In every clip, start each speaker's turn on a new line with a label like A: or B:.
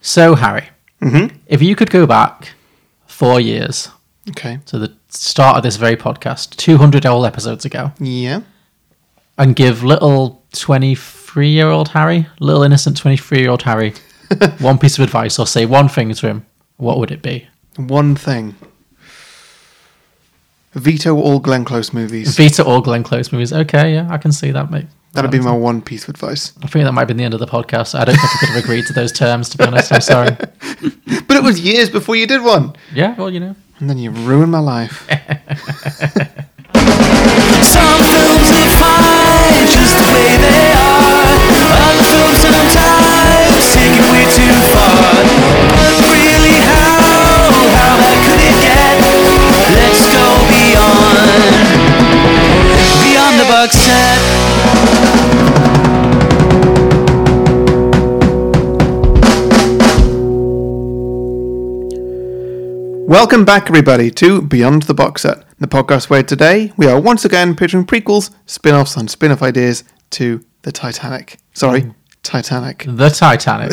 A: So, Harry, if you could go back four years
B: Okay.
A: to the start of this very podcast, 200 old episodes ago,
B: Yeah.
A: and give little 23 year old Harry, little innocent 23 year old Harry, one piece of advice or say one thing to him, what would it be?
B: One thing. Veto all Glenn Close movies.
A: Vita or Glenn Close movies. Okay, yeah, I can see Mm-hmm. that, mate.
B: That'd be my one piece of advice.
A: I think that might have been the end of the podcast. I don't think I could have agreed to those terms, to be honest. I'm sorry.
B: But it was years before you did one.
A: Yeah, well, you know.
B: And then you ruined my life.
C: Some films they fine just the way they are. Other films sometimes take it way too far. But really, how how bad could it get? Let's go beyond beyond the box set.
B: Welcome back, everybody, to Beyond the Box Set, the podcast where today we are once again pitching prequels, spin offs, and spin off ideas to the Titanic. Sorry, Titanic.
A: The Titanic.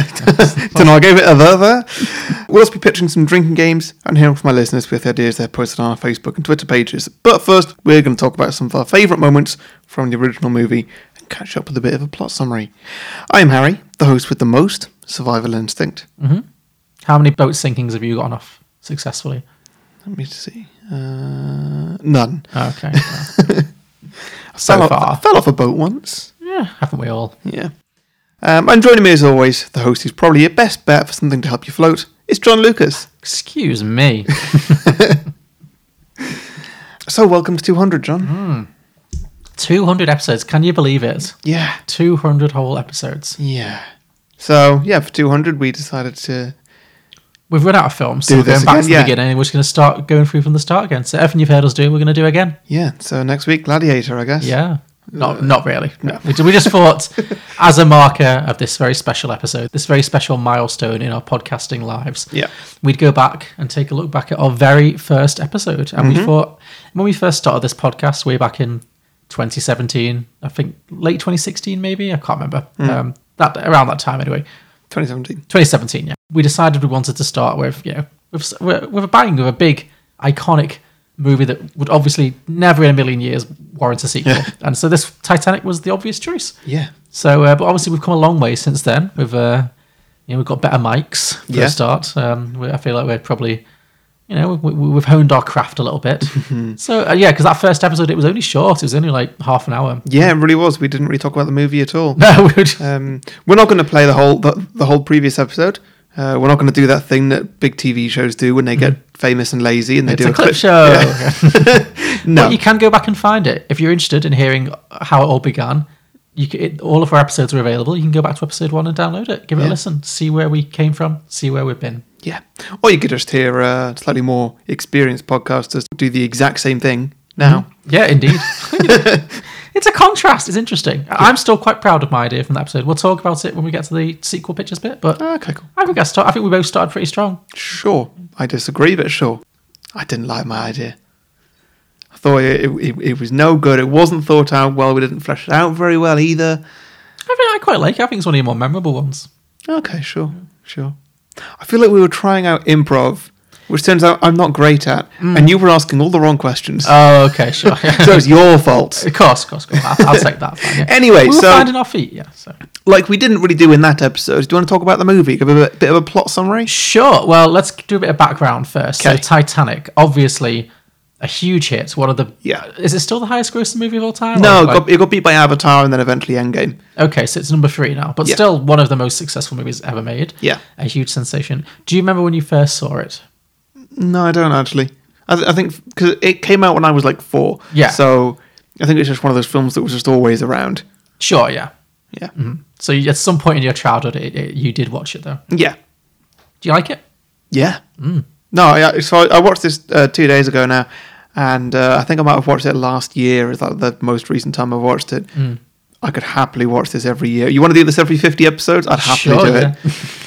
B: Don't know, I gave it a there, there. We'll also be pitching some drinking games and hearing from my listeners with ideas they've posted on our Facebook and Twitter pages. But first, we're going to talk about some of our favourite moments from the original movie and catch up with a bit of a plot summary. I am Harry, the host with the most survival instinct.
A: Mm-hmm. How many boat sinkings have you gone off successfully?
B: Let me see. Uh, none.
A: Okay.
B: fell
A: so
B: off, I
A: far.
B: fell off a boat once.
A: Yeah, haven't we all?
B: Yeah. Um, and joining me as always, the host who's probably your best bet for something to help you float. It's John Lucas.
A: Excuse me.
B: So welcome to 200, John.
A: Mm. 200 episodes. Can you believe it?
B: Yeah.
A: 200 whole episodes.
B: Yeah. So yeah, for two hundred, we decided to.
A: We've run out of films, so
B: Do
A: we're going
B: this
A: back
B: again,
A: to the
B: yeah.
A: beginning. We're just going to start going through from the start again. So everything you've heard us do, we're going to do again.
B: Yeah. So next week, Gladiator, I guess.
A: Yeah. Not, not really. We, ju- we just thought, as a marker of this very special episode, this very special milestone in our podcasting lives,
B: Yeah.
A: we'd go back and take a look back at our very first episode. And we thought, when we first started this podcast way back in 2017, I think late 2016, maybe, I can't remember. Um, that Around that time, anyway.
B: Twenty seventeen.
A: 2017, yeah. We decided we wanted to start with, you know, with, with with a bang of a big, iconic movie that would obviously never in a million years warrant a sequel.
B: Yeah.
A: And so this Titanic was the obvious choice.
B: Yeah.
A: So, uh, but obviously we've come a long way since then. We've, uh, you know, we've got better mics for
B: Yeah.
A: a start. Um, we, I feel like we're probably, you know, we, we- we've honed our craft a little bit. so uh, yeah, because that first episode it was only short. It was only like half an hour.
B: Yeah, it really was. We didn't really talk about the movie at all.
A: No, we were just-
B: Um, we're not going to play the whole the, the whole previous episode. Uh, we're not going to do that thing that big TV shows do when they get famous and lazy and they
A: it's
B: do
A: a clip show.
B: Yeah. No.
A: But you can go back and find it if you're interested in hearing how it all began. You c it, all of our episodes are available. You can go back to episode one and download it. Give it
B: Yeah.
A: a listen. See where we came from. See where we've been.
B: Yeah. Or you could just hear uh, slightly more experienced podcasters do the exact same thing now.
A: Yeah, indeed. it's a contrast. It's interesting. I I'm still quite proud of my idea from that episode. We'll talk about it when we get to the sequel pictures bit. But
B: Ah, Okay, cool.
A: I think I, start, I think we both started pretty strong.
B: Sure, I disagree, but sure. I didn't like my idea. I thought it, it, it was no good. It wasn't thought out well. We didn't flesh it out very well either.
A: I think I quite like it. I think it's one of your more memorable ones.
B: Okay, sure, sure. I feel like we were trying out improv, which turns out I'm not great at, and you were asking all the wrong questions.
A: Hmm. Oh, okay, sure. of
B: so it's your fault.
A: course, of course, of course. I'll, I'll take that. Fine, yeah.
B: Anyway,
A: we were
B: so-
A: finding our feet. Yeah. So.
B: Like we didn't really do in that episode. Do you want to talk about the movie? Give a bit- bit of a plot summary?
A: Sure. Well, let's do a bit of background first. So,
B: Okay.
A: Titanic, obviously, a huge hit. One of the
B: Yeah.
A: Is it still the highest grossing movie of all time?
B: No,
A: Or,
B: it
A: like-
B: got, it got beat by Avatar and then eventually Endgame.
A: okay, so it's number three now, but
B: Yeah.
A: still one of the most successful movies ever made.
B: Yeah.
A: a huge sensation. Do you remember when you first saw it?
B: No, I don't actually. I, th- I think because it came out when I was like four.
A: Yeah.
B: So I think it's just one of those films that was just always around.
A: Sure. Yeah. Mm.
B: Yeah.
A: So you- at some point in your childhood, it, it, you did watch it though.
B: Yeah.
A: Do you like it?
B: Yeah.
A: Mm.
B: No, I, I- so I, I watched this uh, two days ago now, and uh, I think I might have watched it last year. Is like the most recent time I watched it.
A: Mm.
B: I could happily watch this every year. You want to do this every fifty episodes? I'd happily
A: Sure,
B: do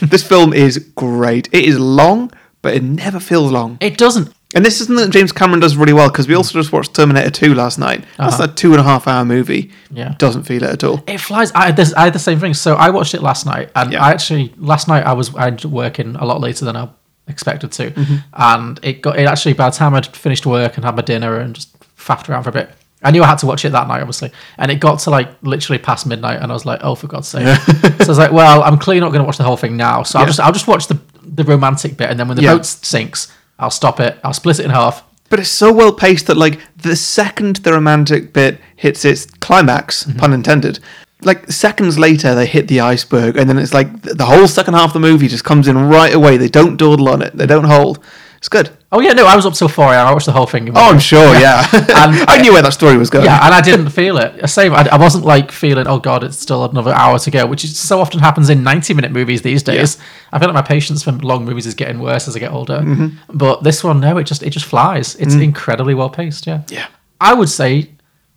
B: it. this film is great. It is long, but it never feels long.
A: It doesn't.
B: And this is something that James Cameron does really well because we also just watched Terminator 2 last night. That's
A: Uh-huh.
B: a two and a half hour movie.
A: Yeah.
B: Doesn't feel it at all.
A: It flies. I had, this, I had the same thing. So I watched it last night, and
B: Yeah.
A: I actually last night I was I was working a lot later than I expected to,
B: Mm-hmm.
A: and it got it actually by the time I'd finished work and had my dinner and just faffed around for a bit. I knew I had to watch it that night, obviously, and it got to like literally past midnight, and I was like, "Oh, for God's sake!" so I was like, "Well, I'm clearly not going to watch the whole thing now, so I'll
B: Yeah.
A: just I'll just watch the the romantic bit, and then when the
B: Yeah.
A: boat sinks, I'll stop it, I'll split it in half,
B: But it's so well paced that, like, the second the romantic bit hits its climax,
A: Mm-hmm.
B: pun intended, like, seconds later they hit the iceberg, and then it's like th- the whole second half of the movie just comes in right away. They don't dawdle on it, they don't hold. It's good.
A: Oh yeah, no, I was up till four a.m. I watched the whole thing. in one
B: Oh, I'm sure, yeah.
A: And-
B: I knew where that story was going.
A: yeah, and I didn't feel it. Same, I, I wasn't like feeling, oh god, it's still another hour to go, which is, so often happens in ninety-minute movies these days. I feel like my patience for long movies is getting worse as I get older. But this one, no, it just it just flies. It's incredibly well paced. Yeah,
B: Yeah.
A: I would say,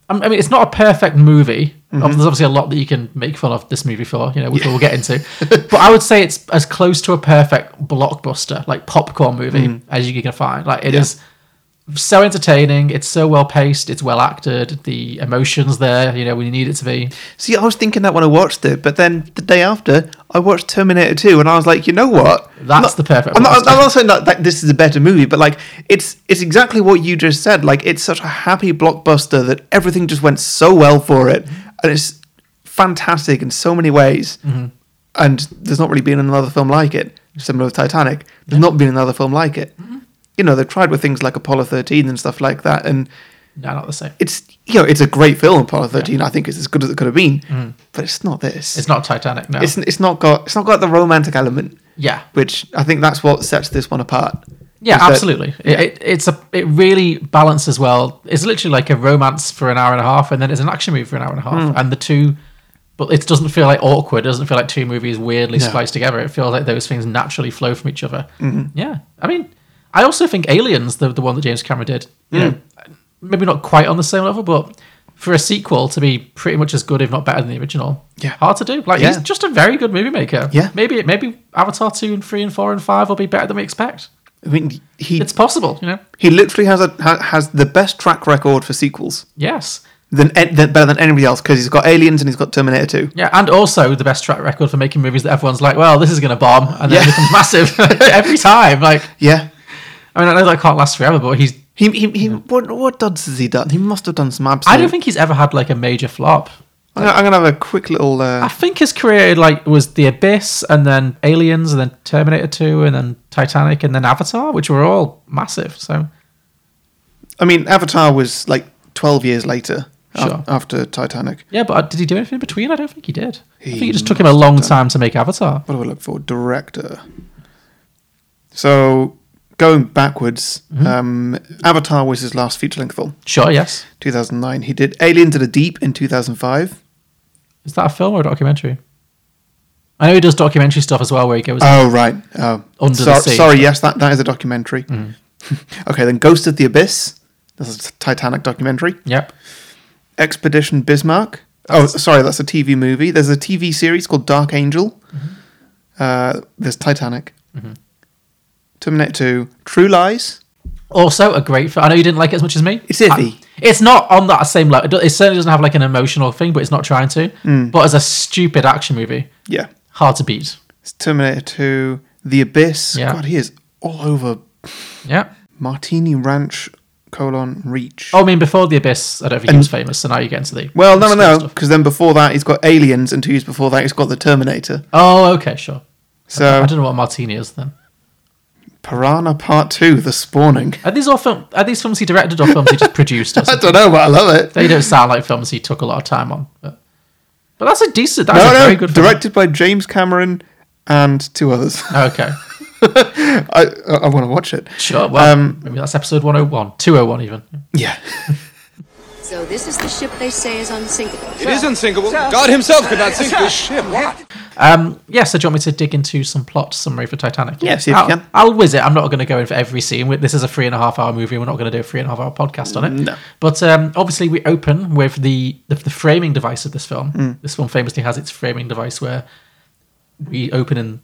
A: um, I I mean, it's not a perfect movie.
B: Mm-hmm.
A: Ob- There's obviously a lot that you can make fun of this movie for, you know, which we'll get into. but I would say it's as close to a perfect blockbuster, like popcorn movie, as you can find. Like it
B: Mm-hmm. Yeah.
A: is so entertaining. It's so well paced. It's well acted. The emotions there, you know, when you need it to be.
B: See, I was thinking that when I watched it, but then the day after, I watched Terminator 2, and I was like, you know what?
A: That's
B: Not-
A: the perfect
B: I'm not, I'm
A: monster.
B: not saying that, that this is a better movie, but like, it's it's exactly what you just said. Like, it's such a happy blockbuster that everything just went so well for it, and it's fantastic in so many ways.
A: Mm-hmm.
B: And there's not really been another film like it. Similar with Titanic, there's not been another film like it. You know, they've tried with things like Apollo 13 and stuff like that, and
A: No, not the same.
B: it's you know, it's a great film. Apollo 13, I think, is as good as it could have been, but it's not this.
A: Mm. It's not Titanic. No.
B: It's it's not got it's not got the romantic element,
A: yeah.
B: which I think that's what sets this one apart.
A: Yeah,
B: Is that-
A: absolutely. It, it, it's a it really balances well. It's literally like a romance for an hour and a half, and then it's an action movie for an hour and a
B: Hmm.
A: half, and the two. But it doesn't feel like awkward. It doesn't feel like two movies weirdly
B: No.
A: spliced together. It feels like those things naturally flow from each other.
B: Mm-hmm.
A: Yeah, I mean, I also think Aliens, the the one that James Cameron did, you
B: Hmm.
A: know, maybe not quite on the same level, but for a sequel to be pretty much as good, if not better, than the original,
B: Yeah.
A: hard to do. Like he's
B: Yeah.
A: just a very good movie maker.
B: Yeah.
A: maybe maybe Avatar two and three and four and five will be better than we expect.
B: I mean, he
A: It's possible, you know.
B: he literally has a ha, has the best track record for sequels
A: Yes.
B: than, an- than better than anybody else because he's got Aliens and he's got Terminator 2.
A: Yeah, and also the best track record for making movies that everyone's like, well, this is going to bomb, and then
B: Yeah.
A: it becomes massive every time. Like,
B: Yeah,
A: I mean, I know that can't last forever, but he's.
B: he he, he what what duds has he done? He must have done some absolute.
A: Mm. I don't think he's ever had like a major flop.
B: I'm gonna, I'm gonna have a quick little.
A: I
B: Uh,
A: think his career like was The Abyss, and then Aliens, and then Terminator Two, and then Titanic, and then Avatar, which were all massive. So
B: I mean, Avatar was like 12 years later af-
A: Sure.
B: after Titanic.
A: yeah, but uh, did he do anything in between? I don't think he did. I think
B: He
A: it just took him a long time to make Avatar.
B: what do I look for? Director. So going backwards, um, Avatar was his last feature length film,
A: Sure, yes.
B: 2009. He did Alien to the Deep in 2005.
A: Is that a film or a documentary? I know he does documentary stuff as well, where he goes.
B: Oh, right. Oh.
A: Under the
B: Sor-
A: Sea.
B: Sorry, yes, that, that is a documentary. okay, then Ghost of the Abyss. That's a Titanic documentary.
A: yep.
B: Expedition Bismarck. oh, sorry, that's a TV movie. There's a TV series called Dark Angel. Uh, there's Titanic. Terminator 2. True Lies.
A: Also, a great film. I know you didn't like it as much as me.
B: It's iffy.
A: I- it's not on that same level. It do- It certainly doesn't have like an emotional thing, but it's not trying to.
B: Mm.
A: But as a stupid action movie,
B: Yeah.
A: hard to beat.
B: It's Terminator 2, The Abyss.
A: Yeah.
B: God, he is all over
A: Yeah.
B: Martini Ranch colon Reach.
A: Oh, I mean, before The Abyss, I don't think he was famous, so now you get into the.
B: well, no, no,
A: obscure
B: no,
A: stuff.
B: because then before that he's got Aliens, and two years before that he's got The Terminator.
A: Oh, okay, sure.
B: So
A: I don't know what Martini is then.
B: Piranha Part Two, The Spawning.
A: Are these all film? Are these films he directed or films he just produced? Or
B: I
A: something?
B: don't know, but I love it.
A: They don't sound like films he took a lot of time on. But, but that's a decent. That's
B: No,
A: a
B: no,
A: very good. film.
B: directed by James Cameron and two others.
A: Okay,
B: I I, I want to watch it.
A: sure. Well,
B: Um,
A: maybe that's episode 101, 201 even.
B: Yeah.
D: So this is the ship they say is unsinkable.
E: It is unsinkable. God himself could not sink this ship.
A: Um, yeah, so do you want me to dig into some plot summary for Titanic?
B: Yeah, see if you
A: I'll,
B: can.
A: I'll whiz it. I'm not going to go in for every scene. We- This is a three and a half hour movie. We're not going to do a three and a half hour podcast on it.
B: No.
A: But um, obviously, we open with the, the the framing device of this film.
B: Hmm.
A: This film famously has its framing device where we open in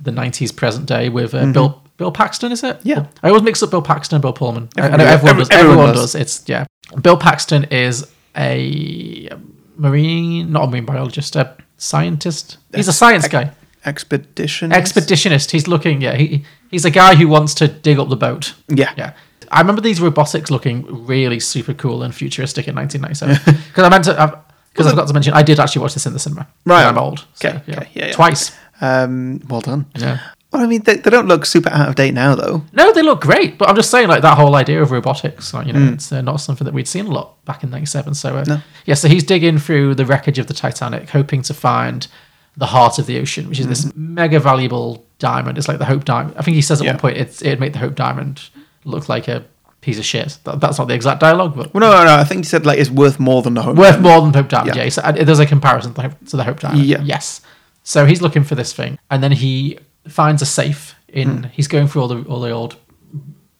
A: the 90s present day with uh, Bill Bill Paxton, is it?
B: Mm-hmm. Yeah.
A: I always mix up Bill Paxton and Bill Pullman. I- I know
B: Everyone-
A: everyone
B: every-
A: does. Everyone,
B: everyone does.
A: does. It's yeah. Bill Paxton is a marine, not a marine biologist, a scientist. He's a science guy,
B: Expedition.
A: expeditionist. He's looking. Yeah, he he's a guy who wants to dig up the boat.
B: Yeah.
A: Yeah. I remember these robotics looking really super cool and futuristic in 1997. Because I meant to, because I forgot to mention, I did actually watch this in the cinema.
B: Right.
A: I'm old. so,
B: Okay, okay, yeah, yeah.
A: Twice.
B: Um, well done.
A: Yeah.
B: Well, I mean, they, they don't look super out of date now, though.
A: No, they look great, but I'm just saying, like that whole idea of robotics, like you know, it's uh, not something that we'd seen a lot back in '97. So, uh, yeah, so he's digging through the wreckage of the Titanic, hoping to find the heart of the ocean, which is this mega valuable diamond. It's like the Hope Diamond. I think he says at
B: Yeah.
A: one point it's, it'd make the Hope Diamond look like a piece of shit. That, that's not the exact dialogue, but
B: Well, no, no, no. I think you said like it's worth more than the home.
A: worth more than Hope Diamond.
B: Yeah.
A: Yeah, so uh, there's a comparison to the Hope- to the Hope Diamond.
B: Yeah.
A: Yes. So he's looking for this thing, and then he finds a safe
B: Hmm.
A: in. He's going through all the all the old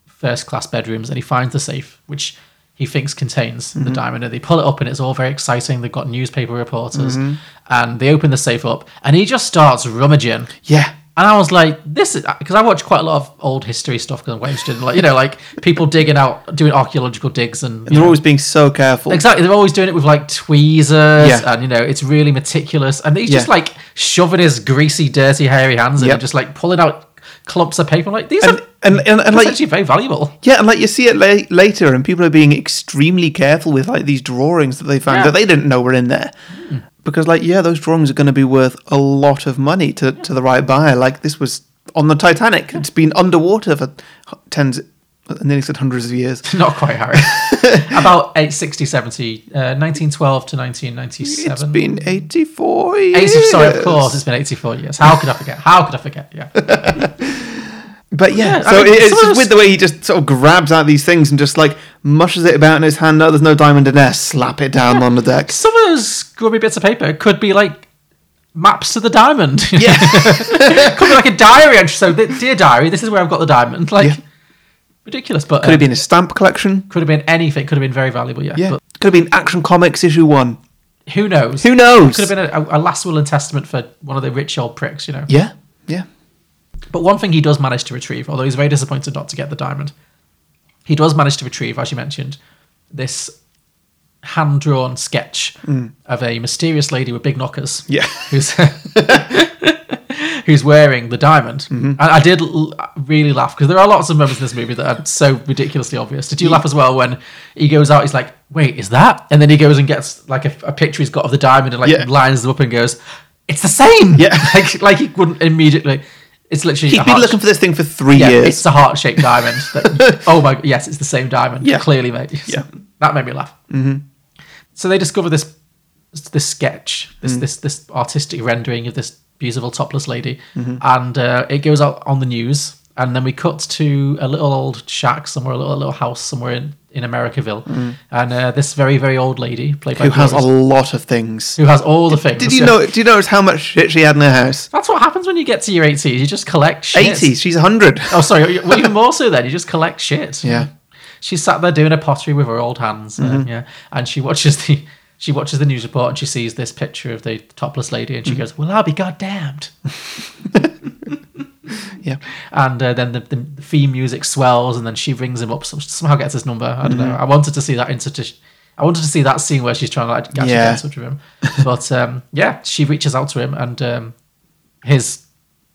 A: first class bedrooms, and he finds the safe which he thinks contains
B: Mm-hmm.
A: the diamond. And they pull it up, and it's all very exciting. They've got newspaper reporters,
B: Mm-hmm.
A: and they open the safe up, and he just starts rummaging.
B: Yeah.
A: And I was like, this is because I watch quite a lot of old history stuff because I'm quite interested in, like, you know, like people digging out, doing archaeological digs and, you
B: They're
A: know,
B: always being so careful.
A: Exactly. They're always doing it with like tweezers
B: Yeah.
A: and you know, it's really meticulous. And he's just
B: Yeah.
A: like shoving his greasy, dirty, hairy hands in
B: Yep.
A: and just like pulling out clumps of paper. Like these
B: And,
A: are
B: and, and, and
A: that's
B: like
A: actually very valuable.
B: yeah, and like you see it la- later, and people are being extremely careful with like these drawings that they found
A: Yeah. Hmm.
B: that they didn't know were in there, because like yeah, those drawings are going to be worth a lot of money to to the right buyer. Like this was on the Titanic; it's been underwater for h- tens, I nearly said hundreds of years.
A: Not quite, Harry. About 860, 70, uh, 1912 to 1997.
B: It's been eighty four years.
A: 80, sorry, of course, it's been 84 years. How could I forget? How could I forget? Yeah.
B: But yeah,
A: Yeah,
B: so
A: I mean,
B: it- it's
A: some of
B: just
A: those-
B: with the way he just sort of grabs out these things and just like mushes it about in his hand. No, there's no diamond in there. Slap it down on the deck.
A: Some of those scrubby bits of paper could be like maps to the diamond. Yeah. could be like a diary entry. So, dear diary, this is where I've got the diamond. Like,
B: Yeah.
A: ridiculous. But
B: Could
A: um,
B: have been a stamp collection.
A: Could have been anything. Could have been very valuable. Yeah.
B: Yeah.
A: But
B: Could have been Action Comics issue one.
A: who knows?
B: Who knows?
A: Could have been a, a last will and testament for one of the rich old pricks, you know.
B: Yeah. Yeah.
A: But one thing he does manage to retrieve, although he's very disappointed not to get the diamond, he does manage to retrieve, as you mentioned, this hand drawn sketch
B: Mm.
A: of a mysterious lady with big knockers.
B: Yeah.
A: Who's. Who's wearing the diamond?
B: Mm-hmm.
A: And I did l- really laugh because there are lots of moments in this movie that are so ridiculously obvious. Did you laugh as well when he goes out? He's like, "Wait, is that?" And then he goes and gets like a, a picture he's got of the diamond and like
B: Yeah.
A: lines them up and goes, "It's the same."
B: Yeah.
A: like like he wouldn't immediately. It's literally
B: He'd
A: a
B: been
A: heart-
B: looking for this thing for three
A: yeah,
B: years.
A: It's a heart shaped diamond. that- oh my, yes, it's the same diamond.
B: Yeah.
A: clearly, mate.
B: Yeah.
A: that made me laugh. Mm-hmm. So they discover this this sketch, this
B: Mm.
A: this this artistic rendering of this beautiful topless lady,
B: Mm-hmm.
A: and uh, it goes out on the news. And then we cut to a little old shack somewhere, a little, a little house somewhere in in Americaville, and uh, this very very old lady played by
B: Mm. Who has a
A: Gloria-
B: lot of things?
A: who has all the things.
B: Did you
A: yeah.
B: know? Do you notice how much shit she had in her house?
A: That's what happens when you get to your 80s. You just collect shit.
B: Eighties. She's hundred.
A: Oh, sorry. Well, even more so then. You just collect shit.
B: Yeah.
A: She sat there doing her pottery with her old hands. uh, yeah. And she watches the she watches the news report and she sees this picture of the topless lady and she goes, "Well, I'll be goddamned."
B: Yeah.
A: And uh, then the, the theme music swells and then she rings him up. Some, somehow gets his number. I don't know.
B: Mm-hmm.
A: I wanted to see that interti- I wanted to see that scene where she's trying to like, actually
B: Yeah.
A: get in touch with him. But um, yeah, she reaches out to him and um, his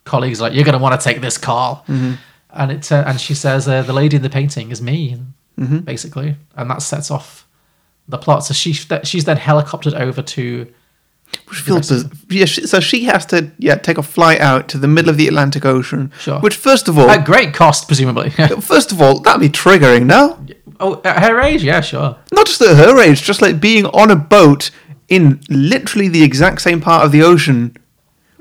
A: colleagues are like, "You're going to want to take this call."
B: Mm-hmm.
A: And it uh, and she says, uh, "The lady in the painting is me,"
B: Mm-hmm.
A: basically, and that sets off the plot. So she that she's then helicoptered over to
B: Which feels biz- yeah. She, so she has to yeah take a flight out to the middle of the Atlantic Ocean.
A: Sure.
B: Which first of all,
A: at great cost, presumably.
B: first of all, that'd be triggering. No.
A: oh, at her age, yeah, sure.
B: not just at her age, just like being on a boat in literally the exact same part of the ocean.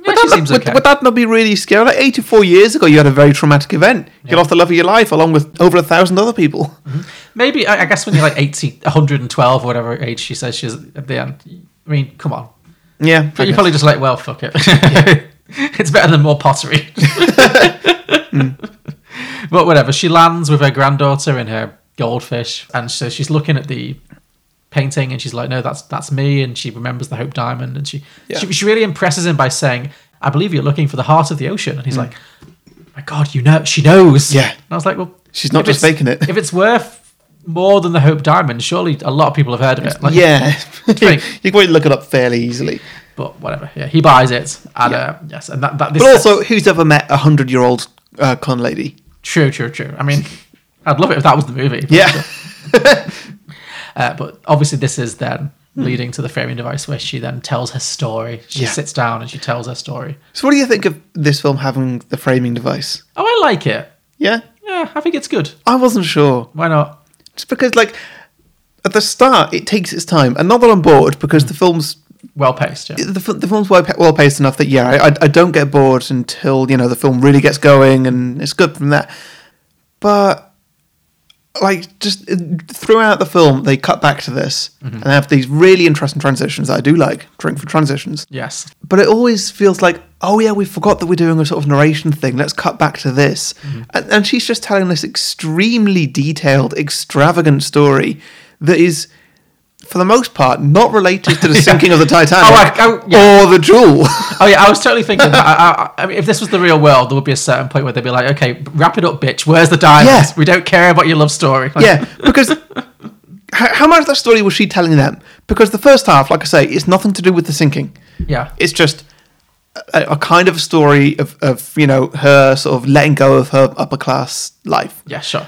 A: Yeah,
B: would, that
A: she
B: not,
A: seems
B: would-
A: okay.
B: would that not be really scary? Like 84 years ago, you had a very traumatic event. You
A: Yeah. Mm.
B: lost the love of your life along with over a thousand other people.
A: Maybe I, I guess when you're like 80, 112 or whatever age she says she's at the end. I mean, come on.
B: Yeah.
A: But you're
B: okay.
A: probably just like, well, fuck it. it's better than more pottery. But whatever. She lands with her granddaughter and her goldfish, and so she's looking at the painting, and she's like, "No, that's that's me." And she remembers the Hope Diamond, and she
B: Yeah.
A: she, she really impresses him by saying, "I believe you're looking for the heart of the ocean," and he's like. my God, you know, she knows.
B: Hmm. Yeah.
A: And I was like, well,
B: She's not
A: if
B: just
A: it's-
B: faking it.
A: If it's worth more than the Hope Diamond, surely a lot of people have heard of it. Like,
B: yeah, you can
A: Drink.
B: probably look it up fairly easily.
A: But whatever. Yeah, he buys it. And
B: Yeah.
A: uh, yes, and that, that this
B: But also, who's ever met a hundred-year-old uh, con lady?
A: true, true, true. I mean, I'd love it if that was the movie.
B: Yeah,
A: Uh, but obviously, this is then leading to the framing device where she then tells her story. She
B: Hmm. Yeah.
A: sits down and she tells her story.
B: So, what do you think of this film having the framing device?
A: Oh, I like it.
B: Yeah,
A: Yeah, I think it's good.
B: I wasn't sure.
A: Why not?
B: Just because, like, at the start, it takes its time, and not that I'm bored because the film's
A: Well paced. Yeah.
B: the, fi- the film's well, pa- well paced enough that yeah, I, I- I don't get bored until you know the film really gets going, and it's good from that. But like, just uh, throughout the film, they cut back to this and have these really interesting transitions that I do like. Drink for transitions.
A: Yes.
B: but it always feels like oh yeah we forgot that we're doing a sort of narration thing let's cut back to this
A: Mm-hmm.
B: and, and she's just telling this extremely detailed extravagant story that is for the most part not related to the sinking of the titanic
A: Oh, I- oh, yeah.
B: or the jewel
A: Oh yeah, I was totally thinking. that. I, I, I mean, if this was the real world, there would be a certain point where they'd be like, "Okay, wrap it up, bitch. Where's the diamonds?
B: Yeah.
A: We don't care about your love story." Like,
B: yeah because how, how much of that story was she telling them because the first half like i say it's nothing to do with the sinking
A: yeah,
B: it's just a, a kind of story of, of you know her sort of letting go of her upper class life
A: yeah, sure.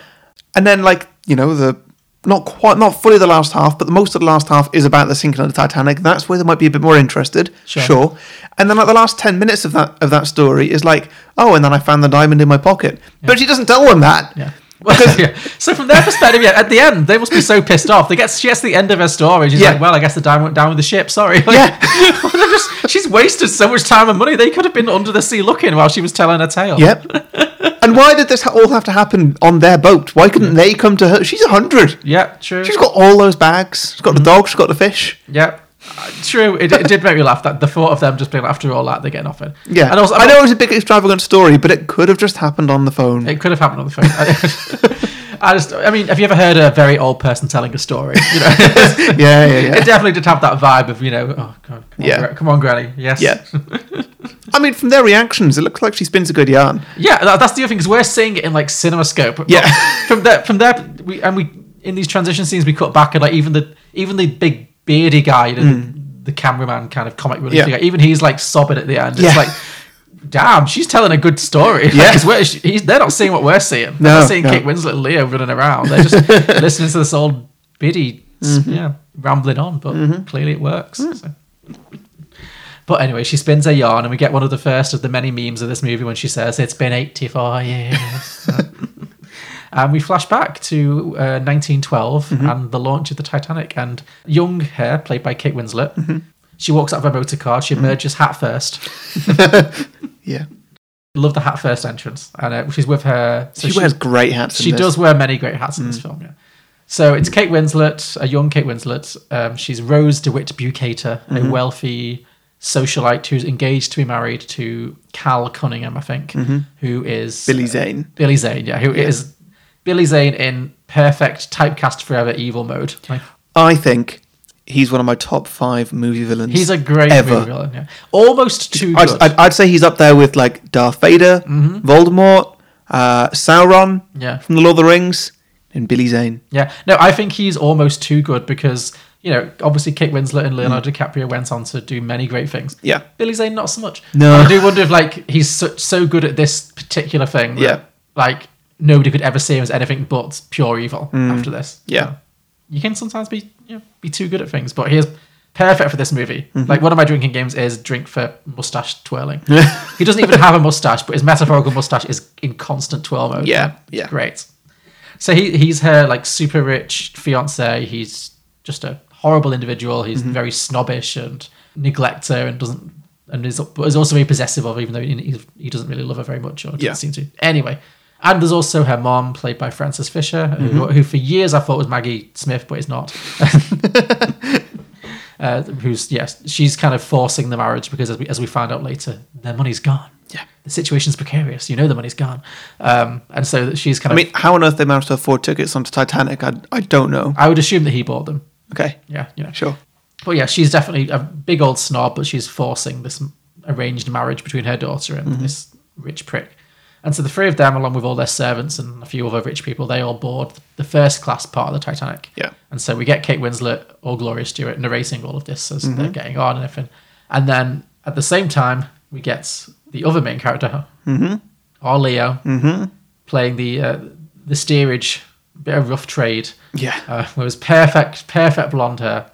B: And then like, you know, the not quite not fully the last half, but the most of the last half is about the sinking of the Titanic. That's where they might be a bit more interested.
A: Sure.
B: Sure. And then like the last ten minutes of that of that story is like, oh, and then I found the diamond in my pocket. But she doesn't tell them that.
A: Yeah. Well, yeah. So from their perspective, yeah, at the end, they must be so pissed off. They get she gets to the end of her story. She's
B: Yeah.
A: like, "Well, I guess the diamond went down with the ship. Sorry." Like,
B: Yeah.
A: they're just, she's wasted so much time and money. They could have been under the sea looking while she was telling her tale.
B: Yep. and why did this ha- all have to happen on their boat? Why couldn't they come to her? She's a hundred.
A: Yeah. True.
B: She's got all those bags. She's
A: Mm-hmm.
B: got the dog. She's got the fish.
A: Yep. Uh, True. It, it did make me laugh. That the thought of them just being like, after all that, they're getting offered.
B: Yeah.
A: And also,
B: I know it was a big extravagant story, but it could have just happened on the phone.
A: It could have happened on the phone. I- I just, I mean, have you ever heard a very old person telling a story? You know,
B: yeah, yeah, yeah.
A: it definitely did have that vibe of you know, oh god, come on,
B: Yeah.
A: gra- come on, granny, yes,
B: Yeah. I mean, from their reactions, it looks like she spins a good yarn.
A: yeah. That, that's the other thing because we're seeing it in like CinemaScope.
B: Yeah.
A: from there, from there, we and we in these transition scenes we cut back and like even the even the big beardy guy, you know, the, the cameraman kind of comic relief
B: Mm. Yeah.
A: guy, even he's like sobbing at the end.
B: Yeah.
A: It's like. Damn, she's telling a good story. Like,
B: Yeah.
A: 'cause we're- she- he's- they're not seeing what we're seeing.
B: No,
A: they're not seeing
B: no.
A: Kate Winslet and Leo running around. They're just listening to this old biddy, s-
B: Mm-hmm.
A: yeah, rambling on. But clearly it works.
B: Mm.
A: so. But anyway, she spins her yarn, and we get one of the first of the many memes of this movie when she says, "It's been eighty-four years." and we flash back to uh, 1912
B: Mm-hmm.
A: and the launch of the Titanic. And young her, played by Kate Winslet,
B: Mm-hmm.
A: she walks out of her motor car. She emerges hat first.
B: Yeah.
A: Love the hat first entrance, and uh, she's with her. so
B: She, wears great hats. in
A: she
B: this. Mm.
A: does wear many great hats in this film. Yeah. So it's Kate Winslet, a young Kate Winslet. Um, she's Rose DeWitt Bucator,
B: Mm-hmm.
A: a wealthy socialite who's engaged to be married to Cal Cunningham, I think, who is
B: Mm-hmm. Billy Zane.
A: Billy Zane, yeah, who is Billy Zane in perfect typecast forever evil mode. Like,
B: I think he's one of my top five movie villains.
A: he's a great
B: ever.
A: movie villain. Yeah. Almost too
B: I'd,
A: good. Mm-hmm.
B: I'd, I'd say he's up there with like Darth Vader, Voldemort, uh, Sauron
A: Yeah.
B: from the Lord of the Rings, and Billy Zane.
A: Yeah, no, I think he's almost too good because you know, obviously, Kate Winslet and Leonardo
B: Mm.
A: DiCaprio went on to do many great things.
B: Yeah.
A: Billy Zane not so much.
B: No.
A: And I do wonder if like he's so, so good at this particular thing. that,
B: Yeah.
A: like nobody could ever see him as anything but pure evil after this.
B: Mm. Yeah.
A: you can sometimes be you know, be too good at things, but he is perfect for this movie.
B: Mm-hmm.
A: Like one of my drinking games is drink for mustache twirling. he doesn't even have a mustache, but his metaphorical mustache is in constant twirl mode.
B: Yeah, yeah.
A: great. So he he's her like super rich fiance. He's just a horrible individual. He's
B: Mm-hmm.
A: very snobbish and neglects her and doesn't and is, but is also very possessive of her, even though he, he doesn't really love her very much or doesn't
B: Yeah.
A: seem to. Anyway, and there's also her mom, played by Frances Fisher,
B: Mm-hmm.
A: who, who for years I thought was Maggie Smith, but it's not. uh, who's yes, she's kind of forcing the marriage because as we as we find out later, their money's gone. Yeah, the situation's precarious. You know, the money's gone, um, and so that she's kind
B: I
A: of.
B: mean, how on earth they managed to afford tickets onto Titanic, I, I don't know.
A: I would assume that he bought them.
B: Okay.
A: Yeah, you know.
B: Sure.
A: But yeah, she's definitely a big old snob, but she's forcing this m- arranged marriage between her daughter and this rich prick. And so the three of them, along with all their servants and a few other rich people, they all board the first class part of the Titanic.
B: Yeah.
A: And so we get Kate Winslet or Gloria Stewart narrating all of this as they're getting on and everything. And then at the same time, we get the other main character, or Leo, playing the uh, the steerage, bit of rough trade.
B: Yeah.
A: Uh, with his perfect, perfect blonde hair.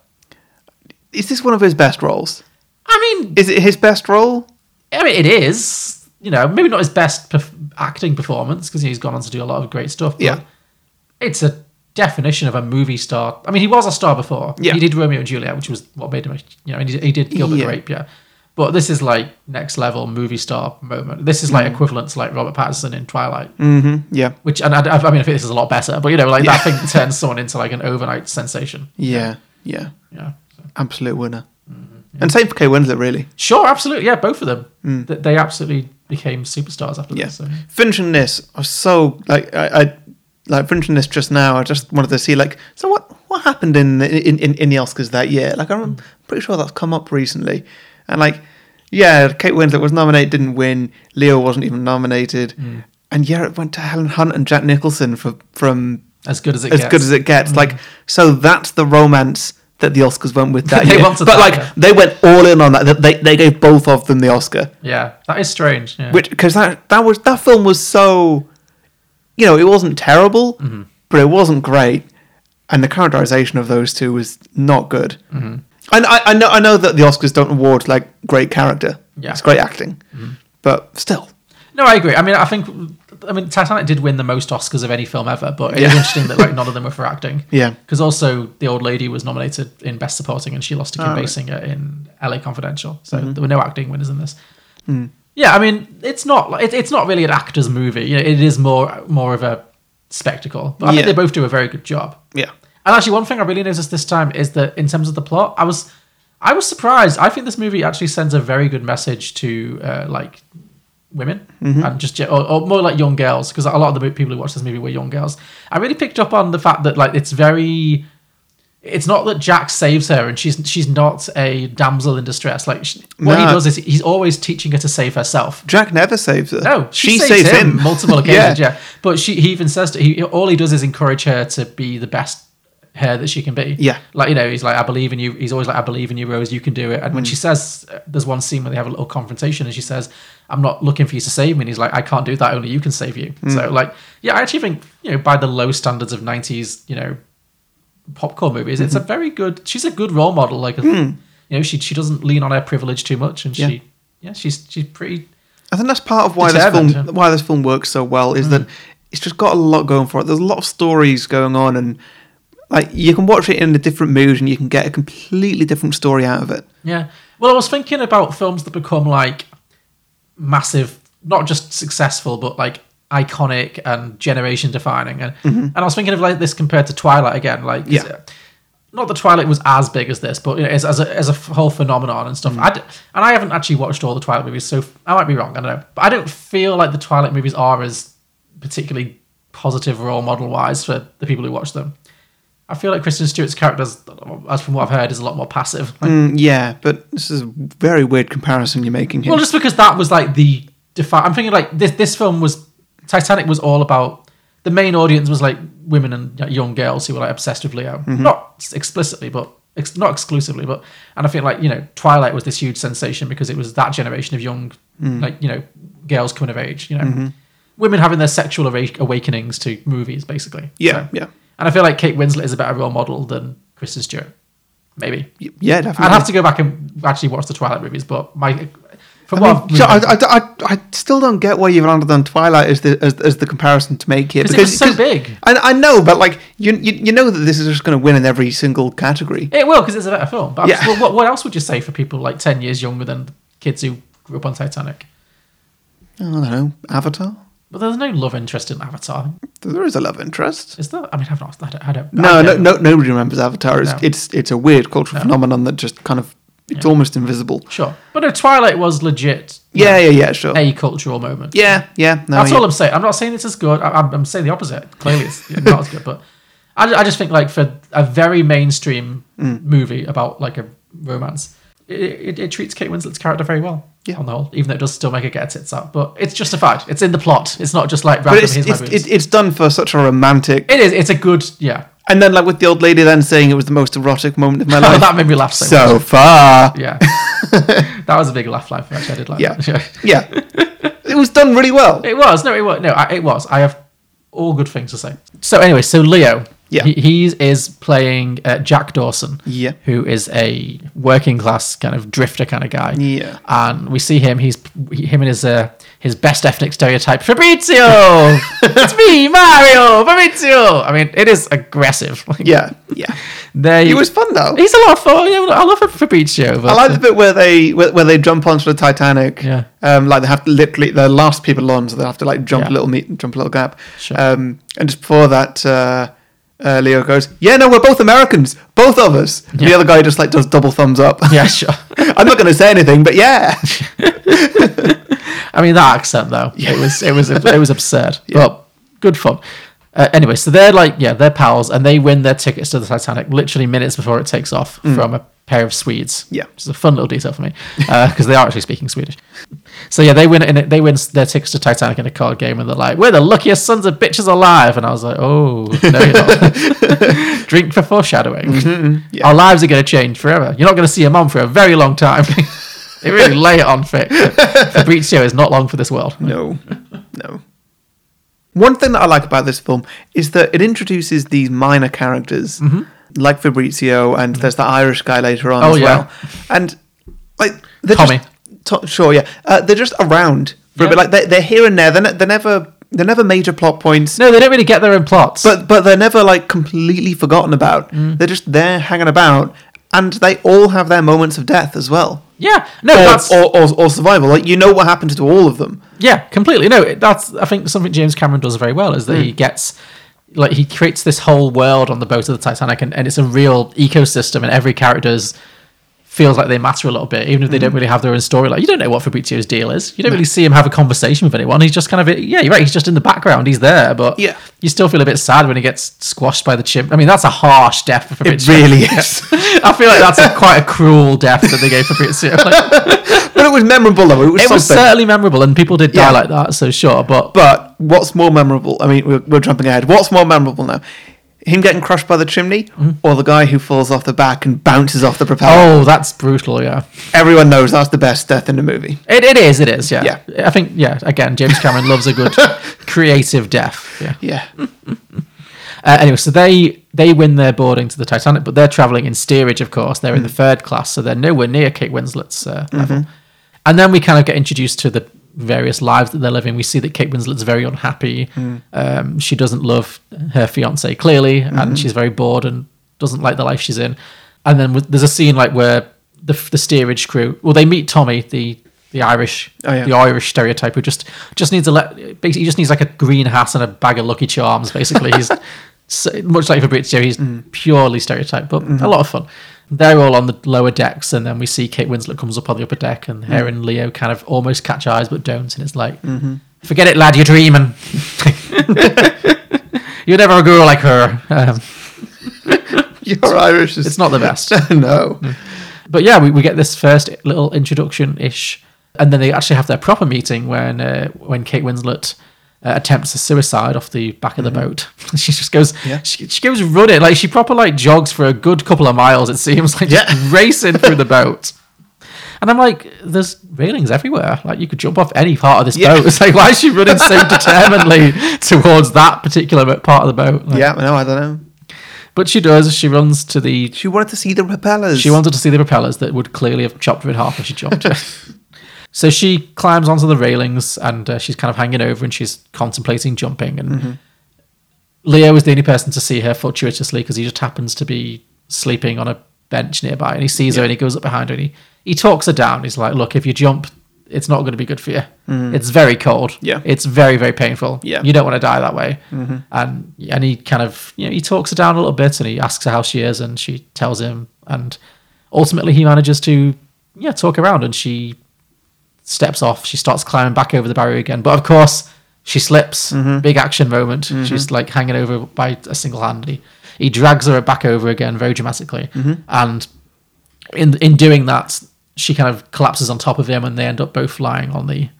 B: Is this one of his best roles?
A: I mean,
B: Is it his best role?
A: I mean, it is. You know, maybe not his best perf- acting performance because he's gone on to do a lot of great stuff. But
B: Yeah.
A: it's a definition of a movie star. I mean, he was a star before.
B: Yeah.
A: he did Romeo and Juliet, which was what made him. A, you know, and he, he did Gilbert
B: Yeah.
A: Grape. Yeah, but this is like next level movie star moment. This is like
B: Mm.
A: equivalent to like Robert Pattinson in Twilight,
B: Mm-hmm. Yeah.
A: which and I, I mean, I think this is a lot better. But you know, like that thing turns someone into like an overnight sensation.
B: Yeah. Yeah.
A: Yeah. So-
B: Absolute winner. And same for Kay Winslet, really.
A: Sure, absolutely. Yeah, both of them. Th- They absolutely became superstars after
B: Mm. Yeah.
A: this. So.
B: Finishing this, I was so like I, I like finishing this just now. I just wanted to see like so what what happened in the, in, in in the Oscars that year. Like I'm pretty sure that's come up recently, and like yeah, Kate Winslet was nominated, didn't win. Leo wasn't even nominated, and yeah, it went to Helen Hunt and Jack Nicholson for from
A: As good as it
B: as
A: gets. Mm.
B: good as it gets. Like, so that's the romance that the Oscars went with that
A: They
B: year.
A: wanted that,
B: but like,
A: yeah.
B: they went all in on that. That They they gave both of them the Oscar,
A: Yeah, that is strange. Yeah.
B: which because that that was that film was so, you know, it wasn't terrible,
A: Mm-hmm.
B: but it wasn't great, and the characterization of those two was not good.
A: Mm-hmm.
B: And I, I know I know that the Oscars don't award like great character.
A: Yeah. Mm-hmm.
B: it's great acting, but still,
A: no, I agree. I mean, I think, I mean, Titanic did win the most Oscars of any film ever, but it is
B: Yeah.
A: interesting that like none of them were for acting.
B: Yeah.
A: because also the old lady was nominated in Best Supporting, and she lost
B: Oh,
A: to Kim Basinger in L.A. Confidential. So
B: Mm-hmm.
A: there were no acting winners in this.
B: Hmm.
A: Yeah, I mean, it's not like- it, it's not really an actor's movie. You know, it is more more of a spectacle. But I
B: Yeah.
A: think they both do a very good job.
B: yeah,
A: And actually, one thing I really noticed this time is that in terms of the plot, I was I was surprised. I think this movie actually sends a very good message to uh, like women and just ge- or, or more like young girls because a lot of the mo- people who watched this movie were young girls. I really picked up on the fact that like it's very. It's not that Jack saves her and she's she's not a damsel in distress. Like she, what he
B: No.
A: does is he's always teaching her to save herself.
B: Jack never saves her.
A: No, Oh, she, saves, him, multiple occasions. yeah. but she he even says to he all he does is encourage her to be the best her that she can be.
B: Yeah.
A: like you know, he's like I believe in you. He's always like I believe in you, Rose. You can do it. And when she says, there's one scene where they have a little confrontation, and she says, "I'm not looking for you to save me." And he's like, "I can't do that. Only you can save you." So like, yeah, I actually think you know by the low standards of '90s, you know, popcorn movies, it's a very good. She's a good role model. Like, you know, she she doesn't lean on her privilege too much, and she Mm. yeah, she's she's pretty.
B: I think that's part of why this film
A: Determined, yeah.
B: why this film works so well is
A: Mm.
B: that it's just got a lot going for it. There's a lot of stories going on, and like you can watch it in a different mood, and you can get a completely different story out of it.
A: Yeah. Well, I was thinking about films that become like massive, not just successful, but like iconic and generation defining. And and I was thinking of like this compared to Twilight again. Like, 'cause,
B: Yeah.
A: uh, not that Twilight was as big as this, but you know, as, as, a, as a f- whole phenomenon and stuff. I d- and I haven't actually watched all the Twilight movies, so f- I might be wrong. I don't know. But I don't feel like the Twilight movies are as particularly positive role model wise for the people who watch them. I feel like Kristen Stewart's character, is- as from what I've heard, is a lot more passive. Like,
B: Mm, yeah, but this is a very weird comparison you're making here.
A: well, just because that was like the defi- I'm thinking like this. This film was Titanic was all about the main audience was like women and like, young girls who were like obsessed with Leo,
B: Mm-hmm.
A: not explicitly, but ex- not exclusively. But and I think like you know Twilight was this huge sensation because it was that generation of young
B: Mm.
A: like you know girls coming of age, you know,
B: Mm-hmm.
A: women having their sexual awa- awakenings to movies basically.
B: yeah,
A: So-
B: yeah,
A: and I feel like Kate Winslet is a better role model than Kristen Stewart, maybe.
B: Y- yeah, definitely.
A: I'd have to go back and actually watch the Twilight movies, but my from
B: I,
A: what
B: mean,
A: I've
B: so I,
A: remembered-
B: I- I- I still don't get why you've landed on Twilight as the as, as the comparison to make here
A: 'Cause it was so
B: 'cause-
A: big.
B: I, I know, but like you, you you know that this is just going to win in every single category.
A: it will because it's a better film. But I'm
B: Yeah.
A: just- what, what else would you say for people like ten years younger than kids who grew up on Titanic?
B: I don't know, Avatar.
A: But there's no love interest in Avatar,
B: There is a love interest.
A: is there? I mean, I've not. I don't. I don't
B: No,
A: I
B: no,
A: don't-
B: no, nobody remembers Avatar. It's
A: No.
B: it's, it's a weird cultural phenomenon that just kind of it's almost invisible.
A: Sure, but no. Twilight was legit
B: Yeah, yeah, yeah, sure.
A: a cultural moment.
B: Yeah, yeah. No,
A: That's
B: yeah.
A: all I'm saying. I'm not saying it's as good. I, I'm, I'm saying the opposite. Clearly, it's not as good. But I, ju- I just think like for a very
B: Mm.
A: mainstream movie about like a romance, it, it, it treats Kate Winslet's character very well.
B: Yeah.
A: on the whole, even though it does still make her get her tits out. But it's justified. It's in the plot. It's not just like random.
B: But it's
A: here's my
B: it's,
A: boobs.
B: it, it's done for such a romantic.
A: it is. It's a good. Yeah.
B: And then like with the old lady then saying it was the most erotic moment of my
A: Oh,
B: life
A: that made me laugh so,
B: so
A: much.
B: far.
A: Yeah. that was a big laugh line for me, actually. I did like
B: Yeah.
A: that.
B: Yeah. It was done really well.
A: It was. No, it was. No, I, it was. I have all good things to say. So anyway, so Leo.
B: Yeah.
A: He, he is playing uh, Jack Dawson.
B: Yeah.
A: Who is a working class kind of drifter kind of guy.
B: Yeah.
A: And we see him. He's he, him and his uh, his best ethnic stereotype. Fabrizio. it's me, Mario. Fabrizio. I mean, it is aggressive. Like,
B: Yeah. Yeah.
A: They.
B: It was fun though.
A: He's a lot of fun. Yeah, I love Fabrizio. But, uh,
B: I like the bit where they where, where they jump onto the Titanic.
A: Yeah.
B: Um, like they have to literally they're last people on, so they have to like jump
A: Yeah.
B: a little meet, jump a little gap.
A: Sure.
B: Um, and just before that, uh, uh, Leo goes, "Yeah, no, we're both Americans, both of us." And The
A: Yeah.
B: other guy just like does double thumbs up.
A: Yeah, sure.
B: I'm not going to say anything, but yeah,
A: I mean that accent though. It was it was it was absurd. But good fun. Uh, anyway, so they're like yeah, they're pals, and they win their tickets to the Titanic literally minutes before it takes off from a pair of Swedes.
B: Yeah.
A: which is a fun little detail for me because they are actually speaking Swedish. So yeah, they win in it. They win their tickets to Titanic in a card game, and they're like, "We're the luckiest sons of bitches alive." And I was like, "Oh, no, you're not. Drink for foreshadowing.
B: Mm-hmm,
A: Our lives are going to change forever. You're not going to see your mum for a very long time." they really lay it on thick. Fabrizio is not long for this world.
B: no, no. One thing that I like about this film is that it introduces these minor characters like Fabrizio, and there's the Irish guy later on
A: Mm-hmm. Oh,
B: as
A: yeah.
B: well. And like they're
A: Tommy.
B: just- to- sure, yeah, uh, they're just around for a
A: Yeah.
B: bit. Like they're, they're here and there. They're, ne- they're never they're never major plot points.
A: No, they don't really get their own plots.
B: But but they're never like completely forgotten about.
A: Mm.
B: They're just there hanging about, and they all have their moments of death as well,
A: yeah, no,
B: or,
A: that's
B: or, or or survival. Like you know what happens to all of them.
A: yeah, completely. No, it- that's I think something James Cameron does very well is that
B: Hmm.
A: he gets like he creates this whole world on the boat of the Titanic, and, and it's a real ecosystem, and every character's feels like they matter a little bit, even if they
B: Hmm.
A: don't really have their own story. Like you don't know what Fabrizio's deal is. You don't really see him have a conversation with anyone. He's just kind of yeah, you're right. He's just in the background. He's there, but
B: Yeah.
A: you still feel a bit sad when he gets squashed by the chimp. I mean, that's a harsh death for
B: It
A: Fabrizio.
B: really is.
A: I feel like that's a, quite a cruel death that they gave Fabrizio. Like,
B: but it was memorable though. It was
A: it was
B: something.
A: certainly memorable, and people did die
B: Yeah.
A: like that. So sure, but,
B: but what's more memorable? I mean, we're, we're jumping ahead. What's more memorable now? Him getting crushed by the chimney, or the guy who falls off the back and bounces off the propeller?
A: Mm-hmm. oh, that's brutal. Yeah,
B: Everyone knows that's the best death in the movie.
A: it, it is. It is. Yeah.
B: Yeah.
A: I think yeah. Again, James Cameron loves a good creative death. Yeah.
B: Yeah,
A: Uh, anyway, so they they win their boarding to the Titanic, but they're traveling in steerage. Of course, they're in the
B: Mm.
A: third class, so they're nowhere near Kate Winslet's uh, level.
B: Mm-hmm.
A: And then we kind of get introduced to the various lives that they're living. We see that Kate Winslet's very unhappy.
B: Mm.
A: Um, she doesn't love her fiance clearly,
B: Mm-hmm.
A: and she's very bored and doesn't like the life she's in. And then with, there's a scene like where the, the steerage crew, well, they meet Tommy, the the Irish,
B: Oh, yeah.
A: the Irish stereotype who just just needs a le- basically he just needs like a green hat and a bag of Lucky Charms. Basically, he's so, much like Fabrizio, he's purely stereotyped, but a lot of fun. They're all on the lower decks, and then we see Kate Winslet comes up on the upper deck, and her and Leo kind of almost catch eyes but don't, and it's like, forget it, lad, you're dreaming. You'll never have a girl like her. Um,
B: your Irish is
A: it's not the best.
B: no.
A: But yeah, we, we get this first little introduction ish, and then they actually have their proper meeting when uh, when Kate Winslet uh, attempts a suicide off the back of the boat. she just goes,
B: Mm-hmm. Yeah.
A: she, she goes running like she proper like jogs for a good couple of miles. It seems like just
B: Yeah.
A: racing through the boat. And I'm like, there's railings everywhere. Like you could jump off any part of this
B: Yeah.
A: boat. It's like, why is she running so determinedly towards that particular part of the boat? Like,
B: Yeah, no, I don't know.
A: But she does. She runs to the
B: She wanted to see the propellers.
A: she wanted to see the propellers that would clearly have chopped her in half if she jumped. so she climbs onto the railings and uh, she's kind of hanging over and she's contemplating jumping. And
B: Mm-hmm.
A: Leo is the only person to see her fortuitously because he just happens to be sleeping on a bench nearby and he sees her and he goes up behind her and he, he talks her down. He's like, Look, if you jump, it's not going to be good for you. It's very cold.
B: Mm-hmm. Yeah.
A: It's very, very painful.
B: Yeah.
A: You don't want to die that way. And and he kind of you know, he talks her down a little bit and he asks her how she is and she tells him and ultimately he manages to yeah, talk around and she steps off. She starts climbing back over the barrier again, but of course she slips. Big action moment. She's like hanging over by a single hand. He, he drags her back over again very dramatically, and in in doing that, she kind of collapses on top of him and they end up both flying on the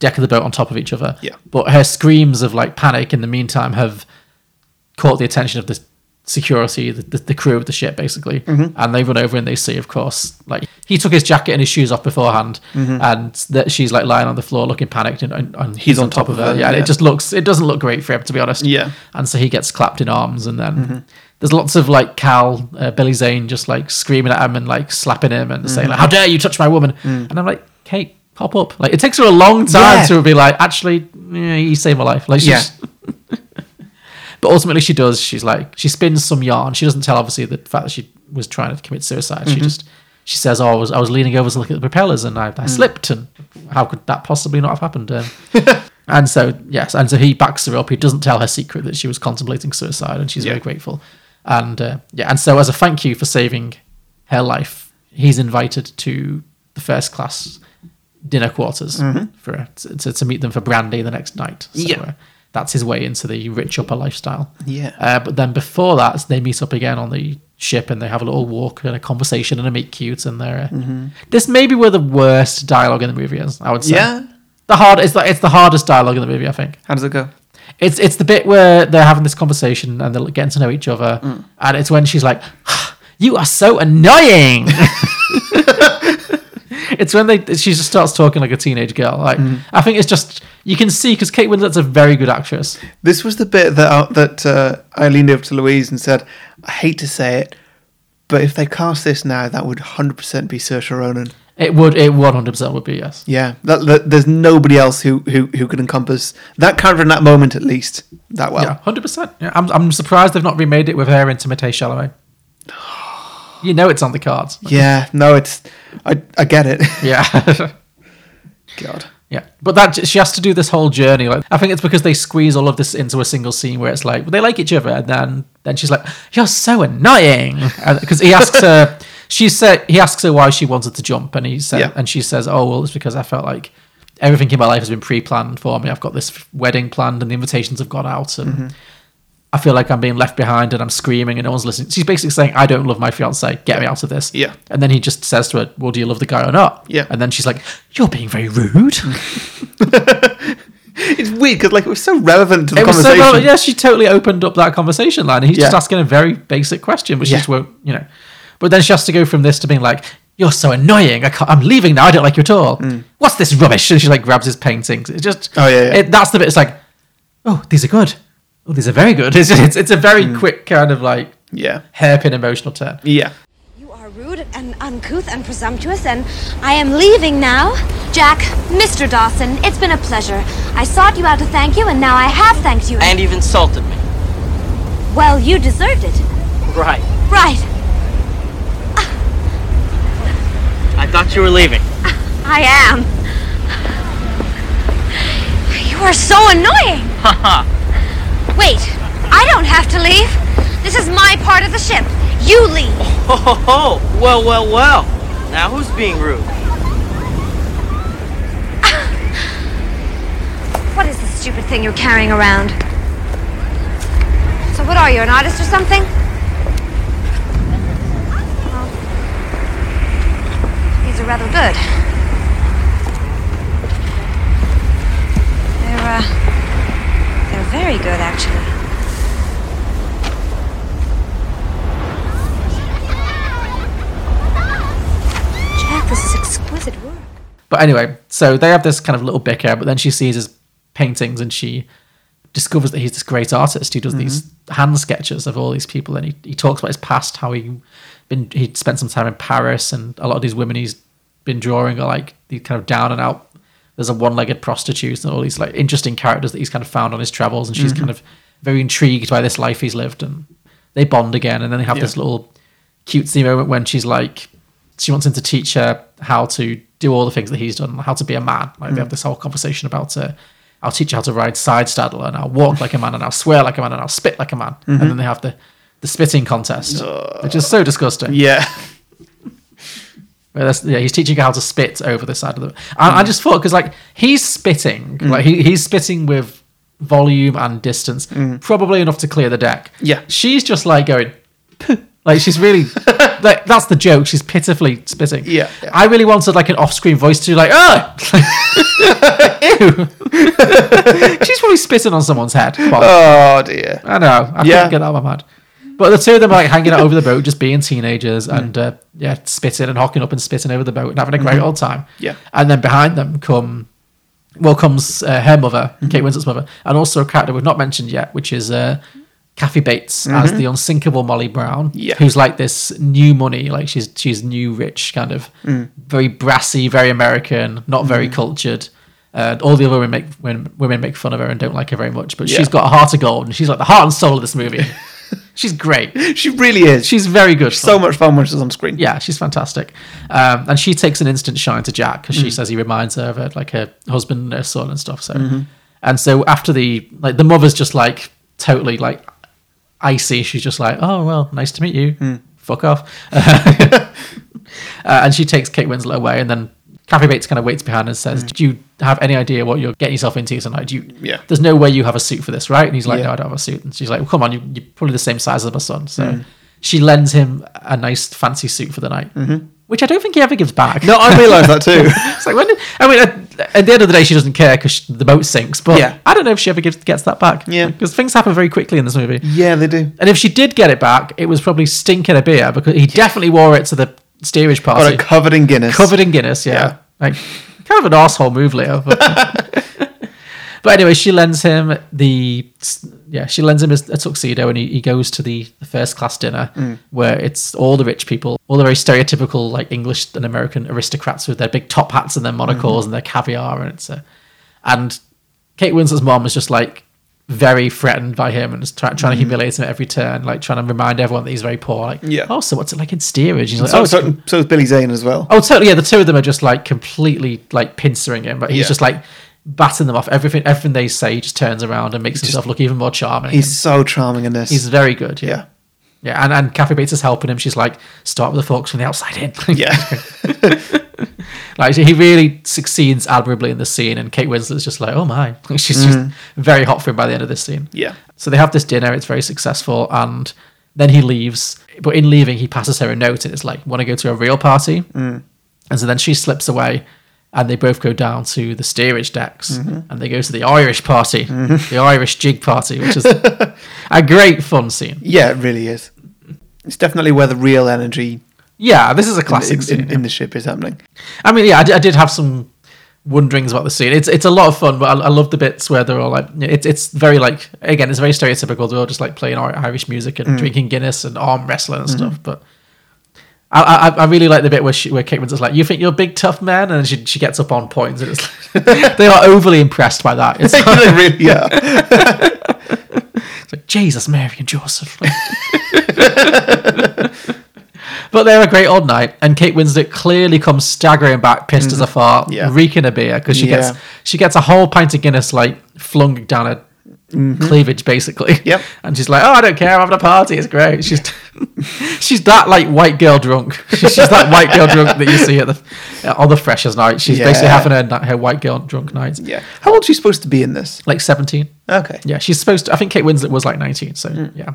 A: deck of the boat on top of each other.
B: Yeah.
A: But her screams of like panic in the meantime have caught the attention of the security, the, the, the crew of the ship basically. And they run over and they see, of course, like he took his jacket and his shoes off beforehand and that she's like lying on the floor looking panicked and, and, and Mm-hmm. he's on top of her. Yeah. And
B: yeah.
A: it just looks, it doesn't look great for him to be honest.
B: Yeah.
A: And so he gets clapped in arms and then
B: Mm-hmm.
A: there's lots of like Cal, uh, Billy Zane just like screaming at him and like slapping him and saying
B: Mm-hmm.
A: like, how dare you touch my woman. And I'm like, Kate, pop up. Like it takes her a long time
B: Mm. Yeah.
A: to be like, actually, yeah, you saved my life. Like she's,
B: Yeah.
A: But ultimately, she does. She's like she spins some yarn. She doesn't tell obviously the fact that she was trying to commit suicide.
B: Mm-hmm.
A: She just she says, "Oh, I was I was leaning over to look at the propellers and I, I
B: Mm.
A: slipped. And how could that possibly not have happened?" Um, and so yes, and so he backs her up. He doesn't tell her secret that she was contemplating suicide, and she's
B: Yeah.
A: very grateful. And uh, yeah, and so as a thank you for saving her life, he's invited to the first class dinner quarters for to, to, to meet them for brandy the next night. So,
B: Mm-hmm. Yeah.
A: uh, that's his way into the rich upper lifestyle.
B: Yeah.
A: Uh, but then before that, they meet up again on the ship and they have a little walk and a conversation and a meet cute. And they're uh,
B: Mm-hmm.
A: this maybe were the worst dialogue in the movie is. I would say.
B: Yeah?
A: The hard it's the, it's the hardest dialogue in the movie. I think
B: How does it go?
A: it's it's the bit where they're having this conversation and they're getting to know each other, and it's when she's like, "You are so annoying." it's when they she just starts talking like a teenage girl. Like I think it's just you can see because Kate Winslet's a very good actress.
B: This was the bit that uh, that uh, I leaned over to Louise and said, "I hate to say it, but if they cast this now, that would 100% be Saoirse Ronan."
A: It would it one hundred percent would be yes.
B: Yeah, that, that, there's nobody else who, who who could encompass that character in that moment at least that well.
A: Yeah, hundred percent. Yeah, I'm I'm surprised they've not remade it with her and Timothée Chalamet. You know it's on the cards.
B: Yeah, no, it's I I get it.
A: Yeah.
B: God.
A: Yeah, but that she has to do this whole journey. Like, I think it's because they squeeze all of this into a single scene where it's like they like each other, and then then she's like, "You're so annoying," because he asks her. She said he asks her why she wanted to jump, and he said,
B: Yeah.
A: and she says, "Oh well, it's because I felt like everything in my life has been pre-planned for me. I've got this wedding planned, and the invitations have gone out, and
B: Mm-hmm.
A: I feel like I'm being left behind, and I'm screaming, and no one's listening." She's basically saying, "I don't love my fiance. Get me out of this."
B: Yeah.
A: and then he just says to her, "Well, do you love the guy or not?"
B: Yeah.
A: and then she's like, "You're being very rude."
B: It's weird because like it was so relevant to the
A: It was so
B: conversation.
A: well- yeah, she totally opened up that conversation line. He's just
B: Yeah.
A: asking a very basic question, but she
B: Yeah.
A: just won't, you know. But then she has to go from this to being like, "You're so annoying. I can't, I'm leaving now. I don't like you at all. What's this rubbish?" And she like grabs his paintings. It's just,
B: Mm. Oh, yeah, yeah.
A: It, that's the bit. It's like, "Oh, these are good. Oh, these are very good." It's it's, it's a very
B: Mm.
A: quick kind of like
B: yeah.
A: hairpin emotional turn.
B: Yeah.
F: You are rude and uncouth and presumptuous, and I am leaving now. Jack, Mr. Dawson, it's been a pleasure. I sought you out to thank you, and now I have thanked you.
G: And you've insulted me.
F: well, you deserved it.
G: Right.
F: Right.
G: I thought you were leaving.
F: I am. You are so annoying. Wait, I don't have to leave. This is my part of the ship. You leave.
G: Ho ho ho! Well, well, well. Now who's being rude?
F: What is this stupid thing you're carrying around? So, what are you, an artist or something? Well, These are rather good. They're, uh, they're very good, actually. Jack, this is exquisite work.
A: But anyway, so they have this kind of little bicker, but then she sees his paintings and she discovers that he's this great artist who does these hand sketches of all these people. And he, he talks about his past, how he been he'd spent some time in Paris, and a lot of these women he's been drawing are like these kind of down and out. There's a one-legged prostitute and all these like interesting characters that he's kind of found on his travels, and she's kind of very intrigued by this life he's lived. And they bond again, and then they have this little cutesy moment when she's like, she wants him to teach her how to do all the things that he's done, how to be a man. Like they have this whole conversation about, uh, I'll teach you how to ride side saddle, and I'll walk like a man, and I'll swear like a man, and I'll spit like a man. And then they have the the spitting contest, which is so disgusting.
B: Yeah.
A: Where that's, yeah, he's teaching her how to spit over the side of the. I,
B: Hmm.
A: I just thought because like he's spitting, like he, he's spitting with volume and distance, probably enough to clear the deck.
B: Hmm. Yeah.
A: she's just like going, like she's really like, that's the joke. She's pitifully spitting.
B: Yeah, yeah.
A: I really wanted like an off-screen voice to do like, oh, she's probably spitting on someone's head. Come on.
B: Oh dear.
A: I know. I
B: Yeah.
A: couldn't get that out of my mind. But the two of them are like hanging out over the boat, just being teenagers
B: Hmm.
A: and uh, yeah, spitting and hocking up and spitting over the boat and having a great old time.
B: Hmm. Yeah.
A: And then behind them come, well, comes uh, her mother,
B: Hmm.
A: Kate Winslet's mother, and also a character we've not mentioned yet, which is uh, Kathy Bates as the unsinkable Molly Brown,
B: Hmm. Yeah.
A: who's like this new money, like she's she's new rich kind of,
B: Mm.
A: very brassy, very American, not very cultured. Uh, all the other women make women, women make fun of her and don't like her very much, but
B: Yeah.
A: she's got a heart of gold and she's like the heart and soul of this movie. she's great.
B: She really is. She's
A: She's very good.
B: so much fun when she's on screen.
A: Oh. yeah, she's fantastic. Um, and she takes an instant shine to Jack because she says he reminds her of her, like her husband and her son and stuff. So, and so after the like, the mother's just like totally like icy. She's just like, oh well, nice to meet you. Fuck off. uh, and she takes Kate Winslet away, and then Kathy Bates kind of waits behind and says, "Do you have any idea what you're getting yourself into tonight? Do you?
B: Yeah.
A: There's no way you have a suit for this, right?" And he's like,
B: Yeah.
A: "No, I don't have a suit." And she's like, well, "Come on, you, you're probably the same size as my son." So
B: Mm.
A: she lends him a nice fancy suit for the night, which I don't think he ever gives back.
B: Mm-hmm. No, I realised that too.
A: It's like when did- I mean, at, at the end of the day, she doesn't care because the boat sinks. But
B: Yeah.
A: I don't know if she ever gives, gets that back.
B: Yeah.
A: because things happen very quickly in this movie.
B: yeah, they do.
A: And if she did get it back, it was probably stinking a beer because he definitely wore it to the steerage party,
B: Got it covered in Guinness.
A: covered in Guinness. Yeah,
B: Yeah.
A: like kind of an asshole move, Leo. But, but anyway, she lends him the yeah, she lends him his, a tuxedo, and he, he goes to the, the first class dinner
B: Mm.
A: where it's all the rich people, all the very stereotypical like English and American aristocrats with their big top hats and their
B: Mm-hmm.
A: monocles and their caviar, and it's a, and Kate Winslet's mom is just like very threatened by him and is try, trying to humiliate him at every turn, like trying to remind everyone that he's very poor. Like,
B: Mm-hmm. Yeah.
A: oh, so what's it like in steerage? He's like,
B: So,
A: oh, it's
B: so, so is Billy Zane as well.
A: Oh, totally. Yeah, the two of them are just like completely like pincering him, but he's
B: Yeah.
A: just like batting them off. Everything, everything they say, he just turns around and makes himself look even more charming.
B: He's so charming in this.
A: he's very good. Yeah.
B: yeah,
A: yeah. and, and Kathy Bates is helping him. She's like, start with the forks from the outside in.
B: yeah.
A: like he really succeeds admirably in the scene, and Kate Winslet's just like, oh my, she's
B: Mm.
A: just very hot for him by the end of this scene.
B: Yeah.
A: So they have this dinner, it's very successful, and then he leaves. But in leaving, he passes her a note and it's like, want to go to a real party?
B: Mm.
A: And so then she slips away and they both go down to the steerage decks
B: Mm-hmm.
A: and they go to the Irish party, the Irish jig party, which is a great fun scene.
B: Yeah, it really is. It's definitely where the real energy
A: Yeah, this is a classic
B: in,
A: scene.
B: in, in the ship is happening.
A: I mean, yeah, I did, I did have some wonderings about the scene. It's it's a lot of fun, but I, I love the bits where they're all like, it's it's very like again, it's very stereotypical. They're all just like playing Ir- Irish music and drinking Guinness and arm wrestling and stuff. But I, I I really like the bit where she, where Kate Winslet's like, "You think you're a big tough man?" and she she gets up on points, and it's like, they are overly impressed by that. It's like,
B: they really are.
A: it's like, Jesus, Mary, and Joseph. But they're a great odd night, and Kate Winslet clearly comes staggering back, pissed as a fart,
B: Mm. Yeah.
A: reeking a beer because she
B: Yeah.
A: gets she gets a whole pint of Guinness like flung down her cleavage, basically.
B: Mm-hmm. Yep.
A: And she's like, "Oh, I don't care. I'm having a party. It's great." She's she's that like white girl drunk. She's that white girl drunk that you see at the on the freshers' night. She's basically
B: Yeah.
A: having her ni- her white girl drunk night.
B: Yeah. How old's she supposed to be in this?
A: Like seventeen.
B: Okay.
A: Yeah, she's supposed to. I think Kate Winslet was like 19, so yeah,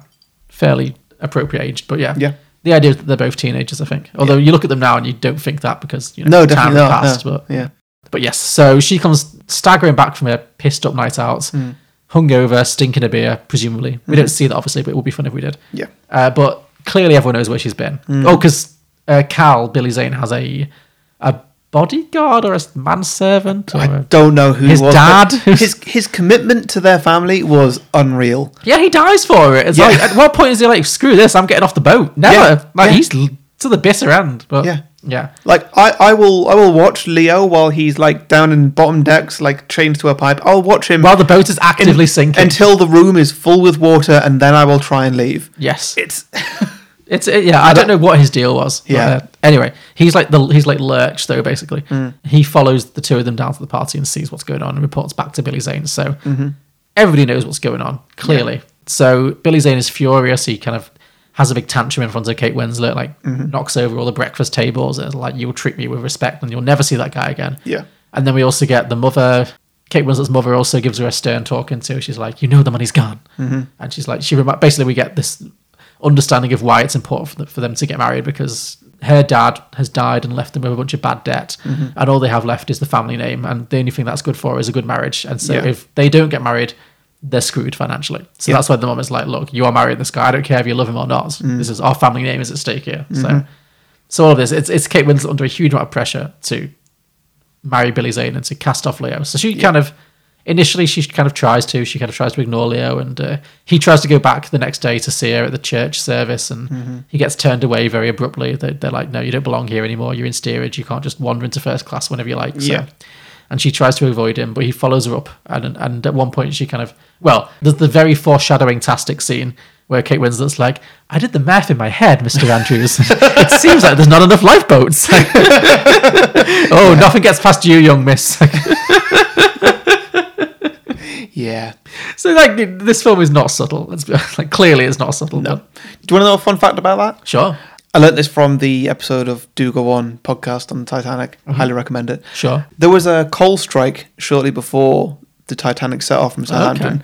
A: fairly appropriate age. But yeah,
B: Mm. Yeah.
A: The idea is that they're both teenagers, I think. Although you look at them now and you don't think that because you know
B: No,
A: time
B: definitely
A: has
B: not.
A: passed.
B: no.
A: But
B: yeah.
A: but yes, so she comes staggering back from her pissed up night out,
B: Mm.
A: hungover, stinking a beer, presumably. We don't see that obviously, but it would be fun if we did.
B: Yeah. Mm.
A: Uh, but clearly, everyone knows where she's been. Oh, because uh, Cal Billy Zane has a a bodyguard or a manservant. Or
B: I
A: a,
B: don't know who
A: His
B: was
A: dad?
B: but His his commitment to their family was unreal.
A: Yeah, he dies for it. It's
B: Yeah.
A: like, at what point is he like, screw this, I'm getting off the boat? Never.
B: Yeah,
A: Like,
B: yeah.
A: he's l- to the bitter end. But
B: Yeah.
A: yeah.
B: Like I, I will I will watch Leo while he's like down in bottom decks, like chained to a pipe. I'll watch him
A: While the boat is actively sinking.
B: until the room is full with water, and then I will try and leave.
A: yes.
B: It's
A: It's it, yeah. I don't know what his deal was. but,
B: Yeah. Mm.
A: uh, anyway, he's like the he's like lurch though. Basically, he follows the two of them down to the party and sees what's going on and reports back to Billy Zane. So
B: Mm-hmm.
A: everybody knows what's going on clearly. So Billy Zane is furious. He kind of has a big tantrum in front of Kate Winslet, like
B: Mm-hmm.
A: knocks over all the breakfast tables and is like you'll treat me with respect and you'll never see that guy again.
B: Yeah.
A: And then we also get the mother. Kate Winslet's mother also gives her a stern talking to. She's like, "You know the money's gone," and she's like, "She remi- basically we get this understanding of why it's important for them, for them to get married because her dad has died and left them with a bunch of bad debt, and all they have left is the family name, and the only thing that's good for is a good marriage. And so
B: Yeah.
A: if they don't get married, they're screwed financially. So that's why the mom is like, "Look, you are marrying this guy. I don't care if you love him or not. This is our family name is at stake here." So, so all of this, it's it's Kate Winslet under a huge amount of pressure to marry Billy Zane and to cast off Leo. So she kind of initially she kind of tries to she kind of tries to ignore Leo and uh, he tries to go back the next day to see her at the church service and he gets turned away very abruptly. They, they're like, no, you don't belong here anymore. You're in steerage. You can't just wander into first class whenever you like. So.
B: Yeah.
A: And she tries to avoid him, but he follows her up. And and at one point, she kind of well, there's the very foreshadowing tastic scene where Kate Winslet's like, "I did the math in my head, Mister Andrews. it seems like there's not enough lifeboats." oh, nothing gets past you, young miss.
B: Yeah.
A: so like this film is not subtle. It's like clearly it's not subtle. But
B: Do you want to know a fun fact about that?
A: sure,
B: I learnt this from the episode of Do Go On podcast on the Titanic. Highly recommend it.
A: Mm-hmm. Sure.
B: There was a coal strike shortly before the Titanic set off from Southampton.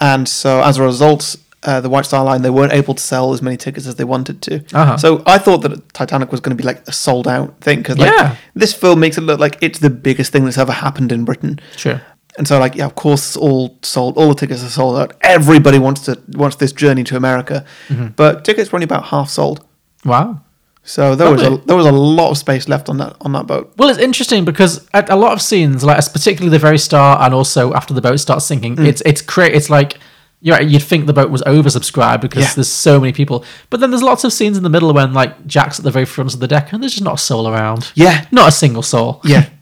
B: And so as a result, uh, the White Star Line, they weren't able to sell as many tickets as they wanted to.
A: Uh-huh.
B: So I thought that Titanic was going to be like a sold out thing because like,
A: Yeah.
B: this film makes it look like it's the biggest thing that's ever happened in Britain.
A: sure.
B: And so, like, yeah, of course, it's all sold. All the tickets are sold out. Everybody wants to wants this journey to America,
A: Mm-hmm.
B: but tickets were only about half sold.
A: Wow.
B: So there was
A: Lovely.
B: a there was a lot of space left on that on that boat.
A: Well, it's interesting because at a lot of scenes, like particularly the very start and also after the boat starts sinking, it's it's create it's like you're right, you'd think the boat was oversubscribed because
B: Yeah.
A: there's so many people. But then there's lots of scenes in the middle when like Jack's at the very front of the deck and there's just not a soul around.
B: Yeah.
A: Not a single soul.
B: Yeah.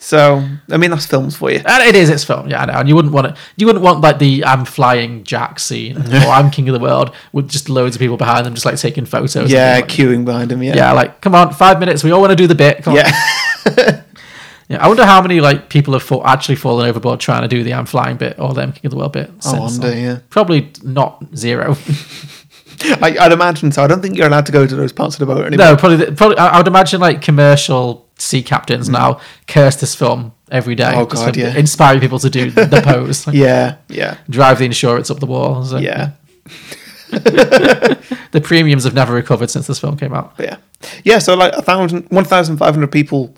B: so I mean, that's films for you.
A: And it is its film, yeah, I know. And you wouldn't want it. You wouldn't want like the "I'm flying Jack" scene or "I'm king of the world" with just loads of people behind them, just like taking photos. and being
B: Yeah,
A: like,
B: queuing behind him. Yeah.
A: yeah, like come on, five minutes. We all want to do the bit. Come on.
B: Yeah.
A: Yeah, I wonder how many like people have fall, actually fallen overboard trying to do the "I'm flying" bit or the "I'm king of the world" bit.
B: I
A: since.
B: wonder. Oh, Yeah.
A: Probably not zero.
B: I, I'd imagine so. I don't think you're allowed to go to those parts of the boat anymore.
A: no, probably. the- Probably. I I would imagine like commercial sea captains now curse this film every day.
B: Mm. Oh,
A: just
B: God,
A: for
B: yeah.
A: Inspiring people to do the pose. like,
B: Yeah. Yeah.
A: Drive the insurance up the wall. so-
B: Yeah.
A: The premiums have never recovered since this film came out.
B: But yeah. Yeah. So like a thousand, one thousand five hundred people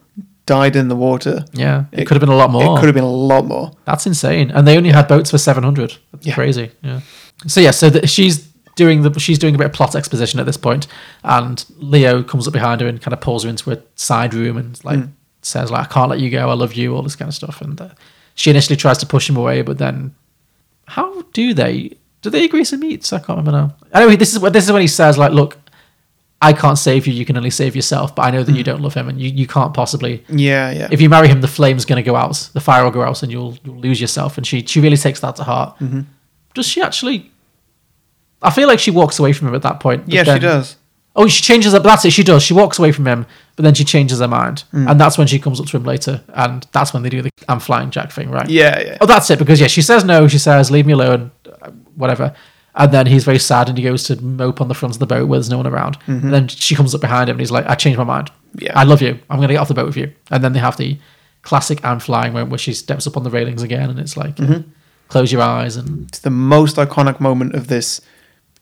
B: died in the water.
A: Yeah, it,
B: It-
A: could have been a lot more.
B: It could have been a lot more.
A: That's insane. And they only had boats for 700. That's
B: Yeah.
A: crazy. Yeah. So yeah, so that she's doing the she's doing a bit of plot exposition at this point and Leo comes up behind her and kind of pulls her into a side room and like says like I can't let you go. I love you, all this kind of stuff and uh, she initially tries to push him away but then how do they do they agree to meet? I can't remember now. Anyway, this is what this is when he says like look I can't save you. You can only save yourself. But I know that you don't love him, and you, you can't possibly
B: Yeah. Yeah.
A: if you marry him, the flame's going to go out, the fire will go out, and you'll, you'll lose yourself. And she she really takes that to heart.
B: Mm-hmm.
A: Does she actually? I feel like she walks away from him at that point. but
B: yeah, she
A: then-
B: does.
A: Oh, she changes up. That's it. She does. She walks away from him, but then she changes her mind,
B: Mm.
A: and that's when she comes up to him later, and that's when they do the "I'm flying Jack" thing, right?
B: Yeah, yeah.
A: Oh, that's it. Because yeah, she says no. She says leave me alone, uh, whatever. And then he's very sad, and he goes to mope on the front of the boat where there's no one around. And then she comes up behind him, and he's like, "I changed my mind.
B: Mm-hmm. Yeah.
A: I love you. I'm going to get off the boat with you." And then they have the classic "I'm flying" moment where she steps up on the railings again, and it's like, uh,
B: Mm-hmm.
A: "Close your eyes," and
B: It's the most iconic moment of this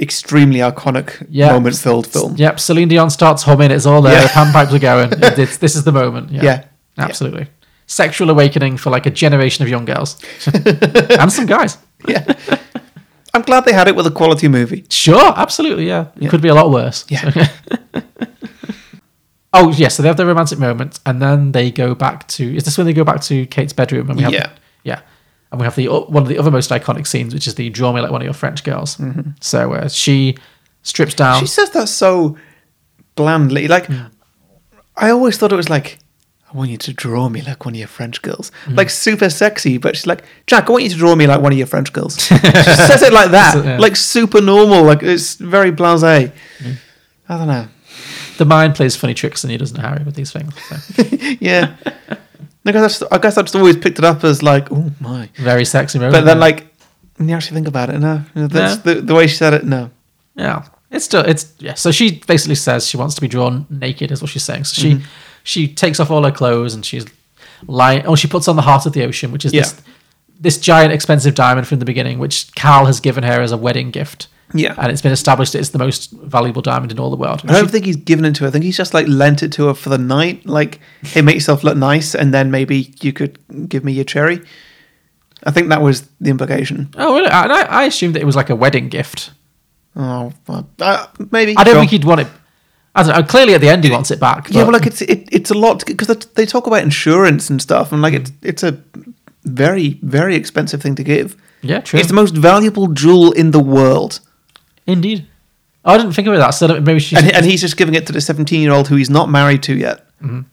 B: extremely iconic
A: Yeah.
B: moment-filled film.
A: yep, Celine Dion starts humming. It's all there.
B: Yeah.
A: The panpipes are going. It- it's- this is the moment. Yeah,
B: Yeah.
A: absolutely. Sexual awakening for like a generation of young girls and some guys.
B: Yeah. I'm glad they had it with a quality movie.
A: Sure, absolutely, yeah. It could be a lot worse.
B: Yeah.
A: oh, yeah, so they have their romantic moment, and then they go back to. Is this when they go back to Kate's bedroom? And we have,
B: Yeah.
A: Yeah. And we have the one of the other most iconic scenes, which is the draw me like one of your French girls.
B: Mm-hmm.
A: So uh, she strips down.
B: She says that so blandly. Like, I always thought it was like, I want you to draw me like one of your French girls. Like, super sexy, but she's like, Jack, I want you to draw me like one of your French girls. she says it like that.
A: So, yeah.
B: Like, super normal. Like, it's very blase. Hmm. I don't know.
A: the mind plays funny tricks and he doesn't know Harry with these things. So,
B: Yeah. I guess, I, just, I guess I just always picked it up as like, oh my.
A: very sexy moment.
B: But then,
A: yeah.
B: like, when you actually think about it, Hmm. no. That's
A: No.
B: The, the way she said it, no.
A: Yeah, it's still it's yeah. So she basically says she wants to be drawn naked, is what she's saying. So she
B: Mm-hmm.
A: she takes off all her clothes and she's lying. Oh, she puts on the heart of the ocean, which is
B: Yeah.
A: this this giant expensive diamond from the beginning, which Cal has given her as a wedding gift.
B: Yeah.
A: and it's been established that it's the most valuable diamond in all the world.
B: I don't think he's given it to her. I think he's just like lent it to her for the night. Like, hey, make yourself look nice, and then maybe you could give me your cherry. I think that was the implication.
A: Oh, really? I, I- I assumed that it was like a wedding gift.
B: Oh, well, uh, maybe.
A: I don't
B: Sure.
A: think he'd want it. I don't know. Clearly, at the end, he wants it back.
B: Yeah,
A: but-
B: well, like it's it, it's a lot because they talk about insurance and stuff, and like it's it's a very very expensive thing to give.
A: yeah, true.
B: It's the most valuable jewel in the world,
A: Indeed. Oh, I didn't think about that. So that- maybe she.
B: and and he's just giving it to the seventeen year old who he's not married to yet.
A: No,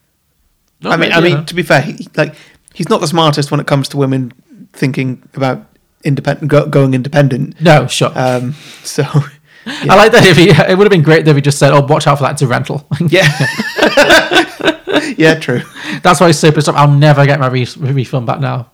B: I mean, I
A: maybe,
B: mean, to be fair, he, like he's not the smartest when it comes to women thinking about independent go, going independent.
A: no, No, sure.
B: Um, so
A: I like that. If he, it would have been great though if he just said, "Oh, watch out for that. It's a rental."
B: yeah, yeah, true.
A: That's why he's so pissed off. I'll never get my re- refund back now.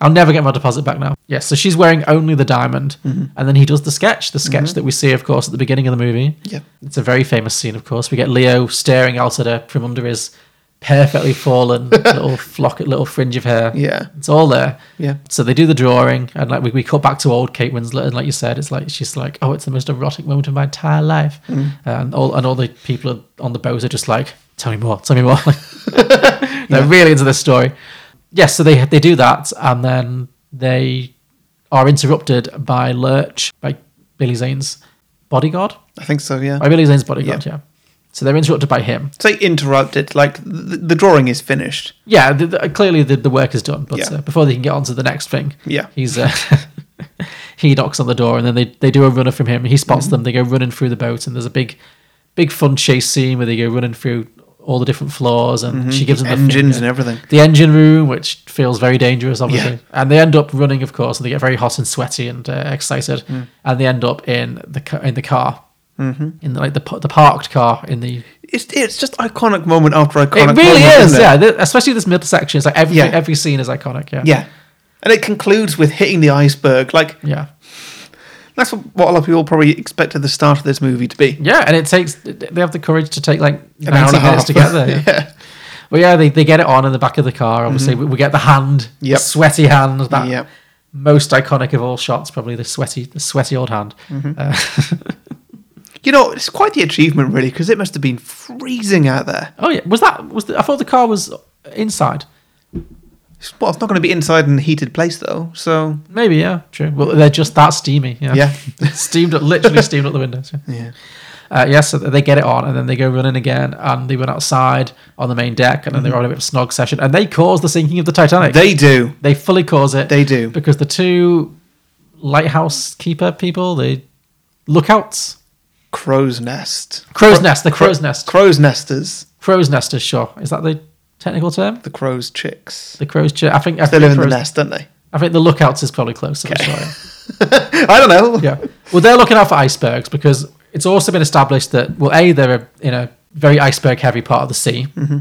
A: I'll never get my deposit back now. Yes, so she's wearing only the diamond, and then he does the sketch, the sketch that we see, of course, at the beginning of the movie.
B: Yep.
A: it's a very famous scene. Of course, we get Leo staring out at her from under his perfectly fallen little flock, little fringe of hair.
B: Yeah.
A: it's all there.
B: Yeah.
A: So they do the drawing, and like we, we cut back to old Kate Winslet, and like you said, it's like she's like, "Oh, it's the most erotic moment of my entire life,"
B: Mm.
A: and all and all the people on the boat are just like, "Tell me more, tell me more." Like, they're really into this story. Yes, so they they do that, and then they are interrupted by Lurch, by Billy Zane's bodyguard,
B: I think so. Yeah.
A: by Billy Zane's bodyguard.
B: Yeah.
A: yeah. So they're interrupted by him,
B: Say interrupted. Like the, the drawing is finished.
A: yeah, the, the, clearly the, the work is done, but
B: Yeah.
A: uh, before they can get on to the next thing,
B: Yeah.
A: he's uh, he knocks on the door, and then they, they do a runner from him. He spots
B: Mm-hmm.
A: them. They go running through the boat, and there's a big big fun chase scene where they go running through all the different floors, and she gives them the
B: Mm-hmm. Engines
A: finger.
B: and everything.
A: The engine room, which feels very dangerous, obviously,
B: Yeah.
A: and they end up running, of course, and they get very hot and sweaty and uh, excited,
B: Mm.
A: and they end up in the ca- in the car, mm-hmm. in the, like the pa- the parked car in the
B: It's it's just iconic moment after
A: it
B: iconic.
A: really
B: moment,
A: is,
B: isn't it?
A: yeah. th- Especially this middle section, it's like every
B: Yeah.
A: every scene is iconic. Yeah,
B: Yeah. And it concludes with hitting the iceberg. Like
A: yeah,
B: that's what, what a lot of people probably expected the start of this movie to be.
A: yeah. And it takes they have the courage to take like
B: An hour and
A: ninety
B: a
A: minutes
B: half
A: together. Yeah.
B: yeah. Mm-hmm.
A: But yeah, they, they get it on in the back of the car. Obviously, we, we get the hand, the
B: Yep.
A: sweaty hand, that
B: Yep.
A: most iconic of all shots, probably the sweaty the sweaty old hand.
B: Mm-hmm.
A: Uh,
B: You know, it's quite the achievement, really, because it must have been freezing out there.
A: oh yeah, was that was the, I thought the car was inside.
B: It's- Well, it's not going to be inside in a heated place, though. So,
A: Maybe yeah, true. Well, they're just that steamy. Yeah,
B: Yeah.
A: steamed up, literally steamed up the windows. Yeah.
B: yeah.
A: Uh, yes, so they get it on, and then they go running again, and they run outside on the main deck, and then they're on a bit of a snog session, and they cause the sinking of the Titanic.
B: Mm-hmm. They do.
A: they fully cause it.
B: They do.
A: because the two lighthouse keeper people, the lookouts,
B: Crow's nest.
A: crow's
B: Cro-
A: nest, the
B: cro-
A: crow's nest,
B: Crow's nesters.
A: crow's nesters. Sure, is that the technical term?
B: The crow's chicks.
A: The crow's. Ch- I think I
B: They
A: think
B: live in the
A: crow's-
B: nest, don't they?
A: I think the lookouts is probably closer. I'm sorry.
B: I don't know.
A: Yeah. Well, they're looking out for icebergs because it's also been established that, well, A, they're in a very iceberg heavy part of the sea.
B: Mm-hmm.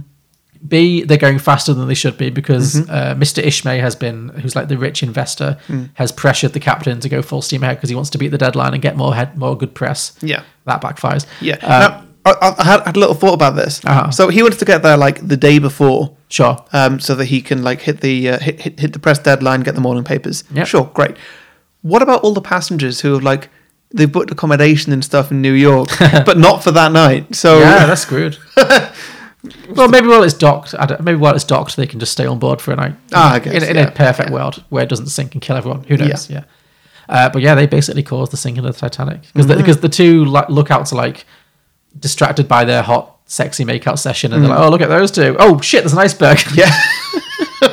A: B, they're going faster than they should be because uh, Mr. Ishmay has been, who's like the rich investor,
B: Mm.
A: has pressured the captain to go full steam ahead because he wants to beat the deadline and get more head, more good press.
B: Yeah.
A: That backfires.
B: Yeah.
A: Uh,
B: now, I, I had, had a little thought about this.
A: Uh-huh.
B: So he wants to get there like the day before.
A: Sure.
B: um, so that he can like hit the uh, hit, hit hit the press deadline, get the morning papers.
A: Yeah.
B: Sure, great. What about all the passengers who have like they booked accommodation and stuff in New York, but not for that night? So
A: Yeah, that's screwed. well, maybe while it's docked, I don't, maybe while it's docked, they can just stay on board for a night.
B: Ah, I guess,
A: in, in
B: yeah,
A: a perfect world where it doesn't sink and kill everyone. Who knows?
B: Yeah.
A: Yeah. Uh, but yeah, they basically caused the sinking of the Titanic because
B: Mm-hmm.
A: the, because the two li- lookouts are like distracted by their hot, sexy makeout session, and they're like, "Oh, look at those two! Oh shit, there's an iceberg!"
B: Mm. yeah,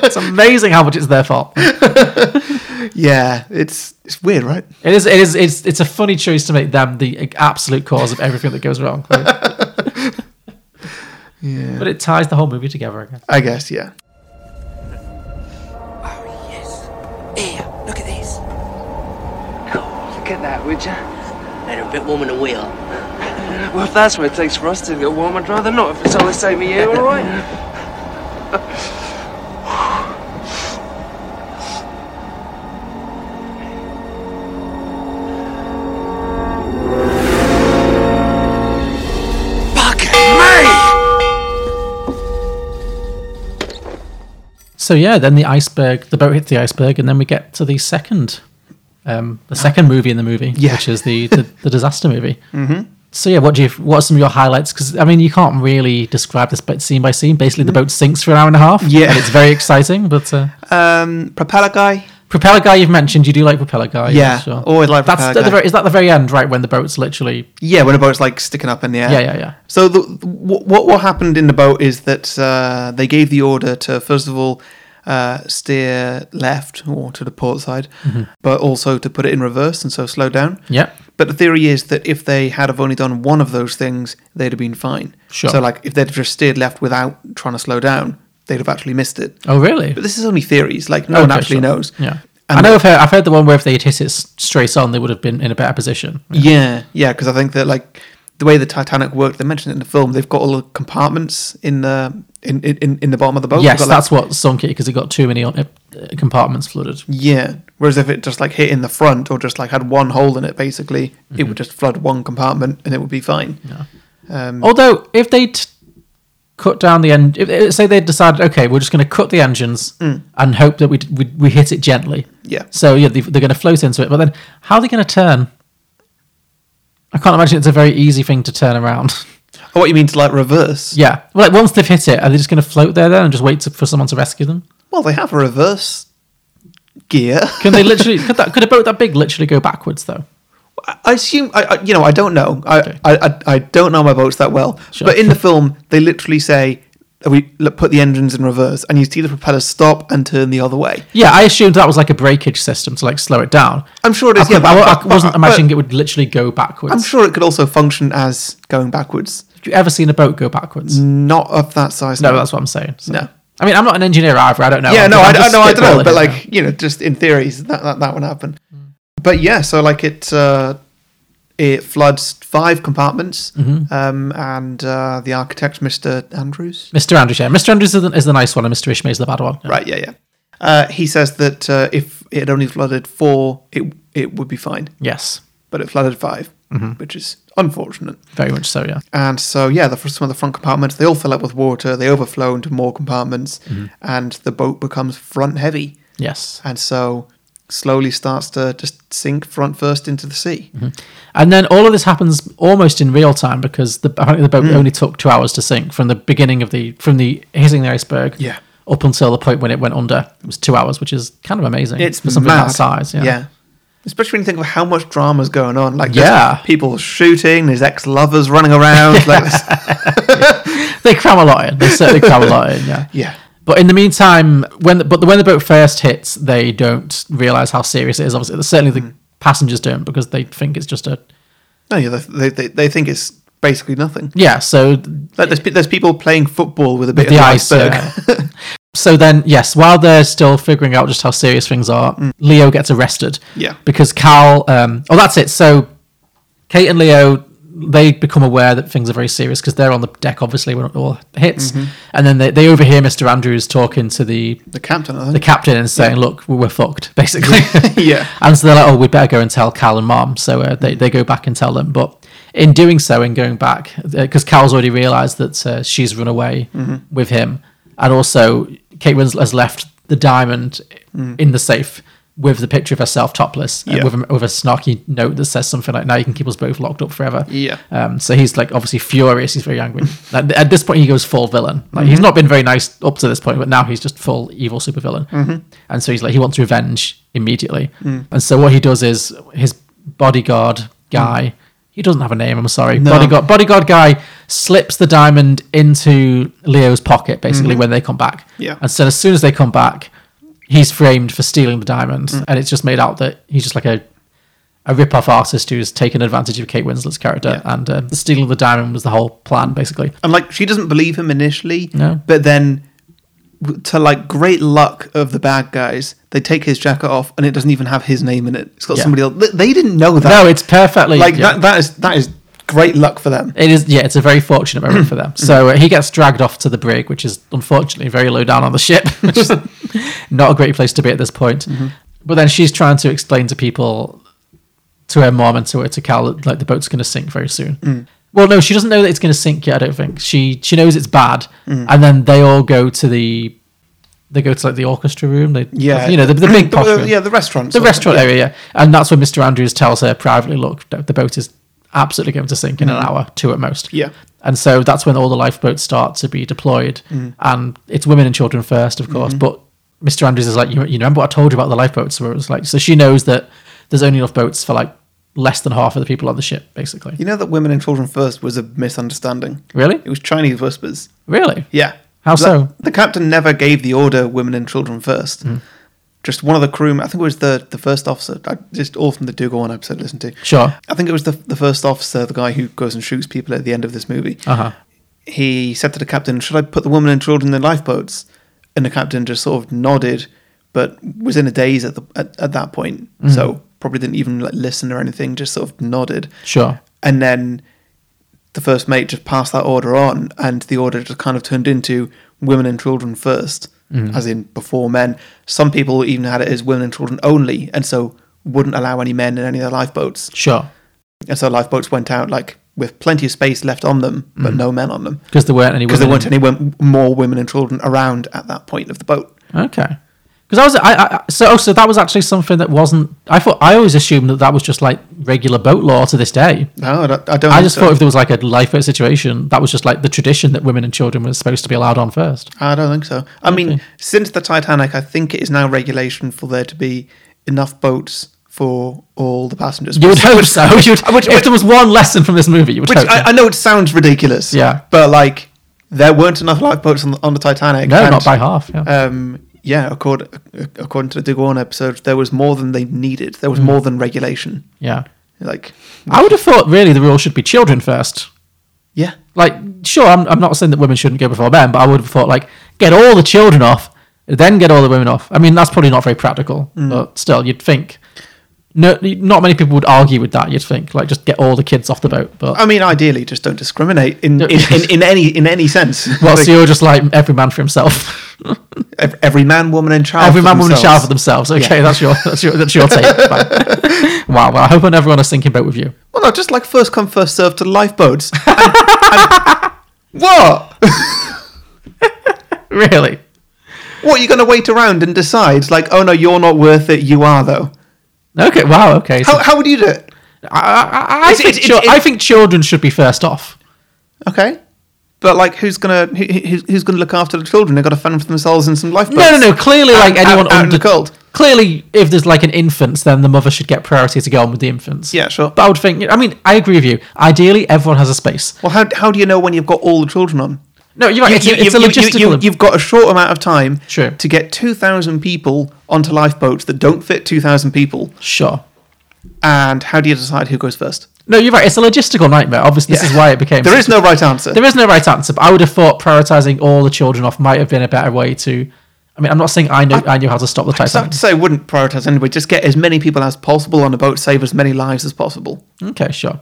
A: it's amazing how much it's their fault.
B: yeah. It's it's weird, right?
A: It is. It is. It's. It's a funny choice to make them the absolute cause of everything that goes wrong. yeah. But it ties the whole movie together again.
B: I guess, yeah.
C: Yeah, look at this.
H: Look at that, would you?
G: Better a bit warmer than we are.
H: Well, if that's what it takes for us to get warm, I'd rather not. If it's all the same here, all right?
A: So yeah, then the iceberg, the boat hits the iceberg, and then we get to the second um, the second movie in the movie,
B: Yeah.
A: which is the, the, the disaster movie. Mm-hmm. So yeah, what do you? What are some of your highlights? Because I mean, you can't really describe this bit scene by scene. Basically, the boat sinks for an hour and a half.
B: Mm-hmm. Yeah.
A: and it's very exciting. But uh,
B: Um, propeller guy.
A: propeller guy, you've mentioned you do like propeller guy.
B: Yeah, always like
A: That's
B: Propeller
A: at the
B: Guy.
A: very, is that the very end, right when the boat's literally
B: Yeah, when a boat's like sticking up in the air.
A: Yeah, yeah, yeah.
B: So the, what what what happened in the boat is that uh, they gave the order to first of all uh, steer left or to the port side, but also to put it in reverse and so slow down.
A: Yeah.
B: But the theory is that if they had have only done one of those things, they'd have been fine.
A: Sure.
B: So like if they'd have just steered left without trying to slow down, they'd have actually missed it.
A: Oh, really?
B: But this is only theories. Like no one
A: Okay,
B: actually
A: sure.
B: knows.
A: Yeah.
B: And
A: I know I've heard, I've heard the one where if they'd hit it s- straight on, they would have been in a better position.
B: Yeah, yeah, because I think that like the way the Titanic worked, they mentioned it in the film. They've got all the compartments in the in in, in the bottom of the boat.
A: yes,
B: They've got, like-
A: that's what sunk it because it got too many on, uh, compartments flooded.
B: yeah. Whereas if it just like hit in the front or just like had one hole in it, basically, it
A: Mm-hmm.
B: would just flood one compartment and it would be fine. Mm.
A: Although, if they'd cut down the end, if- if, say they decided, okay, we're just going to cut the engines
B: Mm.
A: and hope that we, d- we we hit it gently.
B: Yeah.
A: So yeah, they, they're going to float into it, but then how are they going to turn? I can't imagine it's a very easy thing to turn around.
B: Oh, what you mean to like reverse?
A: yeah. Well, like once they've hit it, are they just going to float there then and just wait to, for someone to rescue them?
B: Well, they have a reverse gear.
A: Can they literally? could that could a boat that big literally go backwards though?
B: I assume I, I you know I don't know I,
A: Okay.
B: I, I I don't know my boats that well,
A: Sure.
B: but in the film they literally say we look, put the engines in reverse and you see the propellers stop and turn the other way.
A: Yeah, I assumed that was like a breakage system to like slow it down.
B: I'm sure it is.
A: I,
B: yeah,
A: could- I,
B: but-
A: I wasn't
B: but-
A: imagining
B: but
A: it would literally go backwards.
B: I'm sure it could also function as going backwards.
A: Have you ever seen a boat go backwards?
B: Not of that size.
A: No, that's what I'm saying. so.
B: No.
A: I mean, I'm not an engineer either. I don't know.
B: Yeah,
A: I'm
B: no, I,
A: just-
B: I,
A: I'm
B: no, I
A: just
B: don't know,
A: spitballing
B: but
A: here.
B: like you know, just in theories that that, that would happen. But yeah, so like it uh, it floods five compartments, um, and uh, the architect, Mister Andrews,
A: Mr. Andrews, yeah, Mr. Andrews is the, is the nice one, and Mr. Ishmael is the bad one. Yeah.
B: right? Yeah, yeah. Uh, he says that uh, if it had only flooded four, it it would be fine,
A: Yes,
B: but it flooded 5 which is unfortunate.
A: very much so. Yeah,
B: And so, yeah, the, some of the front compartments, they all fill up with water, they overflow into more compartments, and the boat becomes front heavy.
A: yes.
B: And so, slowly starts to just sink front first into the sea.
A: And then all of this happens almost in real time because the, apparently the boat
B: Hmm.
A: only took two hours to sink from the beginning of the from the hitting the iceberg.
B: Yeah.
A: Up until the point when it went under, it was two hours, which is kind of amazing.
B: It's
A: for something
B: Mm-hmm. mad.
A: that size. Yeah.
B: Especially when you think of how much drama's going on. Like, there's
A: Yeah.
B: people shooting, there's ex lovers running around. Like, this-
A: They cram a lot in. They certainly cram a lot in. Yeah.
B: yeah.
A: But in the meantime, when the, but when the boat first hits, they don't realize how serious it is. Obviously, certainly
B: Hmm.
A: the passengers don't because they think it's just a
B: No, yeah, they, they, they think it's basically nothing.
A: yeah. So
B: Like, there's, pe- there's people playing football with a bit
A: the,
B: of the
A: ice.
B: iceberg.
A: yeah. so then, yes, while they're still figuring out just how serious things are, Leo gets arrested.
B: Yeah.
A: Because Cal. Um, oh, that's it. So Kate and Leo they become aware that things are very serious because they're on the deck, obviously, when it all hits, and then they, they overhear Mister Andrews talking to the
B: The captain, I think.
A: the captain and saying, "Look, we're fucked," basically.
B: Yeah.
A: And so they're like, "Oh, we better go and tell Cal and Mom." So uh, they they go back and tell them. But in doing so, in going back, because Cal's already realised that uh, she's run away
B: Mm-hmm.
A: with him, and also Kate Winslet has left the diamond in the safe with the picture of herself topless and
B: Mm. Yeah.
A: with, a, with a snarky note that says something like, "Now you can keep us both locked up forever."
B: Yeah.
A: Um, so he's like obviously furious. He's very angry. at, at this point, he goes full villain. Like he's not been very nice up to this point, but now he's just full evil supervillain. And so he's like he wants revenge immediately. And so what he does is his bodyguard guy. He doesn't have a name. I'm sorry. Bodyguard bodyguard guy slips the diamond into Leo's pocket basically when they come back.
B: Mm-hmm. Yeah.
A: And so as soon as they come back, he's framed for stealing the diamond,
B: Mm.
A: and it's just made out that he's just like a a rip-off artist who's taken advantage of Kate Winslet's character,
B: Yeah.
A: and uh, the stealing of the diamond was the whole plan, basically.
B: and like she doesn't believe him initially
A: No.
B: but then w- to like great luck of the bad guys they take his jacket off and it doesn't even have his name in it it's got
A: Yeah.
B: somebody else Th- they didn't know that
A: No, it's perfectly
B: like
A: yeah.
B: that that is that is great luck for them
A: It is, yeah, it's a very fortunate moment for them. So uh, he gets dragged off to the brig, which is unfortunately very low down on the ship, which is not a great place to be at this point.
B: Mm-hmm.
A: But then she's trying to explain to people, to her mom and to her, to Cal, that, like the boat's going to sink very soon.
B: Mm.
A: Well, no, she doesn't know that
B: Mm.
A: it's going to sink yet. I don't think she she knows it's bad, and then they all go to the they go to like the orchestra room. They
B: Yeah,
A: you know the, the big
B: The-
A: posh
B: the-
A: room.
B: yeah, the restaurant,
A: the
B: sort of,
A: restaurant area, yeah. And that's where Mr. Andrews tells her privately, look, the boat is absolutely going to sink in an hour, two at most.
B: Mm. Yeah.
A: And so that's when all the lifeboats start to be deployed.
B: Mm.
A: And it's women and children first, of
B: Mm-hmm.
A: course. But Mr. Andrews is like, you, you remember what I told you about the lifeboats? Where it was like, so she knows that there's only enough boats for like less than half of the people on the ship, basically.
B: You know that women and children first was a misunderstanding.
A: Really?
B: It was Chinese whispers.
A: Really?
B: Yeah.
A: How
B: The-
A: so? Hmm.
B: The captain never gave the order women and children first. Just one of the crewmen, I think it was the, the first officer, I, just all from the Dougal One episode I listened to.
A: Sure.
B: I think it was the, the first officer, the guy who goes and shoots people at the end of this movie.
A: Uh-huh.
B: He said to the captain, Should I put the women and children in lifeboats? And the captain just sort of nodded, but was in a daze at, the, at, at that point. So probably didn't even like, listen or anything, just sort of nodded.
A: Sure.
B: And then the first mate just passed that order on, and the order just kind of turned into women and children first, as in before men. Some people even had it as women and children only, and so wouldn't allow any men in any of their lifeboats.
A: Sure.
B: And so lifeboats went out like with plenty of space left on them, but no men on them
A: Because there weren't any
B: because
A: women.
B: there weren't
A: in-
B: any wom- more women and children around at that point of the boat.
A: Okay. Because I was, I, I, I- so, oh, so that was actually something that wasn't. I thought I always assumed that that was just like regular boat law to this day.
B: No, I don't. I, don't
A: I
B: think
A: just
B: so.
A: thought if there was like a lifeboat situation, that was just like the tradition that women and children were supposed to be allowed on first.
B: I don't think so. I mean,
A: Okay.
B: since the Titanic, I think it is now regulation for there to be enough boats for all the passengers.
A: You would
B: Which-
A: hope
B: which-
A: so. You would,
B: which-
A: if there was one lesson from this movie, you would
B: Which
A: hope.
B: I, I know it sounds ridiculous.
A: Yeah.
B: But like, there weren't enough lifeboats on the, on the Titanic.
A: no,
B: and,
A: not by half. Yeah.
B: Um, yeah, according according to the Dugon episode, there was more than they needed. There was more than regulation.
A: yeah.
B: Like,
A: I would have thought really the rule should be children first.
B: yeah,
A: Like, sure, I'm, I'm not saying that women shouldn't go before men, but I would have thought like get all the children off, then get all the women off. I mean, that's probably not very practical, but still, you'd think. No, not many people would argue with that. You'd think like just get all the kids off the boat, but
B: I mean, ideally, just don't discriminate in in, in, in any in any sense.
A: well,
B: Like,
A: so you're just like every man for himself.
B: ev- every man, woman, and child.
A: Every
B: for
A: man, woman, and child
B: themselves.
A: for themselves. Okay, that's your that's your that's your take. Fine. wow, well, I hope I never on a sinking boat with you.
B: Well, no, just like first come, first served to lifeboats. And- and- what?
A: Really?
B: What, you're going to wait around and decide, like, oh no, you're not worth it, you are, though?
A: Okay. Wow. Okay. so
B: How, how would you do it?
A: I, I, I
B: It's-
A: think
B: it's-
A: chil-
B: it's-
A: I think children should be first off.
B: Okay. But, like, who's going to who, who's, who's gonna look after the children? They've got to fend for themselves in some lifeboats.
A: no, no, no. Clearly,
B: Out-
A: like anyone
B: out, out in
A: under
B: the cold.
A: Clearly, if there's like an infant, then the mother should get priority to go on with the infants.
B: Yeah, sure.
A: But I would think. I mean, I agree with you. Ideally, everyone has a space.
B: Well, how, how do you know when you've got all the children on?
A: No, you're right. it's, it's a logistical.
B: you, have got a short amount of time
A: Sure.
B: to get 2,000 people onto lifeboats that don't fit 2,000 people.
A: sure.
B: And how do you decide who goes first?
A: No, you're right. It's a logistical nightmare. Obviously, this is why it became.
B: There
A: such
B: is
A: a-
B: no right answer.
A: There is no right answer, but I would have thought prioritizing all the children off might have been a better way to. I mean, I'm not saying I know I, knew how to stop the
B: So I have
A: Titanic.
B: to say, I wouldn't prioritize anyway. Just get as many people as possible on a boat, save as many lives as possible.
A: Okay, sure.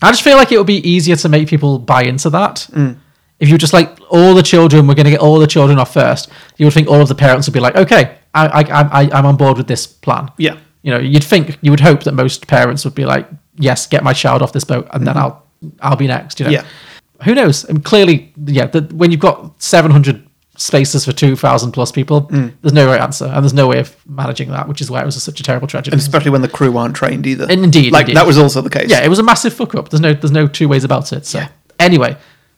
A: I just feel like it would be easier to make people buy into that.
B: Mm.
A: If you just like all the children, we're going to get all the children off first. You would think all of the parents would be like, okay, I, I, I, I'm on board with this plan.
B: Yeah.
A: You know, you'd think you would hope that most parents would be like, yes, get my child off this boat, and then I'll I'll be next. You know.
B: Mm-hmm. Yeah.
A: Who knows? And clearly, yeah, the, when you've got 700 spaces for 2,000 plus people,
B: Mm.
A: there's no right answer, and there's no way of managing that, which is why it was such a terrible tragedy.
B: And especially when the crew aren't trained either.
A: And indeed,
B: like
A: indeed.
B: that was also the case.
A: Yeah, it was a massive fuck up. There's no there's no two ways about it. So anyway,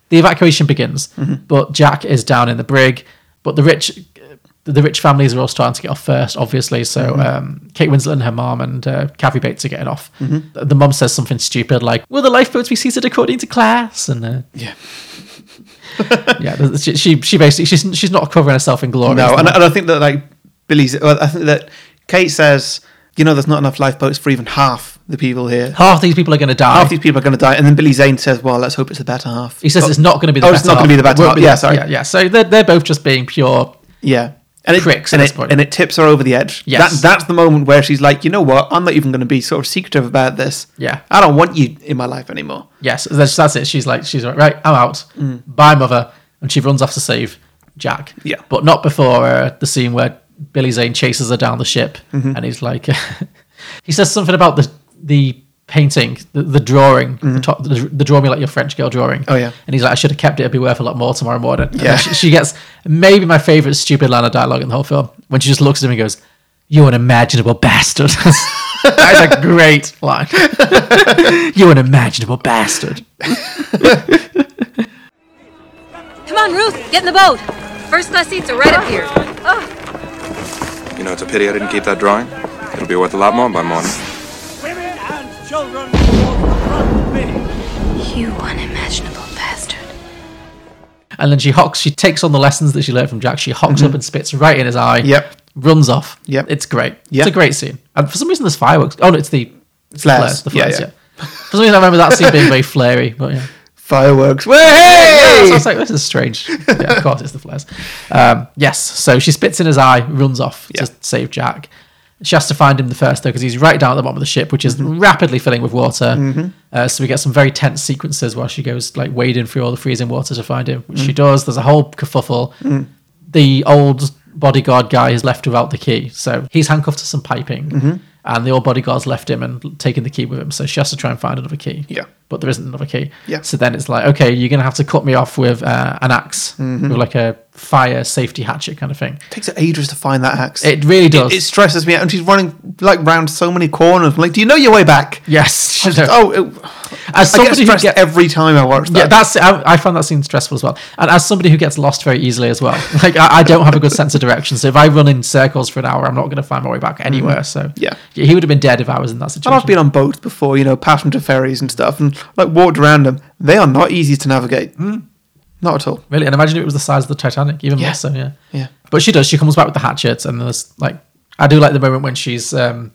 A: the evacuation begins,
B: Mm-hmm.
A: but Jack is down in the brig. But the rich the rich families are all starting to get off first, obviously. So
B: Mm-hmm.
A: um, Kate Winslet and her mom and uh, Kathy Bates are getting off.
B: Mm-hmm.
A: The, the mom says something stupid like, "Will the lifeboats be seated according to class?" And uh, yeah. yeah, there's- she, she she basically she's she's not covering herself in glory.
B: no,
A: is the
B: and,
A: mom.
B: and I think that like Billy's. well, I think that Kate says, you know, there's not enough lifeboats for even half the people here.
A: half these people are going to die.
B: Half these people are going to die, and then Billy Zane says, "Well, let's hope it's the better half."
A: he says
B: Oh,
A: it's not going to be the
B: oh,
A: better
B: it's not
A: half.
B: going to be the
A: It
B: better
A: won't
B: half.
A: be
B: Yeah,
A: the-
B: sorry.
A: yeah, yeah. So they're they're both just being pure
B: Yeah. And it,
A: Pricks at
B: and,
A: this
B: it,
A: point.
B: and it tips her over the edge.
A: Yes.
B: That, that's the moment where she's like, you know what? I'm not even going to be sort of secretive about this.
A: Yeah.
B: I don't want you in my life anymore.
A: Yes, that's, that's it. She's like, she's like, right, I'm out. Bye, mother. And she runs off to save Jack.
B: Mm. Yeah.
A: But not before uh, the scene where
B: Mm-hmm.
A: Billy Zane chases her down the ship, and he's like, he says something about the the painting, the, the drawing, the, top, the, the draw me like your French girl drawing.
B: Mm-hmm. Oh, yeah.
A: And he's like, I should have kept it. It'd be worth a lot more tomorrow morning. And then
B: Yeah.
A: She, she gets maybe my favorite stupid line of dialogue in the whole film when she just looks at him and goes, "You unimaginable bastard." That's a great line. you unimaginable bastard.
F: Come on, Ruth, get in the boat. First class seats are right up here.
E: You know, it's a pity I didn't keep that drawing. It'll be worth a lot more by morning.
I: Women and children for the front bay.
F: You unimaginable bastard.
A: And then she hocks. She takes on the lessons that she learned from Jack. She hocks up and spits right in his eye.
B: Mm-hmm. Yep.
A: Runs off.
B: Yep.
A: It's great. It's
B: Yep.
A: a great scene. And for some reason, there's fireworks. Oh no, it's the flares.
B: Flares.
A: The
B: Yeah,
A: flares.
B: yeah.
A: Yeah. For some reason, I remember that scene being very flary. But yeah.
B: Fireworks.
A: So I
B: Way!
A: was like, this is strange. Yeah, of course, it's the flares. Um, yes. So she spits in his eye, runs off
B: Yeah.
A: to save Jack. She has to find him the first, though, because he's right down at the bottom of the ship, which is
B: Mm-hmm.
A: rapidly filling with water. Uh, so we get some very tense sequences while she goes, like, wading through all the freezing water to find him, which she
B: Mm.
A: does. There's a whole kerfuffle. The old bodyguard guy has left without the key. So he's handcuffed to some piping.
B: Mm-hmm.
A: And the old bodyguard's left him and taken the key with him. So she has to try and find another key
B: Yeah.
A: but there isn't another key.
B: Yeah.
A: So then it's like, okay, you're gonna have to cut me off with uh, an ax
B: Mm-hmm.
A: with like a fire safety hatchet kind of thing.
B: takes it ages to find that axe.
A: It really does.
B: it stresses me out, and she's running like round so many corners. I'm like, do you know your way back?
A: yes.
B: I just-
A: No.
B: oh, it,
A: as
B: I get
A: somebody who
B: stressed
A: get,
B: every time I watch that.
A: yeah, that's I, I found that scene stressful as well. And as somebody who gets lost very easily as well, like I, I don't have a good sense of direction. So if I run in circles for an hour, I'm not gonna find my way back anywhere. So
B: Mm-hmm. Yeah.
A: he would have been dead if I was in that
B: and
A: situation.
B: I've been on boats before, you know, passenger ferries and stuff, and like walked around them. They are not easy to navigate. Not at all.
A: Really, and imagine if it was the size of the Titanic, even
B: Yeah.
A: more so. Yeah,
B: Yeah.
A: But she does. She comes back with the hatchet, and there's like, I do like the moment when she's, um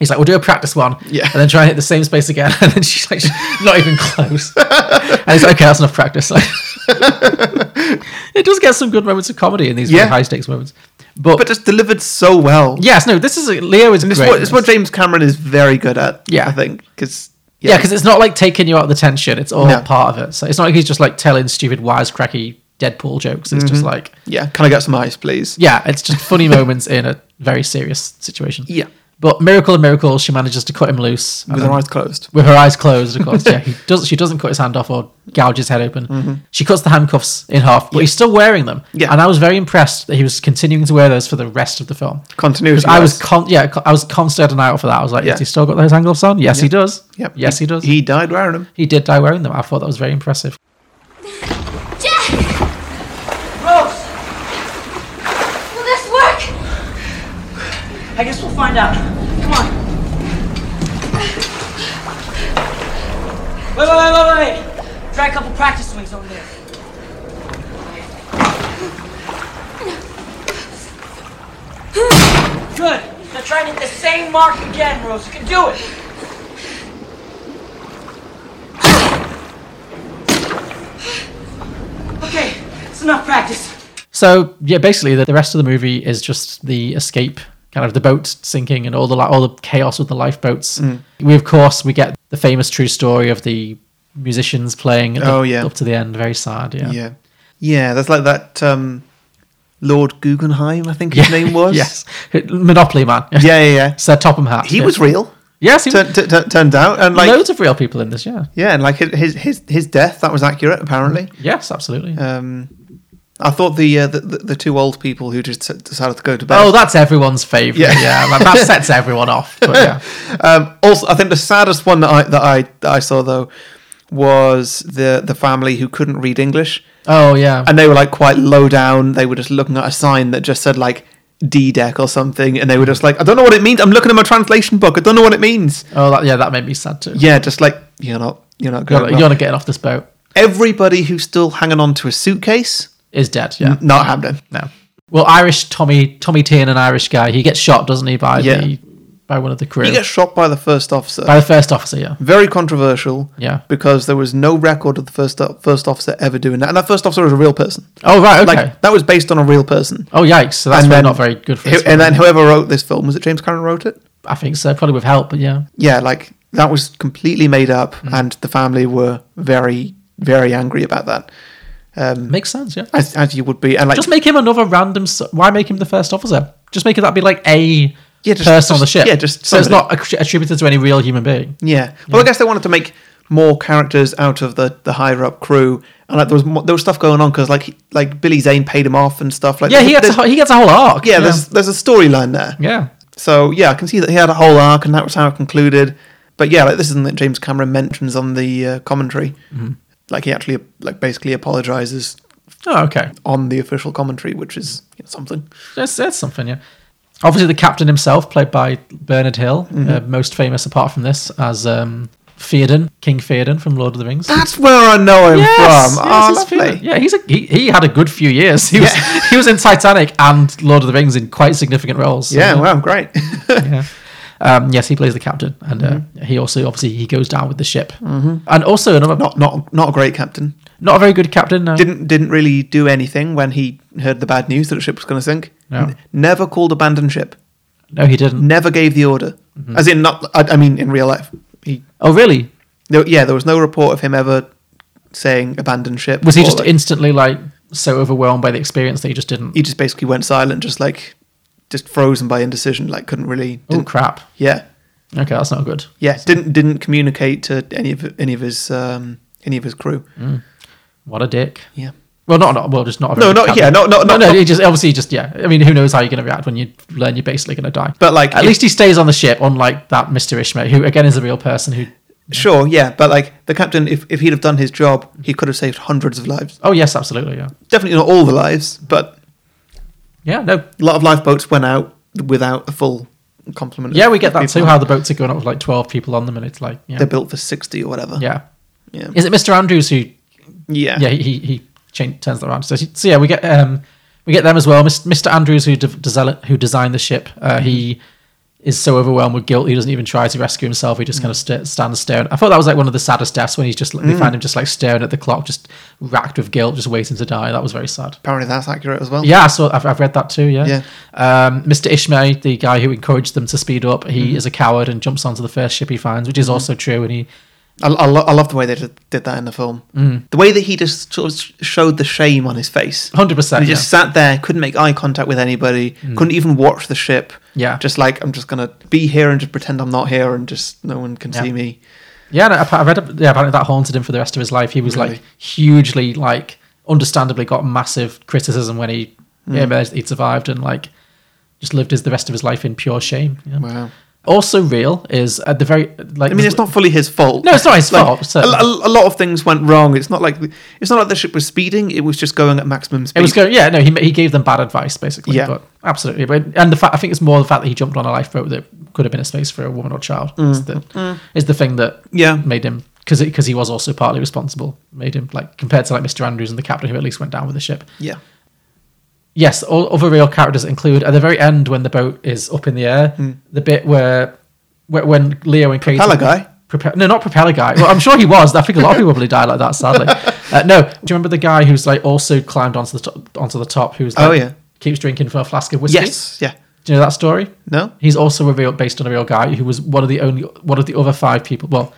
A: he's like, we'll do a practice one,
B: Yeah.
A: and then try and hit the same space again, and then she's like, not even close. and it's like, okay, that's enough practice. Like, it does get some good moments of comedy in these
B: Yeah.
A: really high stakes moments, but,
B: But just delivered so well.
A: yes, no, this is Leo is
B: And it's
A: great
B: what,
A: in
B: it's
A: this.
B: what James Cameron is very good at,
A: Yeah.
B: I think. Because,
A: Yeah, because it's not like taking you out of the tension. It's all
B: No.
A: part of it. So it's not like he's just like telling stupid wisecracky Deadpool jokes. It's
B: Mm-hmm.
A: just like
B: yeah, can I get some ice, please?
A: yeah, it's just funny moments in a very serious situation.
B: Yeah.
A: But miracle of miracles, she manages to cut him loose and
B: With
A: then-
B: her eyes closed.
A: with her eyes closed. Of course, yeah. He does. She doesn't cut his hand off or gouge his head open. She cuts the handcuffs in half, but he's still wearing them.
B: Mm-hmm. Yeah.
A: And I was very impressed that he was continuing to wear those for the rest of the film.
B: Continuity.
A: I was
B: wise.
A: con- yeah, I was constantly on out for that. I was like,
B: Yeah.
A: has he still got those handcuffs on? Yes, he does.
B: Yep.
A: Yes, he does.
B: He died wearing them.
A: he did die wearing them. I thought that was very impressive.
F: Jack!
G: Rose,
F: Will this work?
G: I guess we'll find out. Come on. Wait, wait, wait, wait, wait. Try a couple practice swings over there. Good. Now try and hit the same mark again, Rose. You can do it. Okay, it's enough practice.
A: So yeah, basically the, the rest of the movie is just the escape, kind of the boat sinking and all the li- all the chaos with the lifeboats.
B: Mm.
A: We of course we get the famous true story of the musicians playing.
B: Oh,
A: up,
B: yeah.
A: up to the end, very sad. Yeah,
B: Yeah. Yeah, that's like that um, Lord Guggenheim, I think his name was.
A: yes, Monopoly Man.
B: Yeah, yeah, yeah.
A: Sir Topham Hatt.
B: He
A: yeah.
B: was real.
A: yes, he
B: Turn,
A: was,
B: t- t- turned out. And like,
A: loads of real people in this. Yeah,
B: yeah, and like his, his, his death, that was accurate, apparently.
A: yes, absolutely.
B: Um, I thought the, uh, the, the the two old people who just s- decided to go to bed.
A: oh, that's everyone's favorite.
B: Yeah.
A: Yeah, man, that sets everyone off. But yeah.
B: Um, also, I think the saddest one that I that I that I saw though was the the family who couldn't read English,
A: Oh yeah.
B: and they were like quite low down. They were just looking at a sign that just said like D deck or something, and they were just like, I don't know what it means. I'm looking at my translation book. I don't know what it means.
A: oh that, yeah, that made me sad too.
B: Yeah, just like you're not you're not
A: You're
B: going.
A: not,
B: well.
A: you're not getting off this boat.
B: Everybody who's still hanging on to a suitcase,
A: Is dead. Yeah.
B: not happening.
A: No. Well, Irish Tommy Tommy Tiernan, an Irish guy, he gets shot, doesn't he, by
B: Yeah.
A: the by one of the crew.
B: He gets shot by the first officer.
A: by the first officer, yeah.
B: very controversial.
A: Yeah.
B: Because there was no record of the first uh, first officer ever doing that, and that first officer was a real person.
A: Oh right, okay.
B: Like that was based on a real person.
A: oh yikes, so that's
B: and
A: really
B: then-
A: not very good for
B: Who-
A: us.
B: and then whoever wrote this film was it James Cameron wrote it?
A: I think so, probably with help, but yeah.
B: Yeah, like that was completely made up,
A: Mm.
B: and the family were very very angry about that, Mm.
A: Makes sense, yeah.
B: as, as you would be. And like
A: Just make him another random s- why make him the first officer? Just make it that be like a
B: yeah, just,
A: person on the
B: just-
A: ship.
B: Yeah, just
A: so it's
B: somebody.
A: not attri- attributed to any real human being.
B: Yeah. Well, I guess they wanted to make more characters out of the the higher up crew, and like there was more, there was stuff going on because like he- like Billy Zane paid him off and stuff like.
A: Yeah, he gets a,
B: there's-
A: whole- he gets a whole arc.
B: yeah, there's there's a storyline there.
A: yeah.
B: So yeah, I can see that he had a whole arc, and that was how it concluded. But yeah, like this isn't that James Cameron mentions on the uh, commentary.
A: Mm-hmm.
B: Like he actually like basically apologizes
A: Oh, okay.
B: on the official commentary, which is you know, something.
A: That's, that's something, yeah. Obviously, the captain himself, played by Bernard Hill, uh,
B: Mm-hmm.
A: most famous apart from this as um, Theoden, King Theoden from Lord of the Rings.
B: That's where I know him
A: Yes,
B: from.
A: yes,
B: oh,
A: it's
B: lovely.
A: Theoden. Yeah, he's a, he, he had a good few years. He was
B: Yeah.
A: he was in Titanic and Lord of the Rings in quite significant roles. So,
B: Yeah, wow, great.
A: yeah. Um, yes, he plays the captain, and
B: Mm-hmm.
A: uh, he also obviously he goes down with the ship, mm-hmm. and also another not,
B: not not not a great captain.
A: a very good captain. No.
B: didn't didn't really do anything when he heard the bad news that the ship was going to sink.
A: No.
B: never called abandon ship.
A: no, he didn't.
B: Never gave the order.
A: Mm-hmm.
B: As in, not. I, I mean, in real life, he.
A: Oh, really?
B: There, yeah, there was no report of him ever saying abandon ship.
A: Was he
B: or,
A: just
B: like,
A: instantly like so overwhelmed by the experience that he just didn't?
B: He just basically went silent, just like, just frozen by indecision. Like, couldn't really.
A: Oh
B: Didn't,
A: crap!
B: yeah,
A: Okay, that's not good.
B: yeah. Didn't didn't communicate to any of any of his um any of his crew.
A: Mm. What a dick.
B: Yeah.
A: Well, not, not well, just not. A
B: No,
A: very
B: not-
A: good
B: yeah,
A: captain.
B: no, no, no,
A: no.
B: no.
A: He just obviously just yeah. I mean, who knows how you're going to react when you learn you're basically going to die?
B: But, like,
A: at
B: if-
A: least he stays on the ship, unlike that Mister Ishmael, who again is a real person. Who?
B: Sure, yeah, but like the captain, if, if he'd have done his job, he could have saved hundreds of lives.
A: Oh yes, absolutely. Yeah.
B: Definitely not all the lives, but
A: Yeah. No.
B: a lot of lifeboats went out without a full complement. of
A: Yeah, we get that
B: people.
A: too. How the boats are going up with like twelve people on them, and it's like yeah,
B: they're built for sixty or whatever.
A: yeah.
B: yeah,
A: Is it Mister Andrews who?
B: yeah.
A: Yeah, he he, he change, turns that around. So, so yeah, we get um we get them as well. Mis- Mr. Andrews who de- desi- who designed the ship. Uh,
B: Mm-hmm.
A: he is so overwhelmed with guilt he doesn't even try to rescue himself. He
B: Mm.
A: just kind of st- stands staring. I thought that was like one of the saddest deaths when he's just we find him just like staring at the clock, just racked with guilt, just waiting to die. That was very sad.
B: Apparently that's accurate as well.
A: Yeah, I saw. I've, I've read that too. Yeah.
B: Yeah.
A: Um, Mr. Ishmael, the guy who encouraged them to speed up, he
B: Mm-hmm.
A: is a coward and jumps onto the first ship he finds, which is also true. And he,
B: I, I, lo- I love the way they did, did that in the film. The way that he just sort of sh- showed the shame on his face.
A: Mm. hundred
B: And
A: percent. Mm.
B: he just sat there, couldn't make eye contact with anybody, couldn't even watch the ship.
A: Yeah.
B: just like I'm just gonna be here and just pretend I'm not here and just no one can see me.
A: Yeah, no, I I read. Yeah, apparently that haunted him for the rest of his life. He was like
B: Really?
A: hugely, like, understandably got massive criticism when he
B: Hmm.
A: emerged. He survived and like just lived his the rest of his life in pure shame. Yeah.
B: Wow.
A: Also, real is at the very like.
B: I mean, it's not fully his fault.
A: No, it's not his
B: Like,
A: fault,
B: A,
A: certainly.
B: a- a lot of things went wrong. It's not like it's not like the ship was speeding. It was just going at maximum speed.
A: It was going. Yeah, no, he he gave them bad advice basically.
B: Yeah.
A: but absolutely. But and the fact I think it's more the fact that he jumped on a lifeboat that could have been a space for a woman or child is the is the thing that
B: Mm-hmm. Yeah.
A: made him because because he was also partly responsible made him like compared to like Mr Andrews and the captain who at least went down with the ship.
B: Yeah.
A: yes, all other real characters include at the very end when the boat is up in the air, the bit where, where when Leo and Kate
B: Hmm. Propeller guy?
A: Prope- no, not propeller guy. Well, I'm sure he was. I think a lot of people probably die like that. Sadly, uh, no. Do you remember the guy who's like also climbed onto the top, onto the top? Who's like,
B: Oh, yeah.
A: keeps drinking from a flask of whiskey.
B: Yes. Yeah.
A: Do you know that story?
B: No.
A: He's also a real, based on a real guy who was one of the only, one of the other five people. Well,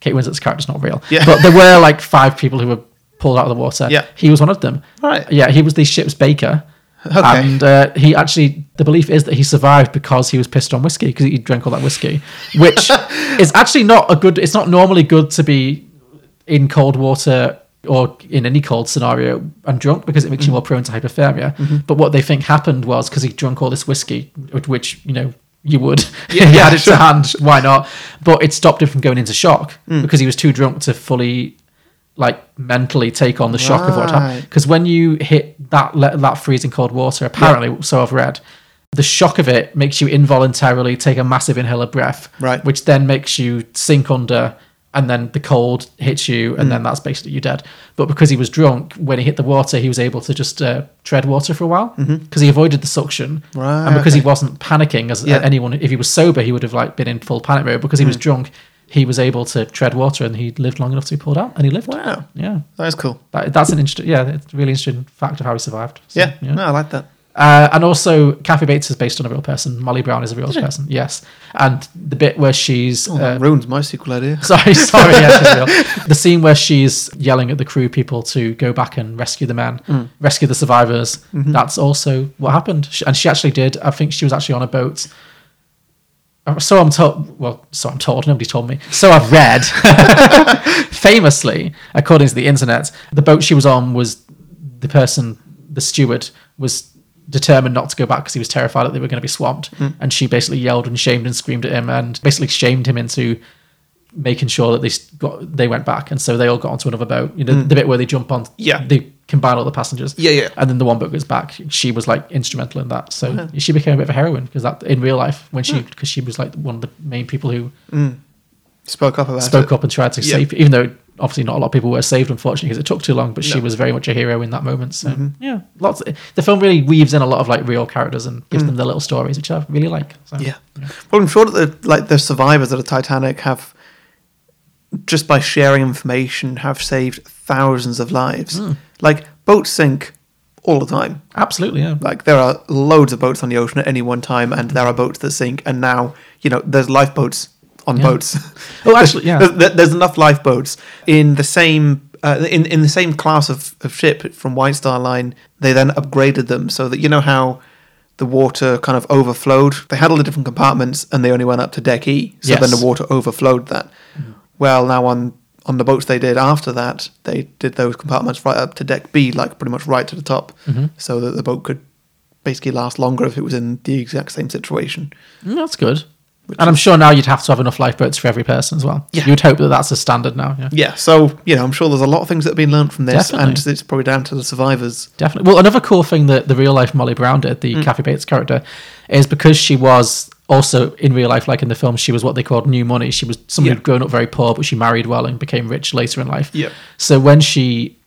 A: Kate Winslet's character's not real,
B: Yeah.
A: but there were like five people who were pulled out of the water.
B: Yeah.
A: he was one of them.
B: Right.
A: Yeah, he was the ship's baker.
B: Okay.
A: And uh, he actually, the belief is that he survived because he was pissed on whiskey because he drank all that whiskey, which is actually not a good. It's not normally good to be in cold water or in any cold scenario and drunk because it makes you more prone to hypothermia. But what they think happened was because he drank all this whiskey, which- which you know you would, yeah, he had it to hand, why not? But it stopped him from going into shock because he was too drunk to fully, like, mentally take on the shock of what happened.
B: Right.
A: Because when you hit that le- that freezing cold water, apparently, so I've read. The shock of it makes you involuntarily take a massive inhale of breath,
B: Right.
A: Which then makes you sink under, and then the cold hits you, and
B: Mm.
A: then that's basically you dead. But because he was drunk, when he hit the water, he was able to just uh, tread water for a while because he avoided the suction,
B: Mm-hmm. Right,
A: And because he
B: okay.
A: wasn't panicking, as uh,
B: Yeah. Mm.
A: anyone, if he was sober, he would have like been in full panic mode. Because he was drunk, he was able to tread water, and he lived long enough to be pulled out, and he lived.
B: Wow.
A: Yeah,
B: That is cool.
A: that, that's an interesting. Yeah, it's a really interesting fact of how he survived. So,
B: Yeah. No, I like that.
A: uh, and also, Kathy Bates is based on a real person. Molly Brown is a real person. Yes. And the bit where she's.
B: Oh, that
A: uh,
B: ruins my sequel idea.
A: sorry, sorry. Yeah, she's real. The scene where she's yelling at the crew people to go back and rescue the men,
B: Mm.
A: rescue the
B: Mm-hmm.
A: survivors. That's also what happened. She, and she actually did. I think she was actually on a boat Uh, so I'm told. Well, so I'm told. Nobody told me. So I've read. Famously, according to the internet, the boat she was on was the person, the steward, was determined not to go back because he was terrified that they were going to be swamped,
B: Mm.
A: and she basically yelled and shamed and screamed at him, and basically shamed him into making sure that they s- got they went back, and so they all got onto another boat. You know, the bit where they jump on.
B: Mm. Yeah.
A: They combine all the passengers.
B: Yeah, yeah.
A: And then the one boat goes back. She was like instrumental in that, so she became a bit of a heroine because that in real life when she because she was like one of the main people who
B: Spoke up about
A: spoke
B: it.
A: up and tried to
B: Yeah.
A: save, even though obviously not a lot of people were saved, unfortunately, because it took too long. But she was very much a hero in that moment. So
B: Mm-hmm.
A: yeah, lots. The film really weaves in a lot of like real characters and gives them their little stories, which I really like. So.
B: Mm. Yeah. Well, I'm sure that the, like the survivors of the Titanic have, just by sharing information, have saved thousands of lives.
A: Hmm.
B: Like boats sink all the time.
A: absolutely. Yeah,
B: Like there are loads of boats on the ocean at any one time, and there are boats that sink. And now you know there's lifeboats on boats.
A: Oh, actually, yeah.
B: There's- there's, there's enough lifeboats in the same uh, in in the same class of, of ship from White Star Line. They then upgraded them so that you know how the water kind of overflowed. They had all the different compartments, and they only went up to deck E. So then
A: Yes.
B: the water overflowed that. Well, now on on the boats they did after that, they did those compartments right up to deck B, like pretty much right to the top, so that the boat could basically last longer if it was in the exact same situation.
A: Mm, that's good. And I'm sure now you'd have to have enough lifeboats for every person as well.
B: Yeah.
A: You'd hope that that's a standard now. Yeah.
B: Yeah, so you know, I'm sure there's a lot of things that have been learned from this, and
A: Definitely.
B: it's probably down to the survivors.
A: Definitely. Well, another cool thing that the real life Molly Brown did, the Kathy Bates character, is because she was also in real life, like in the film, she was what they called new money. She was someone
B: Yeah.
A: who'd grown up very poor, but she married well and became rich later in life.
B: Yep.
A: So when she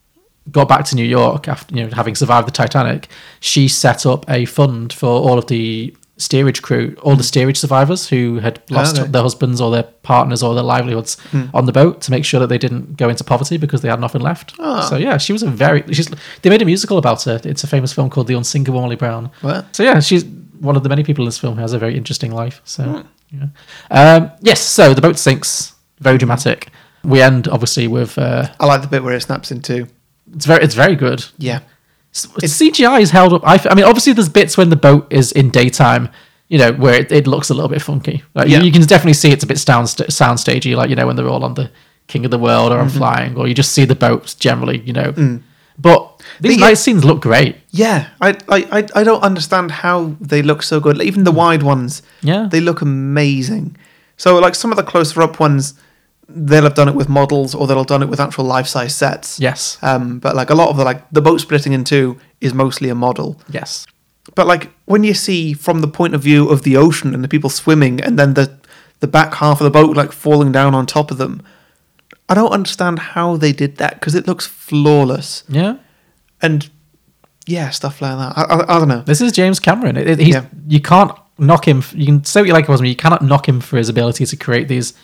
A: got back to New York after you know having survived the Titanic, she set up a fund for all of the steerage crew, all the steerage survivors who had lost
B: Okay.
A: their husbands or their partners or their livelihoods on the boat to make sure that they didn't go into poverty because they had nothing left. So yeah, she was a very she's they made a musical about her. It's a famous film called The Unsinkable Molly Brown.
B: Wow.
A: So yeah, she's one of the many people in this film who has a very interesting life. So yeah. Um, yes, so the boat sinks, very dramatic. We end obviously with uh,
B: I like the bit where it snaps in two.
A: it's very it's very good.
B: Yeah,
A: S- CGI is held up. I, f- I mean, obviously, there's bits when the boat is in daytime, you know, where it, it looks a little bit funky. Like,
B: Yeah.
A: you, you can definitely see it's a bit sound sound stagey, like you know when they're all on the King of the World or on
B: Mm-hmm.
A: flying, or you just see the boats generally, you know. But these
B: Mm. The-
A: night scenes look great.
B: yeah. I, I, I, I don't understand how they look so good. Like, even the wide ones,
A: Hmm. Yeah.
B: they look amazing. So like some of the closer up ones, they'll have done it with models or they'll have done it with actual life size sets.
A: Yes.
B: Um, but like a lot of the like the boat splitting in two is mostly a model.
A: Yes.
B: But like when you see from the point of view of the ocean and the people swimming and then the the back half of the boat like falling down on top of them, I don't understand how they did that because it looks flawless
A: Yeah.
B: and yeah, stuff like that. I, I, I don't know.
A: This is James Cameron. It, it- he's,
B: Yeah.
A: You can't knock him. f- You can say what you like about him. You cannot knock him for his ability to create these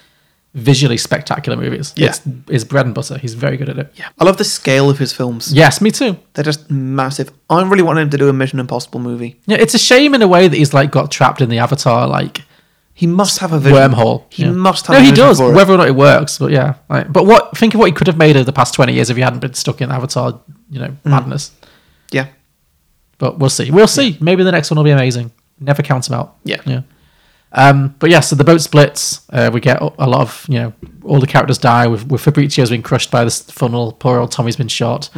A: visually spectacular movies.
B: Yeah.
A: It's his bread and butter. He's very good at it.
B: Yeah, I love the scale of his films.
A: Yes, me too.
B: They're just massive. I really want him to do a Mission Impossible movie.
A: Yeah, it's a shame in a way that he's like got trapped in the Avatar like
B: He must have a vision.
A: wormhole.
B: He
A: Yeah.
B: must have.
A: No,
B: a
A: he
B: vision
A: does.
B: for it.
A: Whether or not it works, but yeah. Like, but what? Think of what he could have made over the past twenty years if he hadn't been stuck in Avatar, you know,
B: Mm.
A: madness.
B: Yeah,
A: But we'll see. We'll see. Maybe the next one will be amazing. Never count him out.
B: Yeah.
A: Yeah. Um, but yeah, so the boat splits. Uh, we get a lot of you know all the characters die. With, with Fabrizio's been crushed by this funnel. Poor old Tommy's been shot.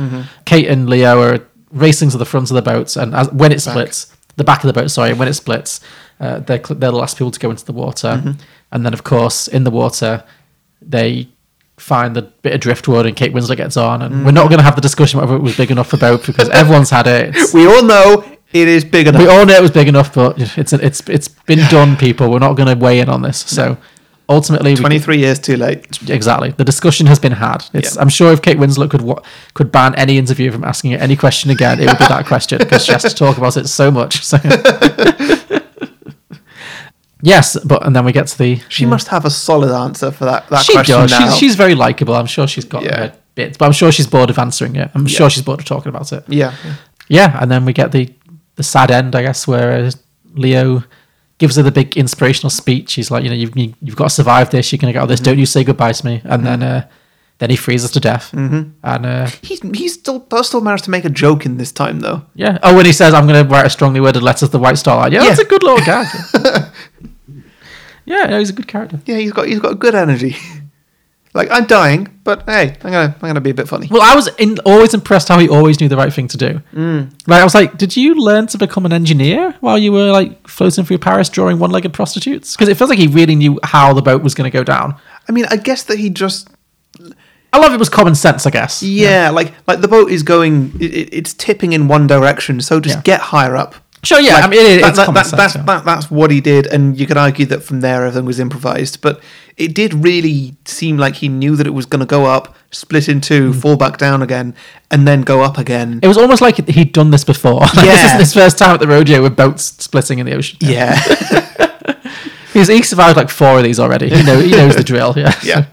A: Kate and Leo are racing to the front of the boat, and as, when it splits, the back of the boat. Sorry, and when it splits, uh, they're cl- they're the last people to go into the water. And then of course in the water, they find the bit of driftwood, and Kate Winslet gets on. And we're not going to have the discussion whether it was big enough for both because everyone's had it. It's-
B: we all know it is big enough.
A: we all knew it was big enough, but it's it's it's been done, people. We're not going to weigh in on this. So ultimately, we-
B: Twenty-three years too late.
A: exactly. The discussion has been had. It's,
B: Yeah.
A: I'm sure if Kate Winslet could wa- could ban any interview from asking her any question again, it would be that question because she has to talk about it so much. So. yes, but and then we get to the
B: She must have a solid answer for that. That
A: she
B: question
A: does.
B: now.
A: She's, she's very likable. I'm sure she's got
B: Yeah.
A: her bits, but I'm sure she's bored of answering it. I'm sure she's bored of talking about it.
B: yeah.
A: yeah, and then we get the the sad end, I guess, where uh, Leo gives her the big inspirational speech. He's like, you know, you've you, you've got to survive this. You're gonna get out of this. Don't you say goodbye to me? And then uh, then he freezes to death. Mm-hmm. And uh,
B: He's he's still still managed to make a joke in this time though.
A: yeah, oh, when he says, "I'm gonna write a strongly worded letter to the White Star," Line. yeah, that's
B: Yeah.
A: a good little gag. Yeah, no, he's a good character.
B: Yeah, he's got he's got good energy. like I'm dying, but hey, I'm gonna I'm gonna be a bit funny.
A: Well, I was in, always impressed how he always knew the right thing to do.
B: Mm.
A: Like, I was like, did you learn to become an engineer while you were like floating through Paris drawing one-legged prostitutes? Because it feels like he really knew how the boat was going to go down.
B: I mean, I guess that he just
A: I love it was common sense, I guess.
B: yeah, like like the boat is going, it, it- it's tipping in one direction, so just
A: Yeah.
B: get higher up.
A: Sure, yeah, I mean, it- it's common sense,
B: that's,
A: yeah.
B: that, that's what he did, and you could argue that from there everything was improvised, but it did really seem like he knew that it was going to go up, split in two, fall back down again, and then go up again.
A: Hmm. It was almost like he'd done this before. Like, This
B: Yeah.
A: isn't his first time at the rodeo with boats splitting in the ocean.
B: yeah,
A: He's, he survived like four of these already. He, know, he knows the drill. Yeah.
B: yeah.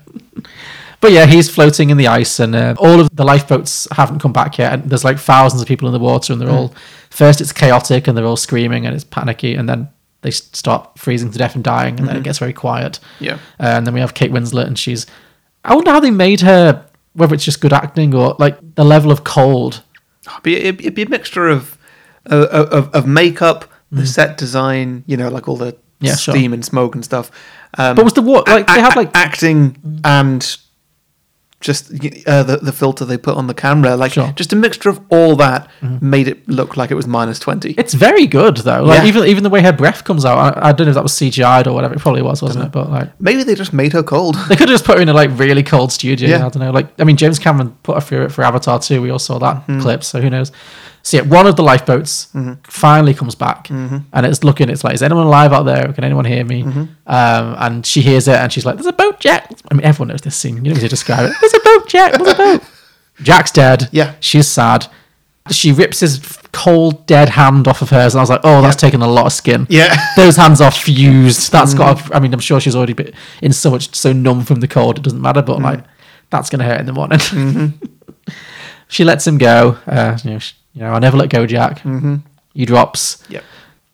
A: But yeah, he's floating in the ice, and uh, all of the lifeboats haven't come back yet. And there's like thousands of people in the water, and they're
B: Hmm.
A: all first it's chaotic, and they're all screaming, and it's panicky, and then they s- start freezing to death and dying, and then it gets very quiet.
B: Hmm. Yeah.
A: Uh, and then we have Kate Winslet, and she's. I wonder how they made her. Whether it's just good acting or like the level of cold.
B: But it'd, it'd be a mixture of of, of, of makeup, the set design, you know, like all the
A: Mm. Yeah, sure.
B: steam and smoke and stuff. Um,
A: But was the wa- like,
B: a-
A: they had,
B: a-
A: like-
B: acting and just y- uh, the the filter they put on the camera, like
A: Sure. Mm-hmm.
B: just a mixture of all that made it look like it was minus twenty.
A: It's very good though. Like
B: Yeah.
A: even even the way her breath comes out. I, I don't know if that was CGI'd or whatever. It probably was, wasn't it? But like
B: Maybe they just made her cold.
A: They could have just put her in a like really cold studio.
B: Yeah.
A: I don't know. Like, I mean, James Cameron put her through it for Avatar too. We all saw that
B: Mm-hmm.
A: clip, so who knows? So yeah, one of the lifeboats finally comes back,
B: Mm-hmm.
A: and it's looking. It's like, is anyone alive out there? Can anyone hear me? Um, and she hears it, and she's like, "There's a boat, Jack." I mean, everyone knows this scene. You don't need to describe it. There's a boat, Jack. There's a boat. Jack's dead.
B: Yeah.
A: she's sad. She rips his f- cold, dead hand off of hers, and I was like, "Oh, that's taken a lot of skin."
B: Yeah.
A: those hands are fused. That's
B: Mm.
A: got. I mean, I'm sure she's already been in so much so numb from the cold it doesn't matter. But
B: Mm.
A: like, that's gonna hurt in the morning.
B: Mm-hmm.
A: she lets him go. Uh, you, know, sh you know, I never let go, Jack. Mm-hmm. He drops.
B: Yep.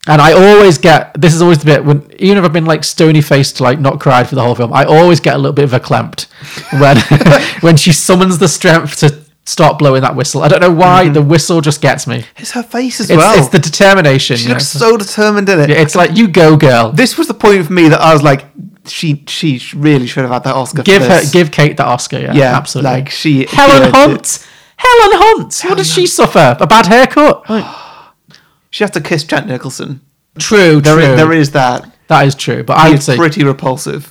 A: And I always get this is always the bit when even if I've been like stony faced, like not cried for the whole film, I always get a little bit of a clamped when when she summons the strength to start blowing that whistle. I don't know why the whistle just gets me.
B: It's her face as
A: It's,
B: Mm-hmm. well.
A: it's the determination.
B: she
A: you know,
B: looks
A: it's-
B: so determined in it.
A: it's like you go, girl.
B: this was the point for me that I was like, she she really should have had that Oscar.
A: give
B: for
A: her
B: this.
A: give Kate that Oscar. Yeah,
B: Yeah,
A: absolutely.
B: like, she- she
A: Helen
B: earned
A: Hunt. Helen Hunt. what did she suffer? A bad haircut.
B: She has to kiss Jack Nicholson.
A: true.
B: There
A: true.
B: is, there is that.
A: that is true. But I would
B: He's
A: say
B: pretty repulsive.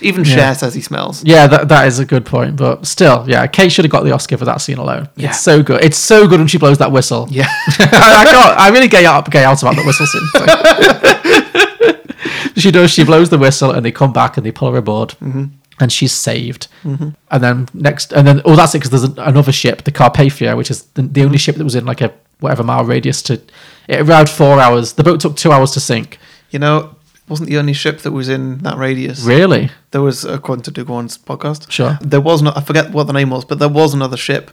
B: Even Cher says he smells.
A: yeah, that, that is a good point. But still, yeah, Kate should have got the Oscar for that scene alone.
B: Yeah.
A: It's so good. It's so good when she blows that whistle.
B: Yeah.
A: I, I can't. I really gay out, gay out about the whistle scene. so. Mm-hmm. she does. She blows the whistle, and they come back and they pull her aboard, and she's saved. And then next, and then oh, that's it because there's an, another ship, the Carpathia, which is the, the only ship that was in like a whatever mile radius. To it arrived four hours. The boat took two hours to sink.
B: You know, it wasn't the only ship that was in that radius.
A: Really?
B: There was, according to Duguan's podcast,
A: Sure.
B: There was not. I forget what the name was, but there was another ship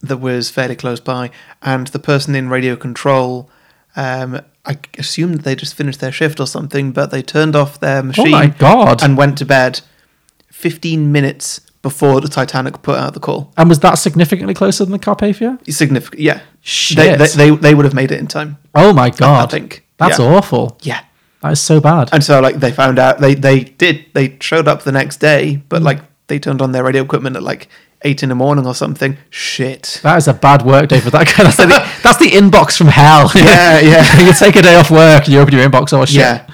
B: that was fairly close by, and the person in radio control. Um, I assume that they just finished their shift or something, but they turned off their machine.
A: Oh my God.
B: And went to bed. Fifteen minutes before the Titanic put out the call.
A: And was that significantly closer than the Carpathia?
B: Significant, yeah.
A: Shit.
B: They, they, they, they would have made it in time.
A: Oh my god!
B: think,
A: that's
B: yeah.
A: awful.
B: Yeah.
A: That is so bad.
B: And so like they found out they they did they showed up the next day, but
A: Hmm.
B: like they turned on their radio equipment at like eight in the morning or something. Shit.
A: That is a bad work day for that guy. That's the, that's the inbox from hell.
B: Yeah, yeah.
A: you take a day off work and you open your inbox, oh shit.
B: Yeah.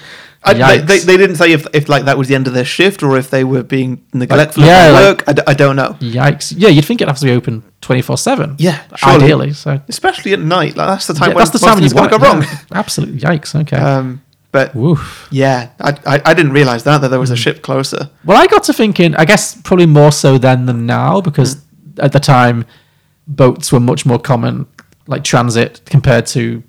B: I, they,
A: Yikes.
B: they, they didn't say if, if like that was the end of their shift or if they were being neglectful
A: yeah, like-
B: of
A: Hmm.
B: their work. I d- I don't know.
A: Yikes. Yeah, you'd think it'd have to be open 24 7.
B: Yeah, surely.
A: Ideally. So
B: Especially at night. Like that's the time
A: Yeah,
B: when
A: that's the time when you
B: it's going
A: want
B: to go
A: it,
B: wrong.
A: yeah. Absolutely. Yikes. Okay.
B: Um, but
A: Woof.
B: yeah, I, I I didn't realize that that there was
A: Hmm.
B: a ship closer.
A: Well, I got to thinking, I guess probably more so then than now, because
B: Hmm.
A: at the time, boats were much more common, like transit compared to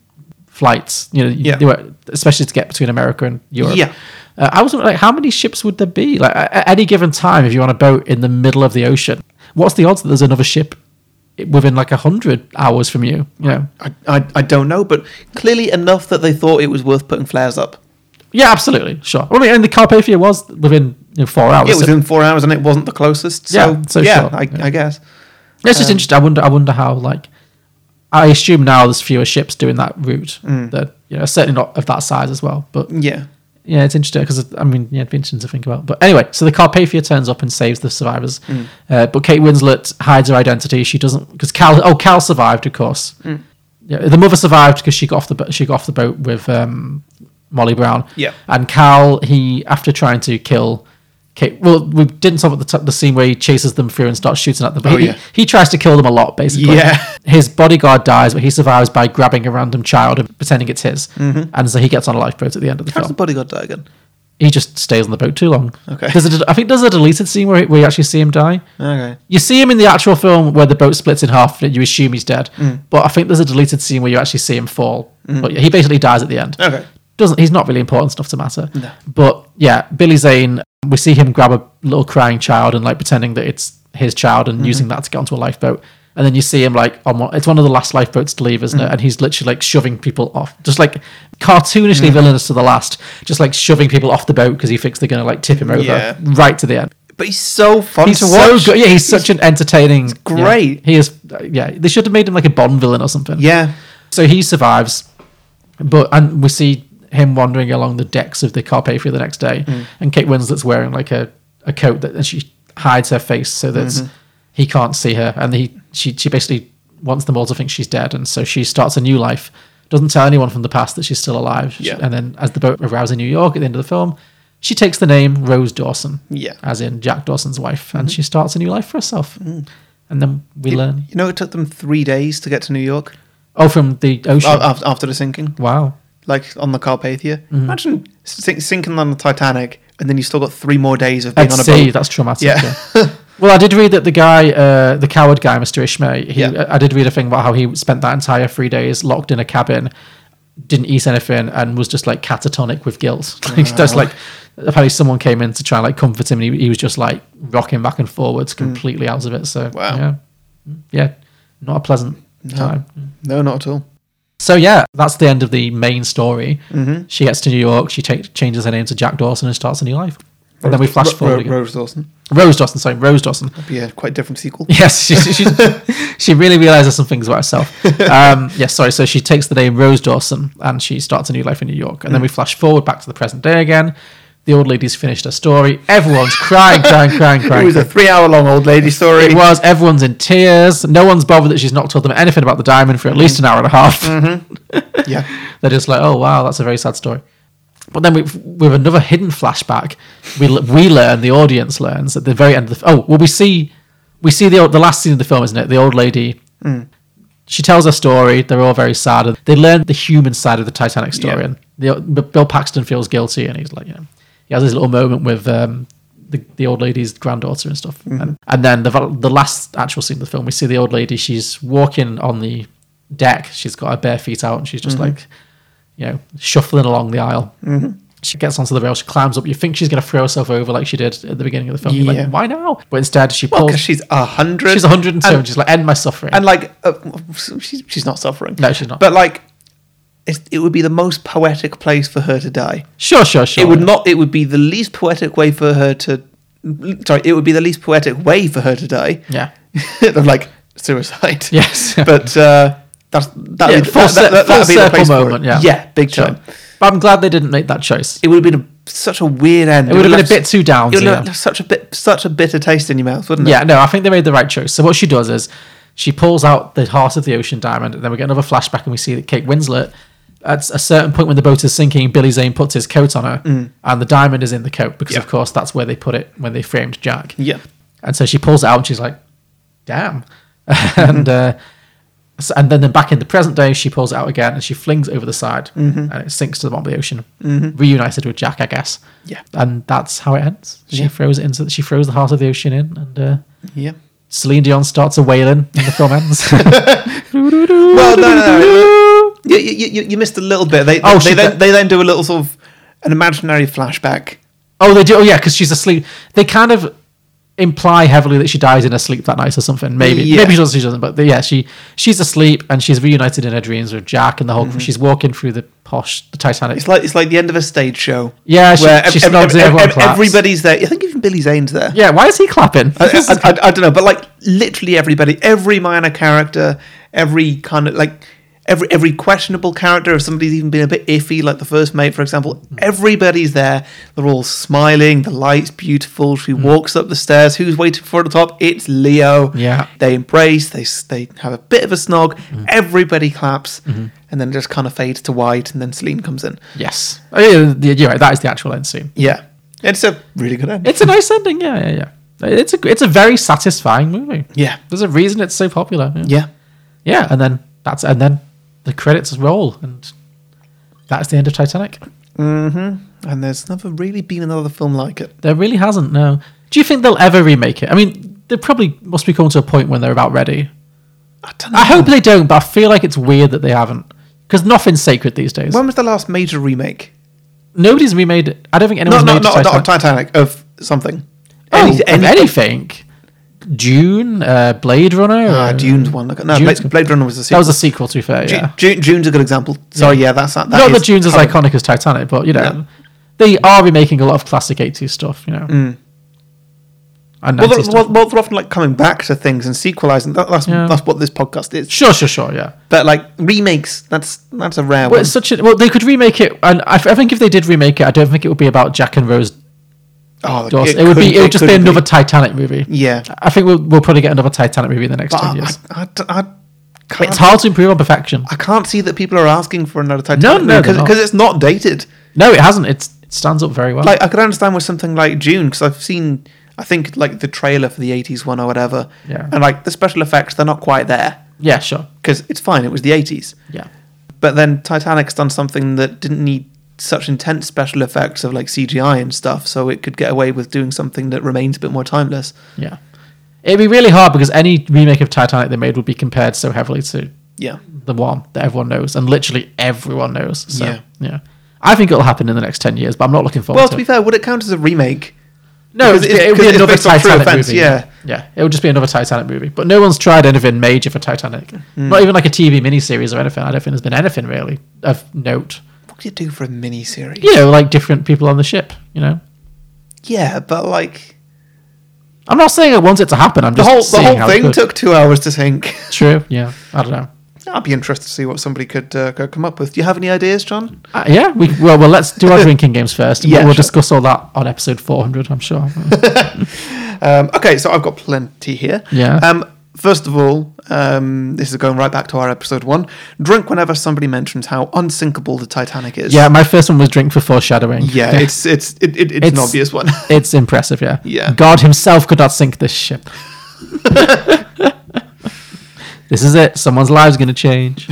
A: flights, you know,
B: Yeah.
A: they were, especially to get between America and Europe.
B: Yeah.
A: Uh, I was like, how many ships would there be? Like, at at any given time, if you're on a boat in the middle of the ocean, what's the odds that there's another ship within like 100 hours from you? You know?
B: I, I I don't know, but clearly enough that they thought it was worth putting flares up.
A: Yeah, absolutely. Sure. Well, I mean, and the Carpathia was within you know, four hours.
B: Yeah, it was
A: so-
B: in four hours and it wasn't the closest. So,
A: Yeah,
B: yeah,
A: so sure,
B: I,
A: yeah.
B: I guess.
A: It's just interesting. I wonder. I wonder how like. I assume now there's fewer ships doing that route. That you know, certainly not of that size as well. But
B: Yeah.
A: yeah, it's interesting because I mean, yeah, it'd be interesting to think about. But anyway, so the Carpathia turns up and saves the survivors,
B: Mm.
A: uh, but Kate Winslet hides her identity. She doesn't because Cal. Oh, Cal survived, of course.
B: Mm.
A: Yeah, the mother survived because she got off the bo- she got off the boat with um, Molly Brown.
B: Yeah.
A: and Cal he after trying to kill. Kate, well, we didn't talk about the, t- the scene where he chases them through and starts shooting at them. But
B: Oh,
A: he,
B: yeah.
A: he tries to kill them a lot, basically.
B: Yeah.
A: His bodyguard dies, but he survives by grabbing a random child and pretending it's his.
B: Mm-hmm.
A: And so he gets on a lifeboat at the end of the
B: How's
A: film
B: the bodyguard die again?
A: he just stays on the boat too long.
B: Okay.
A: There's a, I think there's a deleted scene where, where you actually see him die.
B: Okay.
A: You see him in the actual film where the boat splits in half and you assume he's dead.
B: Mm.
A: But I think there's a deleted scene where you actually see him fall. But yeah, he basically dies at the end.
B: Okay.
A: Doesn't he's not really important stuff to matter. But yeah, Billy Zane, we see him grab a little crying child and like pretending that it's his child
B: Mm-hmm.
A: and using that to get onto a lifeboat. And then you see him like on one, it's one of the last lifeboats to leave, isn't
B: Mm.
A: it? And he's literally like shoving people off, just like cartoonishly
B: Mm-hmm.
A: villainous to the last, just like shoving people off the boat because he thinks they're gonna like tip him over
B: Yeah.
A: right to the end.
B: But he's so fun
A: He's
B: to
A: so
B: watch.
A: good. Yeah, he's such an entertaining. yeah.
B: great.
A: He is. uh, Yeah, they should have made him like a Bond villain or something.
B: Yeah.
A: So he survives, but and we see him wandering along the decks of the Carpathia the next day,
B: Mm-hmm.
A: and Kate Winslet's wearing like a, a coat that and she hides her face so that
B: Mm-hmm.
A: he can't see her, and he she she basically wants them all to think she's dead, and so she starts a new life. Doesn't tell anyone from the past that she's still alive.
B: Yeah.
A: And then as the boat arrives in New York at the end of the film, she takes the name Rose Dawson.
B: Yeah.
A: As in Jack Dawson's wife. And she starts a new life for herself. And then we learn.
B: You know, Mm-hmm. Mm. it took them three days to get to New York
A: Oh, from the ocean.
B: a- af- after the sinking,
A: wow.
B: like on the Carpathia.
A: Mm-hmm.
B: Imagine sink- sinking on the Titanic, and then you have still got three more days of being
A: At
B: on a
A: sea,
B: boat.
A: that's traumatic.
B: Yeah.
A: Yeah. well, I did read that the guy, uh, the coward guy, Mr. Ishmay, he,
B: Yeah.
A: I did read a thing about how he spent that entire three days locked in a cabin, didn't eat anything, and was just like catatonic with guilt. Like, just like, apparently someone came in to try and like comfort him, and he, he was just like rocking back and forwards, completely out of it. So,
B: Hmm. Wow.
A: yeah. Yeah. Not a pleasant time.
B: No, not at all.
A: So yeah, that's the end of the main story.
B: Mm-hmm.
A: She gets to New York. She ta- changes her name to Jack Dawson and starts a new life. And then we flash
B: Ro- Ro-
A: forward again.
B: Rose Dawson.
A: Rose Dawson, sorry, Rose Dawson.
B: Be a quite different sequel.
A: Yes, she, she, she's, she really realizes some things about herself. Um, yes, sorry. So she takes the name Rose Dawson and she starts a new life in New York. And
B: Mm.
A: then we flash forward back to the present day again. The old lady's finished her story. Everyone's crying, crying, crying,
B: It
A: crying.
B: was a three-hour-long old lady story.
A: It was. Everyone's in tears. No one's bothered that she's not told them anything about the diamond for at least an hour and a half.
B: Mm-hmm. Yeah.
A: They're just like, oh wow, that's a very sad story. But then we, with another hidden flashback, we l- we learn the audience learns at the very end of the f- oh well we see we see the old, the last scene of the film isn't it the old lady. She tells her story. They're all very sad. and They learn the human side of the Titanic story,
B: Yeah.
A: and the, but Bill Paxton feels guilty, and he's like, you know, he has his little moment with um, the, the old lady's granddaughter and stuff.
B: Mm-hmm.
A: And, and then the val- the last actual scene of the film, we see the old lady. She's walking on the deck. She's got her bare feet out, and she's just
B: Mm-hmm.
A: like, you know, shuffling along the aisle. She gets onto the rail. She climbs up. You think she's going to throw herself over like she did at the beginning of the film. You're
B: Yeah.
A: like, why now? But instead, she
B: Well,
A: pulls.
B: because she's a hundred.
A: she's 107.
B: And,
A: she's like, end my suffering.
B: and like, uh, she's, she's not suffering.
A: No, she's not.
B: But like, it's, it would be the most poetic place for her to die.
A: sure, sure, sure.
B: It would not. It would be the least poetic way for her to. Sorry, it would be the least poetic way for her to die.
A: Yeah.
B: of like suicide.
A: Yes.
B: but uh, that's that.
A: Yeah,
B: would,
A: full
B: that,
A: cir-
B: that,
A: full
B: that'd be the
A: circle
B: place for it.
A: moment, yeah.
B: yeah, big
A: Sure.
B: time.
A: But I'm glad they didn't make that choice.
B: It would have been a, such a weird end.
A: It would have been a
B: left-
A: bit too down.
B: It would have left such a bit, such a bitter taste in your mouth, wouldn't it?
A: Yeah, no, I think they made the right choice. So what she does is she pulls out the heart of the ocean diamond, and then we get another flashback, and we see that Kate Winslet. At a certain point when the boat is sinking, Billy Zane puts his coat on her, and the diamond is in the coat because,
B: Mm. Yeah.
A: of course, that's where they put it when they framed Jack.
B: Yeah.
A: And so she pulls it out, and she's like, "Damn!"
B: Mm-hmm.
A: and uh, s- and then, then back in the present day, she pulls it out again, and she flings it over the side,
B: Mm-hmm.
A: and it sinks to the bottom of the ocean, reunited with Jack, I guess.
B: Yeah.
A: And that's how it ends. She throws it into. She throws the heart of the ocean in, and. Uh,
B: Yeah.
A: Celine Dion starts a wailing and the film ends.
B: Well, no, no, no. You, you, you, you missed a little bit. They,
A: Oh,
B: they,
A: shit,
B: then,
A: that-
B: they then do a little sort of an imaginary flashback.
A: oh, they do. Oh, yeah, because she's asleep. They kind of imply heavily that she dies in her sleep that night or something. Maybe,
B: Yeah.
A: maybe she doesn't. She doesn't. But yeah, she she's asleep and she's reunited in her dreams with Jack and the whole. She's walking through the posh, the Titanic.
B: Mm-hmm. It's like it's like the end of a stage show.
A: Yeah, she-
B: where
A: she
B: ev- ev-
A: snogs it,
B: ev-
A: everyone
B: ev-
A: claps.
B: everybody's there. I think even Billy Zane's there.
A: yeah, why is he clapping?
B: I, I, I, I don't know, but like literally everybody, every minor character, every kind of like every every questionable character, if somebody's even been a bit iffy, like the first mate, for example,
A: Hmm.
B: everybody's there. They're all smiling. The light's beautiful. She
A: Hmm.
B: walks up the stairs. Who's waiting for her at the top? It's Leo.
A: Yeah. Hmm.
B: They embrace. They s- they have a bit of a snog. Everybody claps, and then it just kind of fades to white, and then Celine comes in.
A: Yes. Oh, yeah, yeah, you're right. That is the actual end scene.
B: Yeah, it's a really good end.
A: It's a nice ending. Yeah, yeah, yeah. It's a it's a very satisfying movie.
B: Yeah.
A: There's a reason it's so popular. Yeah.
B: yeah.
A: Yeah, and then that's and then the credits roll, and that's the end of Titanic.
B: And there's never really been another film like it.
A: There really hasn't. No. Do you think they'll ever remake it? I mean, they probably must be coming to a point when they're about ready.
B: I don't know.
A: I hope they don't, but I feel like it's weird that they haven't because nothing's sacred these days.
B: When was the last major remake?
A: Nobody's remade. it. I don't think
B: No,
A: anyone's
B: no,
A: made
B: no,
A: Titanic.
B: not of Titanic of something.
A: Oh,
B: Any-
A: of
B: any-
A: anything. Dune, uh, Blade Runner.
B: Ah,
A: uh,
B: Dune's one. Look, no,
A: Dune's-
B: Blade, Blade Runner was a
A: That
B: sequel.
A: was a sequel, to be fair.
B: Ju-
A: Yeah.
B: Ju- June's a good example. Sorry, yeah, that's that. that
A: Not
B: is
A: that Dune's as
B: current.
A: iconic as Titanic, but you know,
B: No.
A: they are remaking a lot of classic 80s stuff. You know. And
B: Mm. Well
A: 90s
B: they're,
A: stuff.
B: well, well, they're often like coming back to things and sequelizing. That, that's
A: Yeah.
B: that's what this podcast is.
A: sure, sure, sure. Yeah.
B: But like remakes, that's that's a rare
A: Well,
B: one.
A: it's such a well. They could remake it, and I, I think if they did remake it, I don't think it would be about Jack and Rose
B: Oh,
A: Dawson. It, would
B: couldn't
A: be. It would just be
B: couldn't
A: another Titanic movie.
B: Yeah.
A: I think we'll, we'll probably get another Titanic movie in the next
B: But
A: ten
B: I,
A: years.
B: I, I, I can't,
A: It's hard to improve on perfection.
B: I can't see that people are asking for another
A: No,
B: Titanic
A: no, they're not.
B: because it's not dated.
A: No, it hasn't. It's, it stands up very well.
B: like I could understand with something like June because I've seen I think like the trailer for the '80s one or whatever,
A: Yeah.
B: and like the special effects they're not quite there
A: yeah, sure.
B: because it's fine. It was the '80s,
A: Yeah.
B: but then Titanic's done something that didn't need such intense special effects of like CGI and stuff, so it could get away with doing something that remains a bit more timeless.
A: Yeah. It'd be really hard because any remake of Titanic they made would be compared so heavily to
B: Yeah,
A: the one that everyone knows, and literally everyone knows. So,
B: Yeah.
A: yeah. I think it'll happen in the next 10 years, but I'm not looking forward
B: well,
A: to
B: to
A: it.
B: be fair, would it count as a remake?
A: no,
B: because
A: it'd be-
B: it's-
A: it would be
B: because it's
A: another
B: based on true
A: Titanic
B: events,
A: movie.
B: yeah.
A: Yeah. It would just be another Titanic movie. But no one's tried anything major for Titanic.
B: Mm.
A: Not even like a TV miniseries or anything. I don't think there's been anything really of note.
B: What could you do for a miniseries?
A: You know, like different people on the ship, you know?
B: yeah, but like
A: I'm not saying I want it to happen. I'm
B: the
A: just
B: whole the
A: seeing
B: whole
A: how it
B: thing
A: could.
B: took two hours to think.
A: True. Yeah. I don't know.
B: I'd be interested to see what somebody could uh, go come up with. Do you have any ideas, John?
A: Uh, yeah, we well, well, let's do our drinking games first. and
B: Yeah,
A: we'll
B: sure.
A: discuss all that on episode 400, I'm sure.
B: Um, okay, so I've got plenty here.
A: Yeah.
B: Um, first of all, um, this is going right back to our episode one. Drink whenever somebody mentions how unsinkable the Titanic is.
A: yeah, my first one was drink for foreshadowing.
B: Yeah, it's it's it, it, it's, an
A: It's-
B: obvious one.
A: it's impressive, yeah.
B: Yeah.
A: God himself could not sink this ship. this is it. Someone's lives going to change.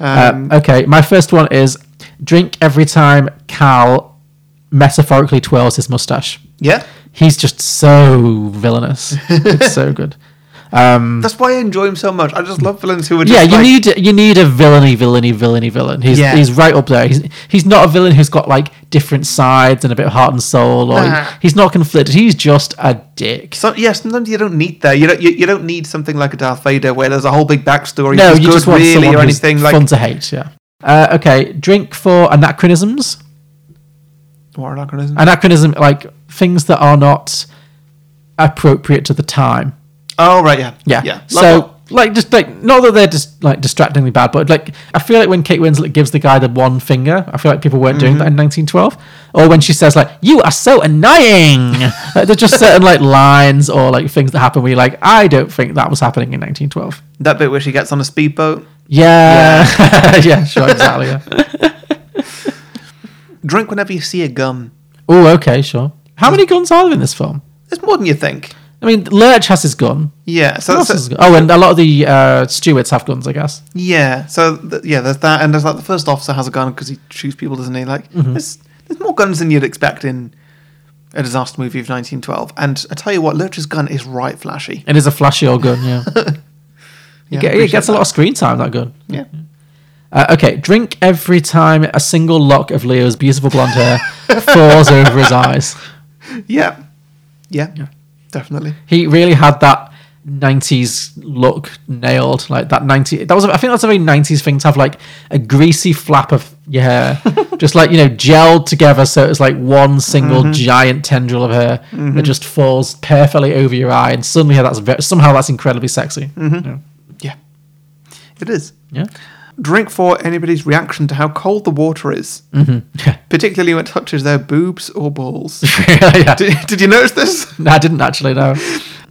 B: Um,
A: Uh, okay, my first one is drink every time Cal metaphorically twirls his mustache.
B: yeah,
A: He's just so villainous. It's so good.
B: that's why I enjoy him so much. I just love villains who are just
A: Mm. Yeah, you
B: like,
A: need you need a villainy, villainy, villainy, villain. He's
B: Yeah.
A: he's right up there. He's he's not a villain who's got like different sides and a bit of heart and soul, or
B: Nah.
A: he's not conflicted. He's just a dick.
B: So, yeah, sometimes you don't need that. You don't you, you don't need something like a Darth Vader where there's a whole big backstory.
A: no,
B: who's
A: you
B: good
A: just want
B: really
A: someone
B: or
A: who's
B: anything like
A: fun to hate. Yeah. Uh, okay, drink for anachronisms.
B: what anachronism?
A: Anachronism like things that are not appropriate to the time.
B: Oh right, yeah,
A: Yeah.
B: yeah.
A: So like just like not that they're just like distractingly bad, but like I feel like when Kate Winslet gives the guy the one finger, I feel like people weren't doing that in 1912. Or when she says like "You are so annoying," like, there's just certain like lines or like things that happen where you're like, I don't think that was happening in 1912.
B: that bit where she gets on a speedboat.
A: Yeah, yeah, sure, exactly. Yeah.
B: Drink whenever you see a gum.
A: oh, okay, sure. How many guns are there in this film?
B: There's more than you think.
A: I mean, Lurch has his gun.
B: Yeah. So
A: Who else
B: so-
A: has his gun? Oh, and a lot of the uh, stewards have guns, I guess.
B: Yeah. So th- yeah, there's that, and there's like the first officer has a gun because he shoots people, doesn't he? Like
A: Mm-hmm.
B: there's there's more guns than you'd expect in a disaster movie of 1912. And I tell you what, Lurch's gun is right flashy.
A: It is a flashy old gun, yeah.
B: Yeah,
A: It get- it
B: appreciate
A: gets a lot
B: that.
A: of screen time, that gun.
B: Yeah.
A: Uh, okay, drink every time a single lock of Leo's beautiful blonde hair falls over his eyes.
B: Yeah. Yeah. Definitely.
A: He really had that 90s look nailed. Like that 90 that was I think that's a very 90s thing to have like a greasy flap of your hair. just like, you know, gelled together so it's like one single giant tendril of hair that just falls perfectly over your eye and suddenly that's ve- somehow that's incredibly sexy.
B: Yeah. It is.
A: Yeah.
B: Drink for anybody's reaction to how cold the water is,
A: Mm. Yeah.
B: particularly when it touches their boobs or balls.
A: yeah.
B: did, did you notice this?
A: No, I didn't actually know.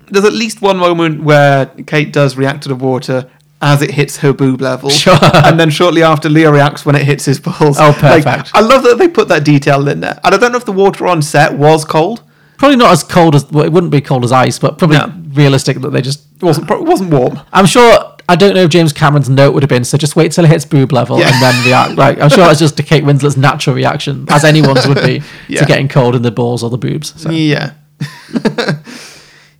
B: There's at least one moment where Kate does react to the water as it hits her boob level.
A: Sure.
B: And then shortly after, Leo reacts when it hits his balls.
A: Oh,
B: Like,
A: perfect.
B: I love that they put that detail in there. And I don't know if the water on set was cold.
A: Probably not as cold as well, it wouldn't be cold as ice, but probably
B: No.
A: realistic that they just.
B: It wasn't, pro- it wasn't warm.
A: I'm sure. I don't know if James Cameron's note would have been so. Just wait till it hits boob level
B: Yeah.
A: and then react. Like I'm sure that's just Kate Winslet's natural reaction, as anyone's would be
B: Yeah.
A: to getting cold in the balls or the boobs. So,
B: Yeah.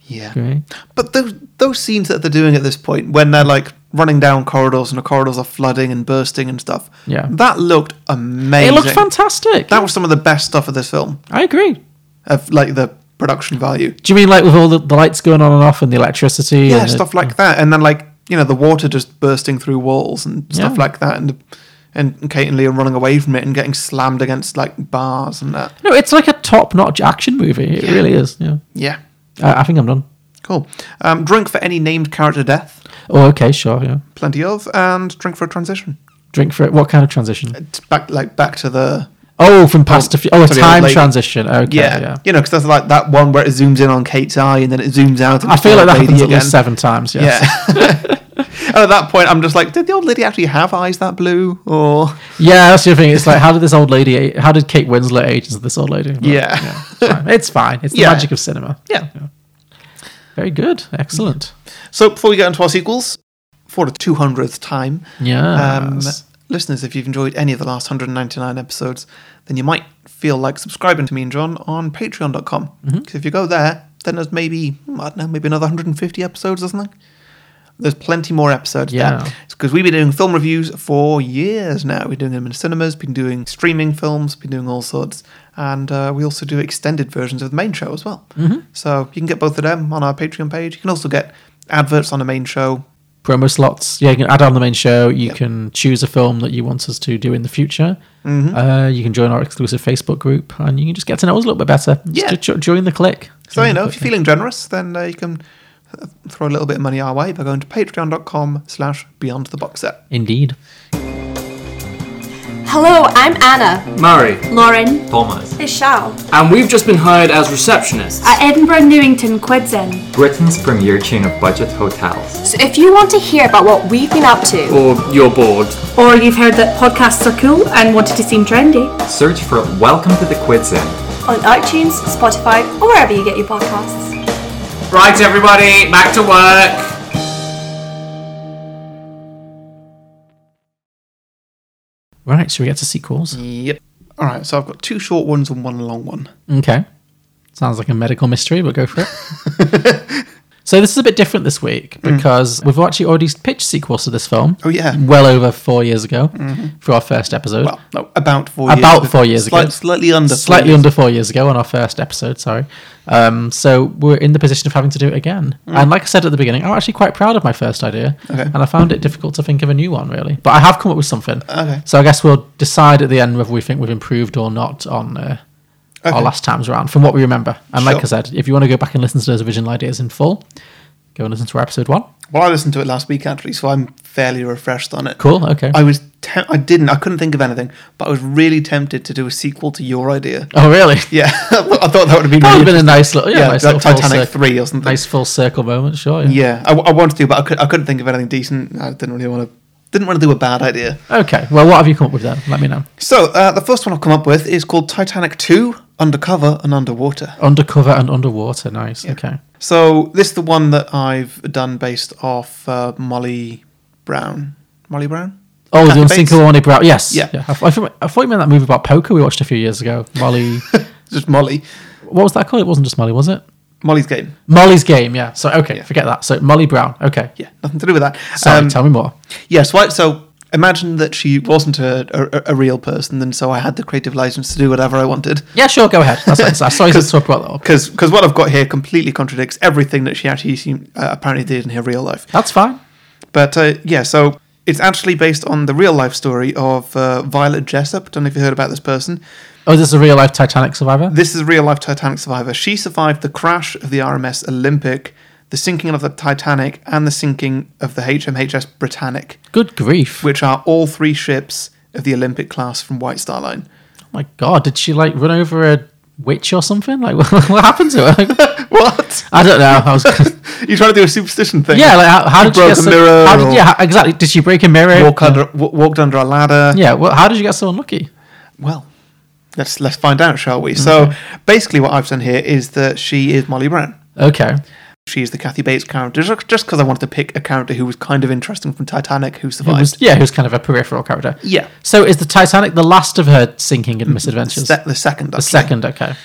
B: yeah.
A: okay.
B: But those those scenes that they're doing at this point, when they're like running down corridors and the corridors are flooding and bursting and stuff,
A: Yeah.
B: that looked amazing.
A: It looked fantastic.
B: That was some of the best stuff of this film,
A: I agree. Do
B: of like the production value.
A: you mean like with all the, the lights going on and off and the electricity?
B: Yeah,
A: and the-
B: stuff like that, and then like you know the water just bursting through walls and stuff
A: Yeah.
B: like that, and and Kate and Leo running away from it and getting slammed against like bars and that.
A: No, it's like a top-notch action movie. It really is. Yeah,
B: Yeah,
A: I, I think I'm done.
B: cool. Um, drink for any named character death,
A: Oh, okay, sure. Yeah,
B: plenty of, and drink for a transition.
A: drink for it. What kind of transition?
B: It's back like back to the
A: Oh, from past to fu- oh, a
B: to the
A: time
B: old lady.
A: transition. Okay,
B: Yeah,
A: yeah.
B: you know, because that's like that one where it zooms in on Kate's eye and then it zooms out. and
A: I
B: it's
A: feel
B: the
A: like that
B: old lady
A: happens at
B: again.
A: least seven times. Yeah.
B: Yeah. and at that point, I'm just like, did the old lady actually have eyes that blue? Or
A: Yeah, that's the other thing. It's like, how did this old lady? age- How did Kate Winslet age as this old lady? But,
B: Yeah.
A: it's fine. It's, fine. It's the
B: Yeah.
A: magic of cinema.
B: Yeah.
A: Very good. Excellent.
B: so before we get into our sequels, for the two hundredth time,
A: Yeah.
B: um, listeners, if you've enjoyed any of the last 199 episodes, then you might feel like subscribing to me and John on Patreon.com. Because if you go there, then there's maybe hmm, I don't know, maybe another 150 episodes or something. There's plenty more episodes
A: Yeah.
B: there. It's because we've been doing film reviews for years now. We're doing them in cinemas, been doing streaming films, been doing all sorts. And uh, we also do extended versions of the main show as well. So you can get both of them on our Patreon page. You can also get adverts on the main show.
A: Promo slots. Yeah, you can add on the main show. You can choose a film that you want us to do in the future.
B: Mm-hmm.
A: Uh, you can join our exclusive Facebook group, and you can just get to know us a little bit better. Just
B: Yeah.
A: to jo- join the click.
B: So,
A: Join
B: you
A: the
B: know, if
A: click.
B: you're feeling generous, then uh, you can uh, throw a little bit of money our way by going to patreon.com slash beyond the box set.
A: Indeed.
F: Hello, I'm Anna.
J: Murray.
F: Lauren.
J: Thomas.
F: Ishao.
G: And we've just been hired as receptionists.
F: At Edinburgh Newington Quidzen.
J: Britain's premier chain of budget hotels.
F: So if you want to hear about what we've been up to,
G: or you're bored.
F: or you've heard that podcasts are cool and wanted to seem trendy,
J: Search for Welcome to the Quidzin.
F: on iTunes, Spotify, or wherever you get your podcasts.
G: Right, everybody, back to work.
A: Right. Should we get to sequels?
B: Yep. All right, so I've got two short ones and one long one.
A: Okay. Sounds like a medical mystery, but go for it. so this is a bit different this week because we've actually already pitched sequels to this film.
B: Oh, yeah.
A: Well over four years ago for our first episode.
B: Well, no, about four years
A: About four years
B: Slight-
A: ago.
B: Slightly under. four
A: Slightly
B: years.
A: under four years ago on our first episode, sorry. Um, so we're in the position of having to do it again. And like I said at the beginning, I'm actually quite proud of my first idea.
B: Hmm. Okay.
A: And I found it difficult to think of a new one, really. But I have come up with something.
B: Okay.
A: So I guess we'll decide at the end whether we think we've improved or not on uh,
B: Okay.
A: our last times around from what we remember. And like
B: Sure.
A: I said, if you want to go back and listen to those original ideas in full, go and listen to our episode one.
B: Well, I listened to it last week, actually, so I'm fairly refreshed on it.
A: Cool. Okay.
B: I was. Te- I didn't. I couldn't think of anything, but I was really tempted to do a sequel to your idea.
A: oh, really?
B: Yeah, I thought that would have been.
A: That would have been
B: really
A: a nice little, yeah,
B: Yeah,
A: nice
B: like
A: little full
B: Titanic
A: circle-
B: 3 or something.
A: Nice full circle moment, sure. Yeah.
B: Yeah, I, I wanted to, but I, could, I couldn't think of anything decent. I didn't really want to. Didn't want to do a bad idea.
A: Okay. Well, what have you come up with then? Let me know.
B: So uh, the first one I've come up with is called Titanic Two: Undercover and Underwater.
A: Undercover and underwater. Nice. Okay.
B: So this is the one that I've done based off uh, Molly Brown. Molly Brown.
A: Oh, the
B: Kathy Bates?
A: unsinkable Molly Brown. Yes.
B: Yeah.
A: I, th- I, thought- I thought you meant that movie about poker we watched a few years ago. Molly.
B: Just Molly.
A: what was that called? It wasn't just Molly, was it?
B: Molly's game.
A: Molly's Game. Yeah. So okay,
B: Yeah.
A: forget that. So Molly Brown. Okay.
B: Yeah, nothing to do with that.
A: Sorry.
B: Um,
A: tell me more.
B: Yeah, so, I, so imagine that she wasn't a, a, a real person, and so I had the creative license to do whatever I wanted.
A: Yeah. Sure. Go ahead. That's what I saw you talk about that.
B: Because what I've got here completely contradicts everything that she actually seemed, uh, apparently did in her real life.
A: That's fine.
B: But uh, yeah, so it's actually based on the real life story of uh, Violet Jessup. Don't know if you heard about this person.
A: Oh, is this a real life Titanic survivor?
B: This is a real life Titanic survivor. She survived the crash of the RMS Olympic the sinking of the Titanic, and the sinking of the HMHS Britannic,
A: Good grief.
B: which are all three ships of the Olympic class from White Star Line.
A: Oh my god, did she like run over a witch or something? Like, what, what happened to her?
B: What?
A: I don't know. I was,
B: you trying to do a superstition thing?
A: yeah, like how, how
B: You
A: did she
B: broke
A: get
B: a
A: so-
B: mirror
A: How
B: or-
A: did, yeah, how- exactly. Did she break a mirror?
B: walked under w- walked under a ladder.
A: yeah. Well, how did you get so unlucky?
B: Well, let's let's find out, shall we? So basically, what I've done here is that she is Molly Brown.
A: Okay.
B: She's the Kathy Bates character, just because I wanted to pick a character who was kind of interesting from Titanic who
A: Who
B: survived.
A: was, yeah, who's kind of a peripheral character.
B: Yeah.
A: So is the Titanic the last of her sinking and misadventures?
B: Se- the second.
A: the second, okay.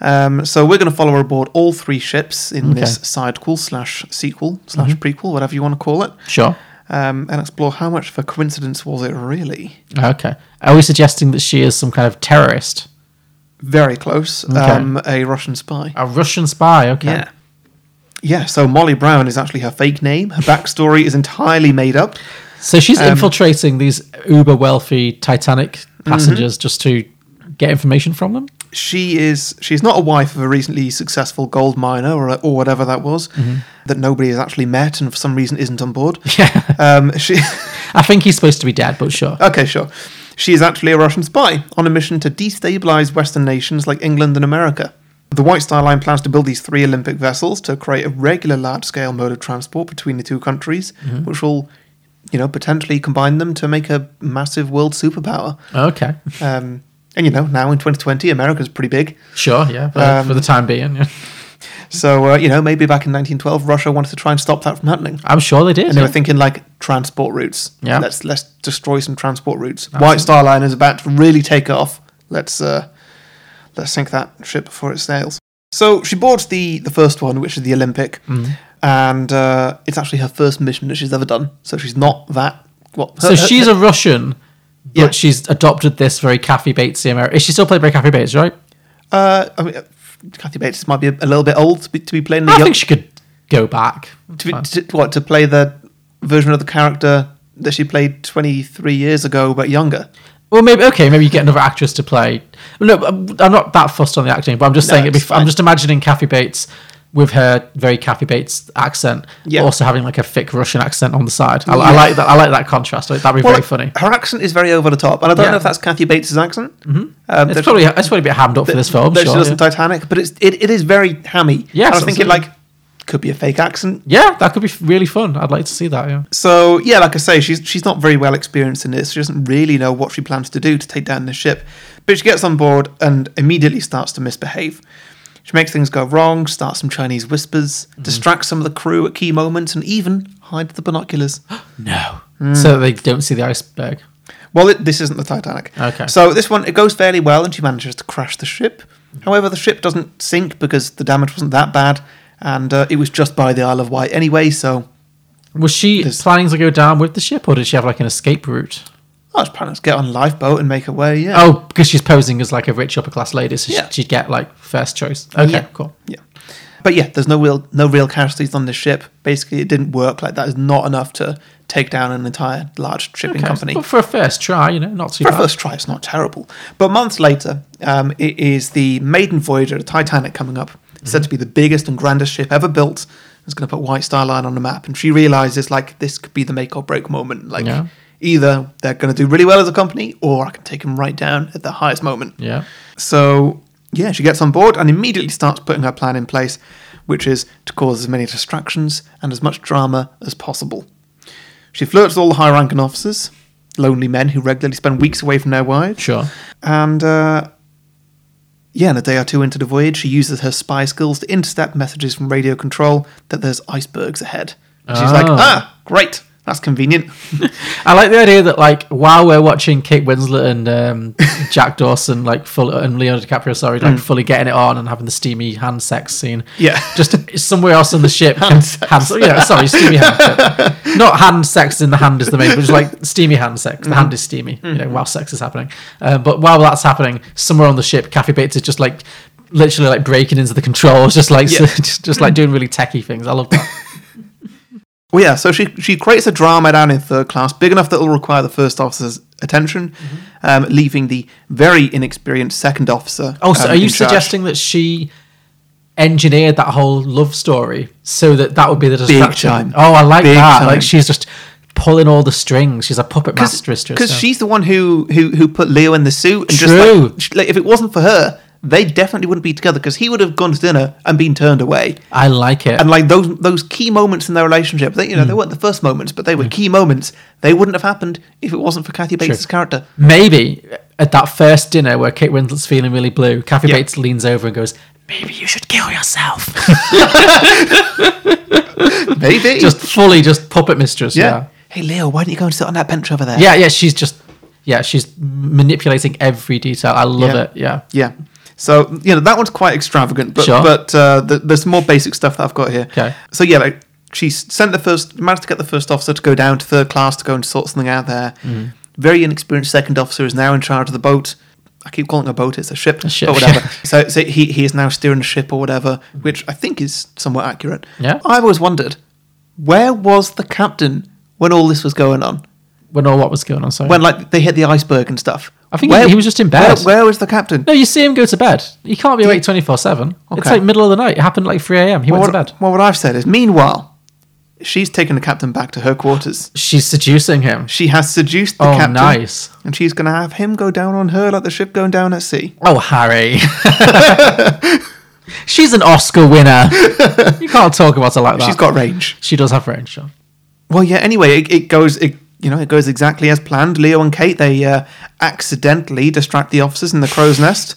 B: Um, so we're going to follow aboard all three ships in this sidequel slash sequel slash
A: Mm-hmm.
B: prequel, whatever you want to call it,
A: Sure.
B: um, and explore how much of a coincidence was it really.
A: Okay. Are we suggesting that she is some kind of terrorist?
B: Very close. Um, a Russian spy.
A: A Russian spy, okay.
B: Yeah. Yeah, so Molly Brown is actually her fake name. Her backstory is entirely made up.
A: So she's
B: Um,
A: infiltrating these uber wealthy Titanic
B: mm-hmm.
A: passengers just to get information from them?
B: She is she's not a wife of a recently successful gold miner or, or whatever that was that nobody has actually met and for some reason isn't on board.
A: Yeah.
B: Um, she
A: I think he's supposed to be dead, but sure.
B: Okay, sure. She is actually a Russian spy on a mission to destabilize Western nations like England and America. The White Star Line plans to build these three Olympic vessels to create a regular large scale mode of transport between the two countries, which will, you know, potentially combine them to make a massive world superpower.
A: Okay.
B: Um, and, you know, now in 2020, America's pretty big.
A: Sure, yeah. For,
B: Um,
A: for the time being. yeah.
B: So, uh, you know, maybe back in 1912, Russia wanted to try and stop that from happening.
A: I'm sure they did.
B: And they were
A: yeah.
B: thinking like transport routes.
A: Yeah.
B: Let's let's destroy some transport routes. White Star Line is about to really take off. Let's uh let's sink that ship before it sails. So she boards the the first one, which is the Olympic,
A: Mm-hmm.
B: and uh, it's actually her first mission that she's ever done. So she's not that. What?
A: So she's a Russian, but
B: uh, Yeah.
A: she's adopted this very Kathy Batesy American. Is she still played by Kathy Bates, right?
B: Uh, I mean, uh, Kathy Bates might be a, a little bit old to be, to be playing the
A: I
B: young.
A: think she could go back.
B: to, be- to, what to play the version of the character that she played twenty three years ago, but younger.
A: Well, maybe okay. Maybe you get another actress to play. No, I'm I'm not that fussed on the acting, but I'm just
B: No,
A: saying. It'd be,
B: it's
A: f- I'm
B: fine.
A: just imagining Kathy Bates with her very Kathy Bates accent,
B: Yeah.
A: also having like a thick Russian accent on the side. I, I like that. I like that contrast. That'd be very
B: Well,
A: funny.
B: Her accent is very over the top, and I don't
A: Yeah.
B: know if that's Kathy Bates' accent. Mm-hmm. Um,
A: It's
B: that-
A: probably it's probably a bit hammed up for this film.
B: that
A: Sure,
B: she does
A: yeah.
B: in Titanic, but it's it, it is very hammy.
A: Yes,
B: and I was thinking
A: absolutely.
B: like could be a fake accent.
A: yeah, that could be f- really fun. I'd like to see that. Yeah.
B: So yeah, like I say, she's she's not very well experienced in this. She doesn't really know what she plans to do to take down the ship, but she gets on board and immediately starts to misbehave. She makes things go wrong, starts some Chinese whispers, distracts some of the crew at key moments, and even hides the binoculars.
A: No. So that they don't see the iceberg.
B: Well, it, this isn't the Titanic.
A: Okay.
B: So this one, it goes fairly well, and she manages to crash the ship. However, the ship doesn't sink because the damage wasn't that bad, and uh, it was just by the Isle of Wight anyway. So,
A: Was she
B: There's-
A: planning to go down with the ship, or did she have like an escape route?
B: I was oh, planning to get on a lifeboat and make her way. Yeah.
A: Oh, because she's posing as like a rich upper class lady, so
B: Yeah.
A: she, she'd get like first choice. Okay,
B: Yeah.
A: cool.
B: Yeah. But yeah, there's no real no real casualties on this ship. Basically, it didn't work. Like that is not enough to take down an entire large shipping
A: Okay,
B: company.
A: But for a first try, you know, not too
B: For a
A: bad.
B: first try, it's not terrible. But months later, um, it is the maiden voyage of the Titanic coming up. It's
A: Mm-hmm.
B: said to be the biggest and grandest ship ever built. It's going to put White Star Line on the map. And she realizes, like, this could be the make or break moment. Like,
A: Yeah.
B: either they're going to do really well as a company, or I can take them right down at the highest moment.
A: Yeah.
B: So, yeah, she gets on board and immediately starts putting her plan in place, which is to cause as many distractions and as much drama as possible. She flirts with all the high ranking officers, lonely men who regularly spend weeks away from their wives.
A: Sure.
B: And, uh, yeah, and a day or two into the voyage, she uses her spy skills to intercept messages from radio control that there's icebergs ahead. And she's like,
A: Ah.
B: ah, great, that's convenient.
A: I like the idea that like while we're watching Kate Winslet and um, Jack Dawson like full and Leonardo DiCaprio, sorry, like fully getting it on and having the steamy hand sex scene.
B: Mm. Yeah.
A: Just somewhere else on the ship.
B: Hand sex.
A: hand- yeah, sorry, steamy hand. sex. Not hand sex in the hand is the main, but just like steamy hand sex.
B: Mm-hmm.
A: The hand is steamy. You know, while sex is happening. Uh, but while that's happening, somewhere on the ship, Kathy Bates is just like literally like breaking into the controls, just like
B: Yeah.
A: just, just like doing really techie things. I love that.
B: Well, yeah, so she she creates a drama down in third class, big enough that it'll require the first officer's attention,
A: Mm-hmm.
B: um, leaving the very inexperienced second officer.
A: Oh, so
B: um,
A: are you
B: in charge.
A: suggesting that she engineered that whole love story so that that would be the distraction.
B: time.
A: Oh, I like
B: Big
A: that.
B: time.
A: Like she's just pulling all the strings. She's a puppet mistress. to
B: because
A: herself.
B: she's the one who, who who put Leo in the suit. And Just
A: True.
B: like, sh- like, if it wasn't for her, they definitely wouldn't be together because he would have gone to dinner and been turned away.
A: I like it.
B: And like those those key moments in their relationship, they, you know, they
A: Mm.
B: weren't the first moments, but they were key moments. They wouldn't have happened if it wasn't for Kathy Bates' character.
A: Maybe at that first dinner where Kate Winslet's feeling really blue, Kathy
B: Yeah.
A: Bates leans over and goes, "Maybe you should kill yourself."
B: Maybe
A: just fully, just puppet mistress.
B: yeah.
A: Yeah.
B: Hey Leo, why don't you go and sit on that bench over there?
A: yeah, yeah, She's just, yeah, she's manipulating every detail. I love
B: Yeah.
A: it. Yeah,
B: Yeah. So you know that one's quite extravagant, but
A: Sure.
B: but uh, th- there's some more basic stuff that I've got here.
A: Okay.
B: So yeah, like she s- sent the first managed to get the first officer to go down to third class to go and sort something out there.
A: Mm.
B: Very inexperienced second officer is now in charge of the boat. I keep calling it a boat; it's a ship,
A: A ship,
B: or whatever. so so he he is now steering the ship or whatever, which I think is somewhat accurate.
A: Yeah.
B: I've always wondered where was the captain when all this was going on
A: when all what was going on. Sorry.
B: when like they hit the iceberg and stuff.
A: I think he- he was just in bed.
B: Where, where was the captain?
A: no, you see him go to bed. He can't be awake twenty four seven. It's
B: Okay.
A: like middle of the night. It happened like three a.m. He went
B: what,
A: to bed.
B: well, what I've said is, meanwhile, she's taken the captain back to her quarters.
A: She's seducing him.
B: She has seduced the
A: Oh,
B: captain.
A: nice.
B: And she's going to have him go down on her like the ship going down at sea.
A: Oh, Harry. she's an Oscar winner. you can't talk about her like that.
B: She's got range.
A: She does have range. Sure.
B: Well, yeah. Anyway, it, it goes. It, you know, it goes exactly as planned. Leo and Kate they uh, accidentally distract the officers in the crow's nest.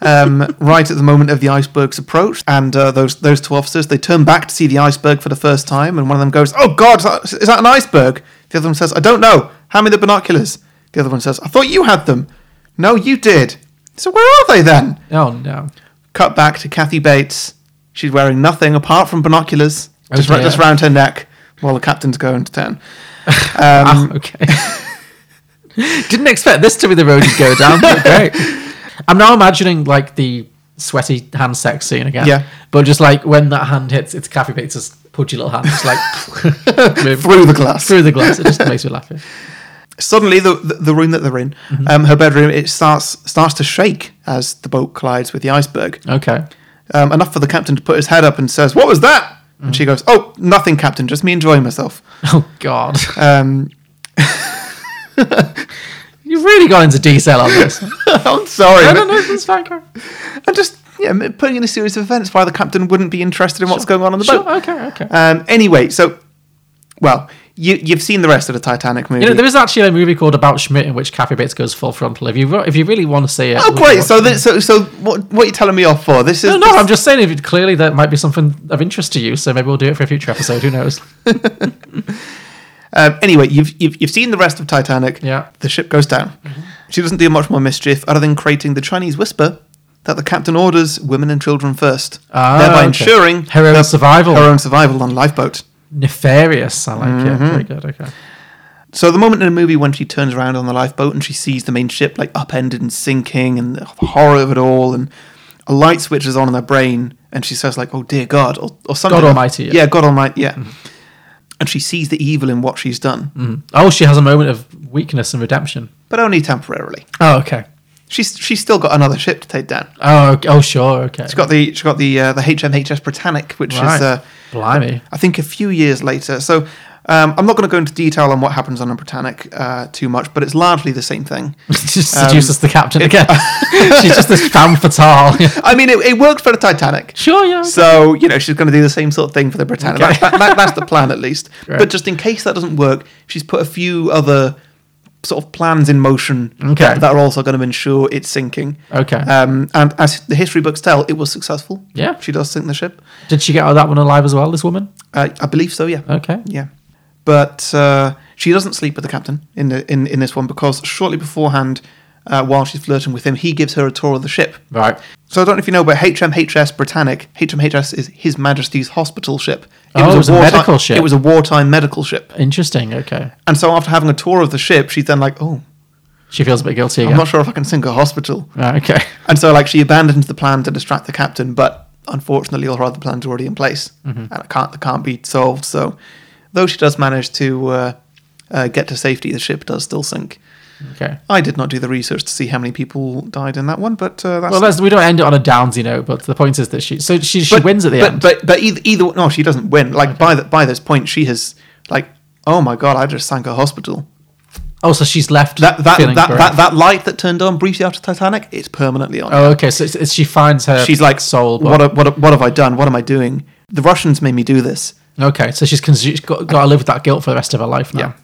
B: um, right at the moment of the iceberg's approach, and uh, those those two officers they turn back to see the iceberg for the first time, and one of them goes, "Oh God, is that- is that an iceberg?" The other one says, "I don't know. Hand me the binoculars." The other one says, "I thought you had them." No, you did. So where are they then?
A: Oh no.
B: Cut back to Kathy Bates. She's wearing nothing apart from binoculars, just, ra-
A: dear.
B: just round her neck, while the captain's going to town. Um,
A: Ah, okay. Didn't expect this to be the road you go down, but great. I'm now imagining like the sweaty hand sex scene again.
B: Yeah.
A: But just like when that hand hits, it's Kathy Bates' pudgy little hand, just like
B: Through the glass.
A: Through the glass. It just makes me laugh. yeah.
B: Suddenly, the the- the room that they're in,
A: Mm-hmm.
B: um, her bedroom, it starts starts to shake as the boat collides with the iceberg.
A: Okay.
B: Um, enough for the captain to put his head up and says, "What was that?"
A: Mm.
B: And she goes, "Oh, nothing, captain. Just me enjoying myself."
A: Oh God.
B: Um,
A: You've really gone into detail on this. Oh, no,
B: I'm sorry.
A: no,
B: but-
A: no, it's fine. Karen.
B: I'm just yeah m- putting in a series of events why the captain wouldn't be interested in what's going on on the
A: Sure,
B: boat.
A: okay, okay.
B: Um, anyway, so well, you you've seen the rest of the Titanic movie.
A: You know, there is actually a movie called About Schmidt in which Kathy Bates goes full frontal. If you re- if you really want to see it,
B: oh,
A: we can
B: great.
A: watch
B: So
A: it.
B: this, so so what what are you telling me off for? This is
A: No, no,
B: this-
A: I'm just saying if it, clearly that might be something of interest to you, so maybe we'll do it for a future episode. Who knows?
B: Um, anyway, you've, you've you've seen the rest of Titanic.
A: Yeah. Mm-hmm.
B: The ship goes down. She doesn't do much more mischief other than creating the Chinese whisper that the captain orders women and children first,
A: Ah,
B: thereby
A: okay.
B: ensuring
A: Her Mm-hmm. own survival.
B: Her own survival on lifeboat.
A: Nefarious, I like it. Very good. Okay.
B: So the moment in the movie when she turns around on the lifeboat and she sees the main ship like upended and sinking and the horror of it all and a light switches on in her brain and she says like, "Oh dear God," or, or something.
A: Almighty, yeah. Mm-hmm.
B: Yeah, God Almighty. Yeah. And she sees the evil in what she's done,
A: Oh, she has a moment of weakness and redemption.
B: but only temporarily.
A: Oh, okay.
B: She's she's still got another ship to take down.
A: Oh, ok- oh, sure. Okay.
B: She's got the she got the uh, the HMHS Britannic, which
A: Right.
B: is uh,
A: Blimey.
B: I think a few years later. So um, I'm not going to go into detail on what happens on a Britannic uh, too much, but it's largely the same thing.
A: she just
B: Um,
A: seduces the captain again. She's just this femme fatale.
B: I mean, it, it worked for the Titanic.
A: sure, yeah. okay.
B: So you know she's going to do the same sort of thing for the Britannic.
A: Okay.
B: That, that, that- that's the plan, at least.
A: Right.
B: But just in case that doesn't work, she's put a few other sort of plans in motion
A: Okay.
B: that, that are also going to ensure it's sinking.
A: Okay.
B: Um, and as the history books tell, it was successful.
A: Yeah.
B: She does sink the ship.
A: Did she get out of that one alive as well, this woman?
B: Uh, I believe so. Yeah.
A: Okay.
B: Yeah. But uh, she doesn't sleep with the captain in the, in in this one because shortly beforehand, uh, while she's flirting with him, he gives her a tour of the ship.
A: Right.
B: So I don't know if you know, but HMHS Britannic, HMHS is His Majesty's hospital ship.
A: Oh, it was a
B: wartime-
A: medical ship.
B: It was a wartime medical ship.
A: Interesting. Okay.
B: And so after having a tour of the ship, she's then like, "Oh,
A: She feels a bit guilty again.
B: I'm not sure if I can sink a hospital."
A: Right, okay.
B: And so like she abandons the plan to distract the captain, but unfortunately, all her other plans are already in place,
A: Mm-hmm.
B: and it can't it can't be solved. So, though she does manage to uh, uh, get to safety, the ship does still sink.
A: Okay.
B: I did not do the research to see how many people died in that one, but uh, that's
A: Well, let's, we don't end it on a downsy note, but the point is that she so she, she wins at the
B: but,
A: end.
B: But but either, either no, she doesn't win. Like by the, by this point, she has like oh my god, I just sank a hospital.
A: oh, so she's left
B: That that
A: feeling
B: that, that,
A: bereft.
B: that light that turned on briefly after Titanic, it's permanently on.
A: Oh, okay. So it's, it's, she finds her.
B: She's like
A: soul.
B: What
A: But,
B: a- what a- what have I done? What am I doing? The Russians made me do this.
A: okay, so she's, consu- she's got, got to live with that guilt for the rest of her life now.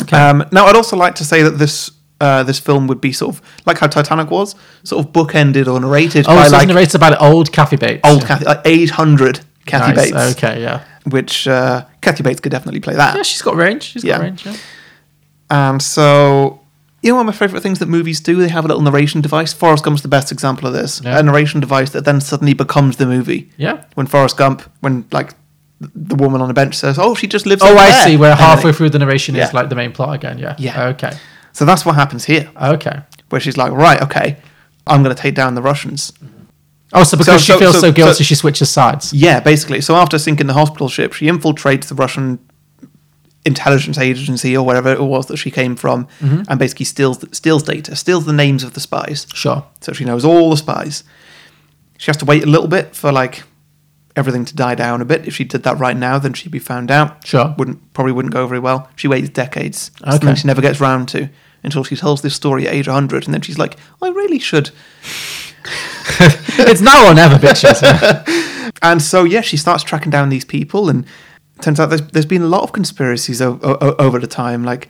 A: Okay.
B: Um, now, I'd also like to say that this uh, this film would be sort of like how Titanic was, sort of bookended or narrated
A: oh,
B: by
A: so
B: like
A: it's narrated by the old Kathy Bates.
B: old
A: Yeah.
B: Kathy, like 800 Kathy
A: Nice,
B: Bates,
A: Okay, yeah.
B: which uh, Kathy Bates could definitely play that.
A: Yeah, she's got range. She's
B: Yeah.
A: got range. Yeah.
B: And so, you know, one of my favorite things that movies do, they have a little narration device. Forrest Gump's the best example of this.
A: Yeah.
B: A narration device that then suddenly becomes the movie.
A: Yeah.
B: When Forrest Gump, when like the woman on the bench says, "Oh, she just lives."
A: Oh,
B: over
A: I
B: there,"
A: see. Where
B: and
A: halfway
B: then-
A: through the narration
B: Yeah.
A: is like the main plot again. Yeah.
B: Yeah.
A: Okay.
B: So that's what happens here,
A: Okay.
B: where she's like, "Right, okay, I'm going to take down the Russians."
A: Oh, so because
B: So-
A: she
B: so-
A: feels
B: so-
A: so, guilty,
B: so-
A: she switches sides.
B: Yeah, basically. So after sinking the hospital ship, she infiltrates the Russian intelligence agency or whatever it was that she came from,
A: Mm-hmm.
B: and basically steals steals data, steals the names of the spies.
A: Sure.
B: So she knows all the spies. She has to wait a little bit for like everything to die down a bit. If she did that right now, then she'd be found out.
A: Sure.
B: Wouldn't probably wouldn't go very well. She waits decades. Okay.
A: Okay.
B: she never gets round to until she tells this story at age 100 and then she's like, "I really should."
A: it's now or never, bitches.
B: And so yeah, she starts tracking down these people and turns out there's, there's been a lot of conspiracies o- o- over the time like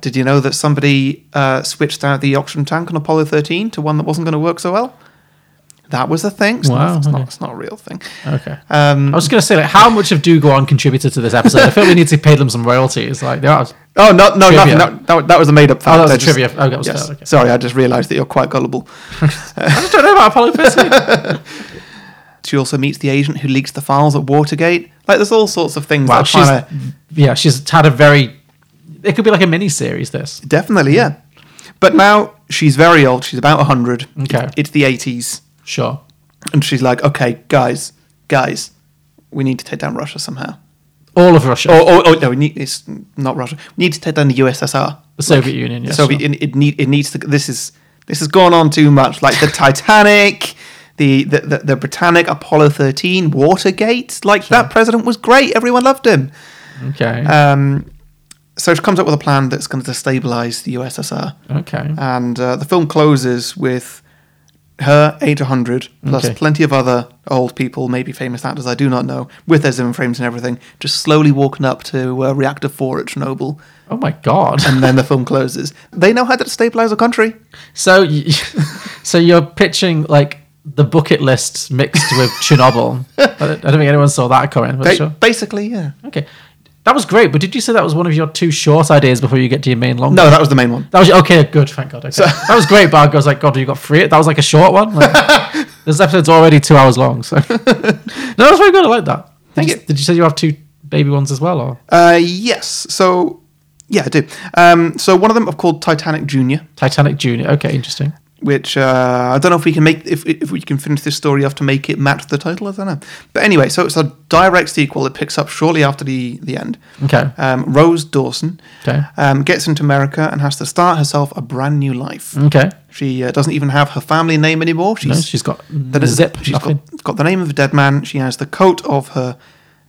B: did you know that somebody uh, switched out the oxygen tank on Apollo 13 to one that wasn't going to work so well? That was a thing. It's,
A: Wow,
B: not, it's, not,
A: okay.
B: it's not a real thing. Um,
A: okay. I was going to say, like, how much of Do Go On contributed to this episode? I feel we need to pay them some royalties. Like, they are.
B: Oh no, no,
A: Trivia.
B: nothing. That, that, that was a made-up fact.
A: that was
B: I
A: a trivia. Oh, that was fair, okay.
B: Sorry, I just realised that you're quite gullible.
A: I just don't know about Apollo 13.
B: She also meets the agent who leaks the files at Watergate. Like, there's all sorts of things.
A: wow,
B: that
A: she's.
B: she's trying
A: Yeah, she's had a very. It could be like a mini series, this.
B: definitely yeah. But now she's very old. She's about hundred.
A: Okay.
B: it's the '80s,
A: Sure.
B: and she's like, "Okay, guys, guys, we need to take down Russia somehow."
A: All of Russia.
B: Or, or, or no, we need, it's not Russia. We need to take down the USSR.
A: the Soviet Union, yes.
B: so it, it need it needs to. This is this has gone on too much. Like the Titanic, the the, the, the Britannic Apollo thirteen, Watergate. Like that president was great. Everyone loved him.
A: Okay.
B: Um, so she comes up with a plan that's going to destabilize the USSR.
A: okay.
B: And uh, the film closes with her age 100 plus
A: Okay.
B: plenty of other old people, maybe famous actors I do not know, with their Zimmer frames and everything, just slowly walking up to uh, reactor four at Chernobyl.
A: oh my god.
B: And then the film closes. They know how to destabilize a country.
A: So, y- so you're pitching like the bucket list mixed with Chernobyl. I don't, I don't think anyone saw that coming. But
B: Ba-
A: Oh, sure.
B: Basically, yeah.
A: Okay, that was great. But did you say that was one of your two short ideas before you get to your main long?
B: No, that was the main one.
A: that was okay. Good, thank God. Okay. that was great. But I was like, God, you got three. That was like a short one. Like, this episode's already two hours long. So, no, that's very good. I like that. Did
B: Thank
A: you,
B: you.
A: Did you say you have two baby ones as well? Or
B: Uh, yes. So, yeah, I do. Um, so one of them I've called Titanic Junior,
A: Titanic Junior? Okay, interesting.
B: which uh, I don't know if we can make if if we can finish this story off to make it match the title. I don't know. But anyway, so it's a direct sequel. It picks up shortly after the the end.
A: Okay.
B: Um, Rose Dawson
A: Okay.
B: um, gets into America and has to start herself a brand new life.
A: Okay.
B: She uh, doesn't even have her family name anymore. She's,
A: Mm. No, she's got
B: that
A: the
B: is-
A: zip.
B: She's
A: nothing.
B: got, got the name of a dead man. She has the coat of her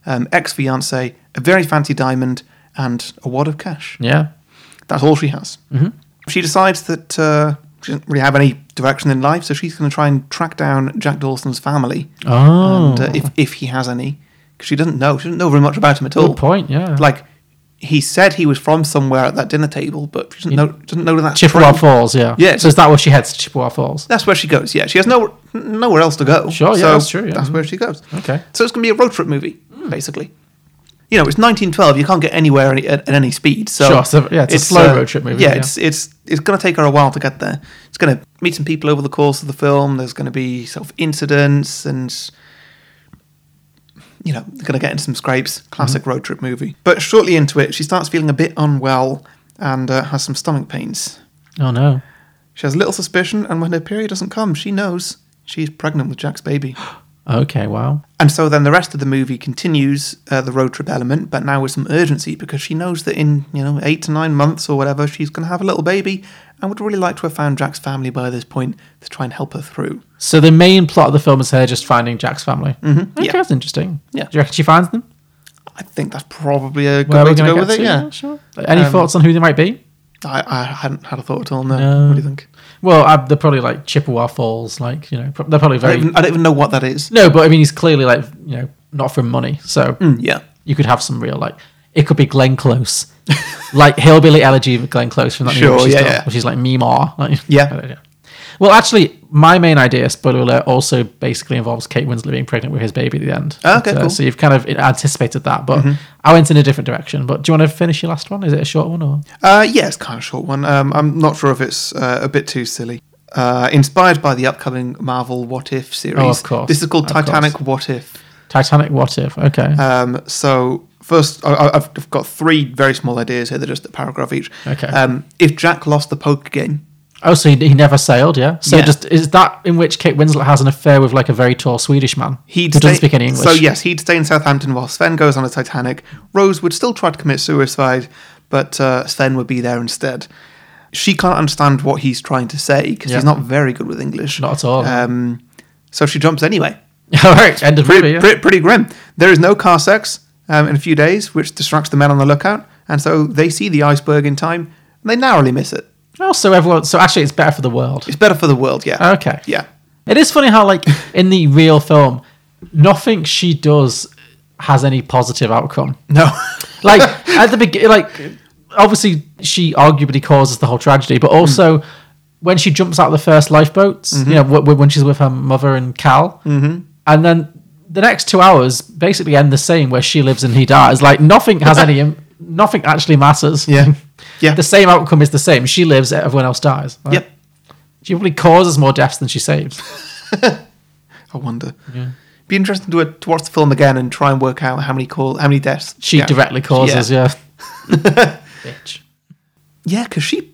B: um, ex fiance, a very fancy diamond, and a wad of cash.
A: Yeah.
B: That's all she has. Mm-hmm. She decides that uh, she doesn't really have any direction in life, so she's going to try and track down Jack Dawson's family,
A: Oh.
B: and, uh, if if he has any, because she doesn't know. She doesn't know very much about him at all.
A: Good point. Yeah.
B: Like he said he was from somewhere at that dinner table, but she doesn't know. Doesn't know that.
A: Chippewa Falls, yeah.
B: Yeah.
A: So is that where she heads to Chippewa Falls?
B: That's where she goes. Yeah, she has no nowhere else to go.
A: Sure, yeah,
B: so
A: that's true, yeah.
B: That's where she goes.
A: Okay. Hmm.
B: So it's going to be a road trip movie, basically. You know, it's 1912. You can't get anywhere any, at, at any speed. So uh,
A: Sure, so- yeah, it's a slow road trip movie,
B: Yeah,
A: yeah.
B: it's it's it's going to take her a while to get there. It's going to meet some people over the course of the film. There's going to be sort of incidents and. You know, they're going to get into some scrapes. Classic
A: Mm-hmm.
B: road trip movie. But shortly into it, she starts feeling a bit unwell and uh, has some stomach pains.
A: Oh no.
B: She has little suspicion, and when her period doesn't come, she knows she's pregnant with Jack's baby.
A: Okay, wow.
B: And so then the rest of the movie continues uh, the road trip element, but now with some urgency because she knows that in you know eight to nine months or whatever, she's going to have a little baby, and would really like to have found Jack's family by this point to try and help her through.
A: So the main plot of the film is her just finding Jack's family. Mm-hmm. Okay,
B: yeah.
A: that's interesting.
B: Yeah.
A: Do you reckon she finds them?
B: I think that's probably a good
A: Where are
B: way
A: we
B: to
A: gonna
B: go with
A: get
B: it.
A: to?
B: Yeah, Um,
A: sure. Any thoughts on who they might be?
B: I, I hadn't had a thought at all. No,
A: No.
B: what do you think?
A: Well, uh, they're probably like Chippewa Falls, like you know, pro- they're probably
B: I
A: very
B: don't, even, I don't even know what that is.
A: no. But I mean, he's clearly like you know not from money, so
B: Hmm, Yeah,
A: you could have some real like it could be Glenn Close, like hillbilly elegy of Glenn Close from that
B: Sure,
A: movie. She's
B: yeah,
A: done,
B: yeah.
A: which is like Mimar. Like,
B: Yeah.
A: I don't know. Well, actually, my main idea, spoiler alert, also basically involves Kate Winslet being pregnant with his baby at the end.
B: Ah, okay,
A: But, uh,
B: cool. Mm-hmm.
A: So you've kind of anticipated that, but I went in a different direction. But do you want to finish your last one? Is it a short one or?
B: Uh, yeah, it's kind of a short one. Um, I'm not sure if it's uh, a bit too silly. Uh, inspired by the upcoming Marvel What If series.
A: Oh, of course.
B: This is called
A: Of course.
B: Titanic What If.
A: Titanic, what if? Okay.
B: Um, so first, I- I, I've I've got three very small ideas here. They're just a paragraph each.
A: Okay.
B: Um, if Jack lost the poker game,
A: oh, so he, he never sailed, yeah? So
B: Yeah.
A: just is that in which Kate Winslet has an affair with like a very tall Swedish man
B: he'd
A: who doesn't
B: stay-
A: speak any English?
B: So yes, he'd stay in Southampton while Sven goes on a Titanic. Rose would still try to commit suicide, but uh, Sven would be there instead. She can't understand what he's trying to say because
A: Yeah.
B: he's not very good with English.
A: Not at all.
B: Um, so she jumps anyway.
A: All right, end of
B: pretty,
A: movie. yeah.
B: pretty, pretty grim. There is no car sex um, in a few days, which distracts the men on the lookout, and so they see the iceberg in time and they narrowly miss it.
A: Oh, so everyone. So actually, it's better for the world.
B: It's better for the world, yeah.
A: Okay.
B: Yeah.
A: It is funny how, like, in the real film, nothing she does has any positive outcome.
B: No.
A: Like at the beginning, like obviously she arguably causes the whole tragedy, but also
B: Mm-hmm.
A: when she jumps out of the first lifeboats, you know, w- w- when she's with her mother and Cal, mm-hmm. and then the next two hours basically end the same where she lives and he dies. Like nothing has any, im- nothing actually matters.
B: Yeah. Yeah.
A: The same outcome is the same. She lives, everyone else dies. Like,
B: yep.
A: She probably causes more deaths than she saves.
B: I wonder. Be interesting to, to watch the film again and try and work out how many call how many deaths
A: She
B: yeah.
A: directly causes,
B: Yeah,
A: yeah. Bitch.
B: yeah, because she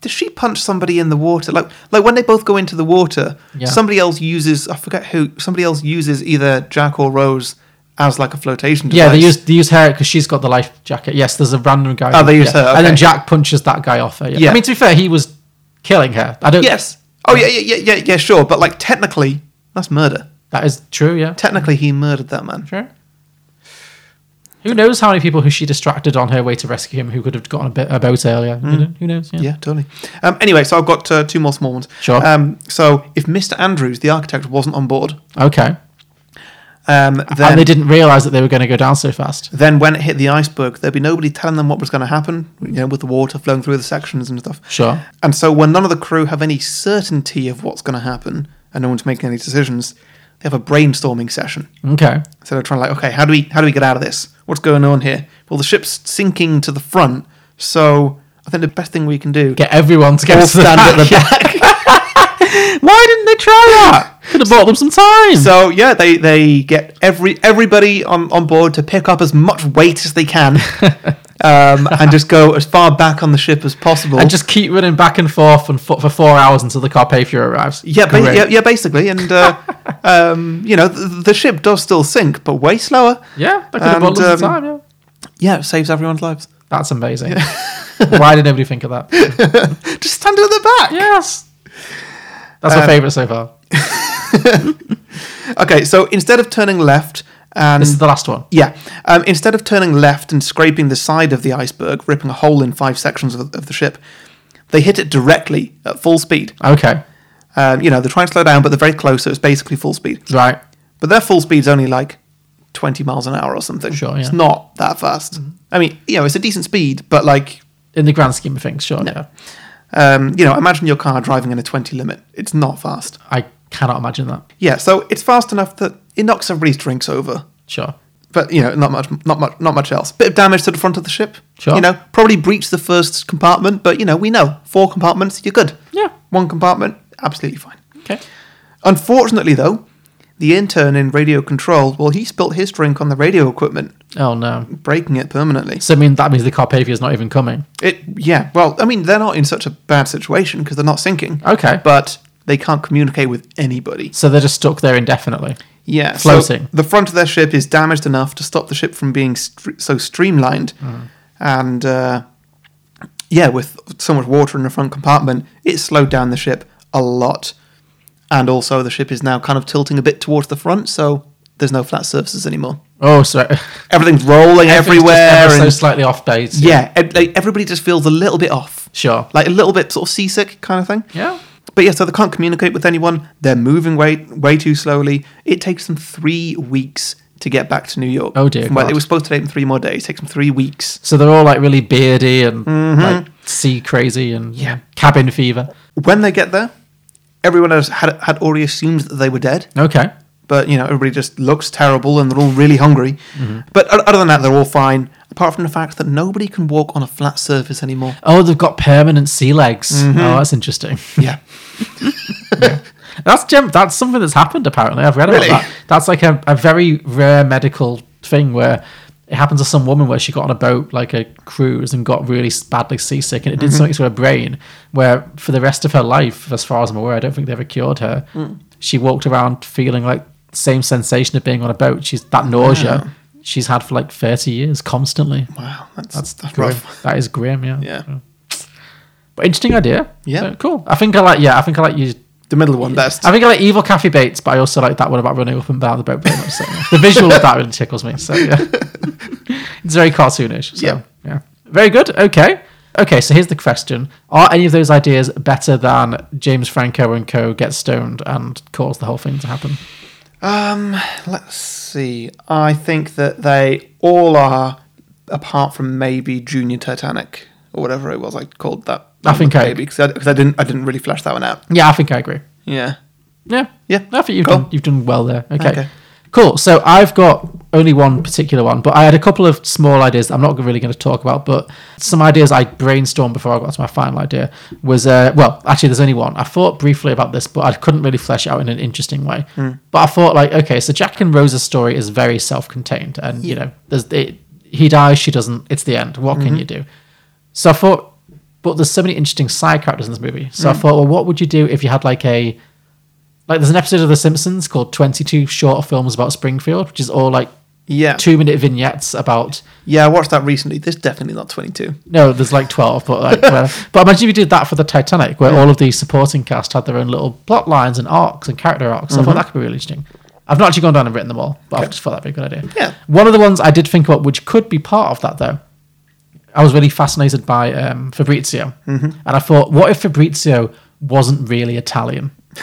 B: does she punch somebody in the water like like when they both go into the water.
A: Yeah.
B: Somebody else uses I forget who. Somebody else uses either Jack or Rose as like a flotation. Device.
A: Yeah, they use they use her because she's got the life jacket. Yes, there's a random guy.
B: Oh,
A: who-
B: they use
A: yeah.
B: her,
A: and then
B: okay.
A: Jack punches that guy off her. Yeah.
B: Yeah.
A: I mean, to be fair, he was killing her. I don't.
B: Yes. Oh yeah, yeah, yeah, yeah, yeah. Sure, but like technically, that's murder.
A: that is true. Yeah,
B: Technically, he murdered that man.
A: true. Who knows how many people who she distracted on her way to rescue him who could have gotten a, bit, a boat earlier?
B: Hmm.
A: You know, who knows?
B: Yeah, totally. Um, anyway, so I've got uh, two more small ones.
A: Sure.
B: Um, so if Mr. Andrews, the architect, wasn't on board,
A: Okay.
B: um,
A: and
B: then
A: they didn't realize that they were going to go down so fast.
B: then when it hit the iceberg, there'd be nobody telling them what was going to happen. You know, with the water flowing through the sections and stuff.
A: Sure.
B: And so when none of the crew have any certainty of what's going to happen, and no one's making any decisions, they have a brainstorming session.
A: Okay.
B: So they're trying like, okay, how do we how do we get out of this? What's going on here? Well, the ship's sinking to the front, so I think the best thing we can do
A: Get everyone to go
B: all
A: to the
B: stand
A: back.
B: at the back.
A: Why didn't they try that? Could have bought them some time.
B: so yeah, they they get every everybody on on board to pick up as much weight as they can. Um, and just go as far back on the ship as possible.
A: and just keep running back and forth and fo- for four hours until the Carpathia arrives.
B: yeah, ba-
A: Great.
B: yeah, yeah, basically, and uh, um, you know the, the ship does still sink, but way slower.
A: yeah. That could have
B: And,
A: bought them some
B: um,
A: time. Yeah,
B: Yeah, it saves everyone's lives.
A: that's amazing. Why did nobody think of that?
B: Just stand at the back.
A: Yes, that's
B: Um,
A: my favorite so far.
B: Okay, so instead of turning left and
A: This is the last one.
B: Yeah. Um, instead of turning left and scraping the side of the iceberg, ripping a hole in five sections of, of the ship, they hit it directly at full speed.
A: Okay,
B: Um, you know, they're trying to slow down, but they're very close, so it's basically full speed.
A: right.
B: But their full speed's only like 20 miles an hour or something.
A: Sure, yeah. Mm-hmm.
B: It's not that fast. I mean, you know, it's a decent speed, but like,
A: In the grand scheme of things, sure. Yeah,
B: um, you know, imagine your car driving in a 20 limit. It's not fast.
A: I cannot imagine that.
B: Yeah, so it's fast enough that it knocks everybody's drinks over.
A: Sure.
B: but you know, not much, not much, not much else. Bit of damage to the front of the ship.
A: Sure.
B: You know, probably breached the first compartment, but you know, we know four compartments, you're good.
A: Yeah.
B: One compartment, absolutely fine.
A: Okay.
B: Unfortunately, though, the intern in radio control, well, he spilt his drink on the radio equipment,
A: Oh no.
B: breaking it permanently.
A: So I mean that means the Carpathia is not even coming.
B: It, yeah. Well, I mean, they're not in such a bad situation because they're not sinking.
A: Okay.
B: But they can't communicate with anybody.
A: So they're just stuck there indefinitely.
B: Yeah,
A: Floating.
B: So the front of their ship is damaged
A: Mm.
B: enough to stop the ship from being str so streamlined, and uh, yeah, with so much water in the front compartment, it slowed down the ship a lot. And also, the ship is now kind of tilting a bit towards the front, so there's no flat surfaces anymore.
A: Oh, sorry.
B: Everything's rolling everywhere.
A: so
B: and-
A: slightly off base.
B: yeah, ev- like, everybody just feels a little bit off.
A: Sure.
B: Like a little bit sort of seasick kind of thing.
A: Yeah.
B: But yeah, so they can't communicate with anyone. They're moving way way too slowly. It takes them three weeks to get back to New York.
A: Oh, dear
B: Well,
A: God.
B: it was supposed to take them three more days. It takes them three weeks.
A: So they're all like really beardy and like sea crazy and Mm-hmm. yeah. cabin fever.
B: When they get there, everyone else had had already assumed that they were dead.
A: Okay.
B: But you know, everybody just looks terrible and they're all really hungry.
A: Mm-hmm.
B: But o- other than that, they're all fine. Apart from the fact that nobody can walk on a flat surface anymore.
A: Oh, they've got permanent sea legs. Oh, that's interesting.
B: Mm-hmm. Yeah.
A: That's gem- that's something that's happened apparently. I've read about
B: Really?
A: that. That's like a, a very rare medical thing where it happened to some woman where she got on a boat like a cruise and got really s- badly seasick and it did
B: Mm-hmm.
A: something to her brain where for the rest of her life, as far as I'm aware, I don't think they ever cured her.
B: Mm.
A: She walked around feeling like the same sensation of being on a boat. She's that nausea
B: Ah.
A: she's had for like 30 years constantly.
B: Wow, that's
A: That's,
B: that's,
A: grim.
B: rough.
A: That is grim, yeah.
B: Yeah.
A: But interesting idea.
B: Yeah.
A: So, cool. I think I like yeah, I think I like you
B: The middle one. That's
A: I think I like evil Kathy Bates, but I also like that one about running up and down the boat very much. So, yeah. the visual of that really tickles me. So yeah, it's very cartoonish. So,
B: Yeah.
A: yeah, very good. Okay, okay. So here's the question: Are any of those ideas better than James Franco and Co. get stoned and cause the whole thing to happen?
B: Let's see. I think that they all are, apart from maybe Junior Titanic or whatever it was I called that.
A: I think I-
B: because I, 'cause I didn't I didn't really flesh that one out.
A: Yeah, I think I agree.
B: Yeah.
A: Yeah,
B: Yeah,
A: I think you've
B: cool.
A: done you've done well there. Okay.
B: Okay.
A: cool. So I've got only one particular one, but I had a couple of small ideas. That I'm not really going to talk about, but some ideas I brainstormed before I got to my final idea was uh, well, actually, there's only one. I thought briefly about this, but I couldn't really flesh it out in an interesting way.
B: Hmm.
A: But I thought like, okay, so Jack and Rose's story is very self-contained, and you know, there's it, he dies, she doesn't. It's the end. What
B: Mm-hmm.
A: can you do? So I thought, but there's so many interesting side characters in this movie. So
B: Mm.
A: I thought, well, what would you do if you had like a like there's an episode of The Simpsons called 22 Short Films About Springfield, which is all like
B: Yeah.
A: two minute vignettes about.
B: Yeah, I watched that recently. This is definitely not 22.
A: No, there's like 12, but like. whatever. but imagine if you did that for the Titanic, where all of the supporting cast had their own little plot lines and arcs and character arcs. I
B: Mm-hmm.
A: thought that could be really interesting. I've not actually gone down and written them all, but I've just thought that'd be a good idea.
B: Yeah.
A: One of the ones I did think about, which could be part of that though, I was really fascinated by um, Fabrizio,
B: Mm-hmm.
A: and I thought, what if Fabrizio wasn't really Italian?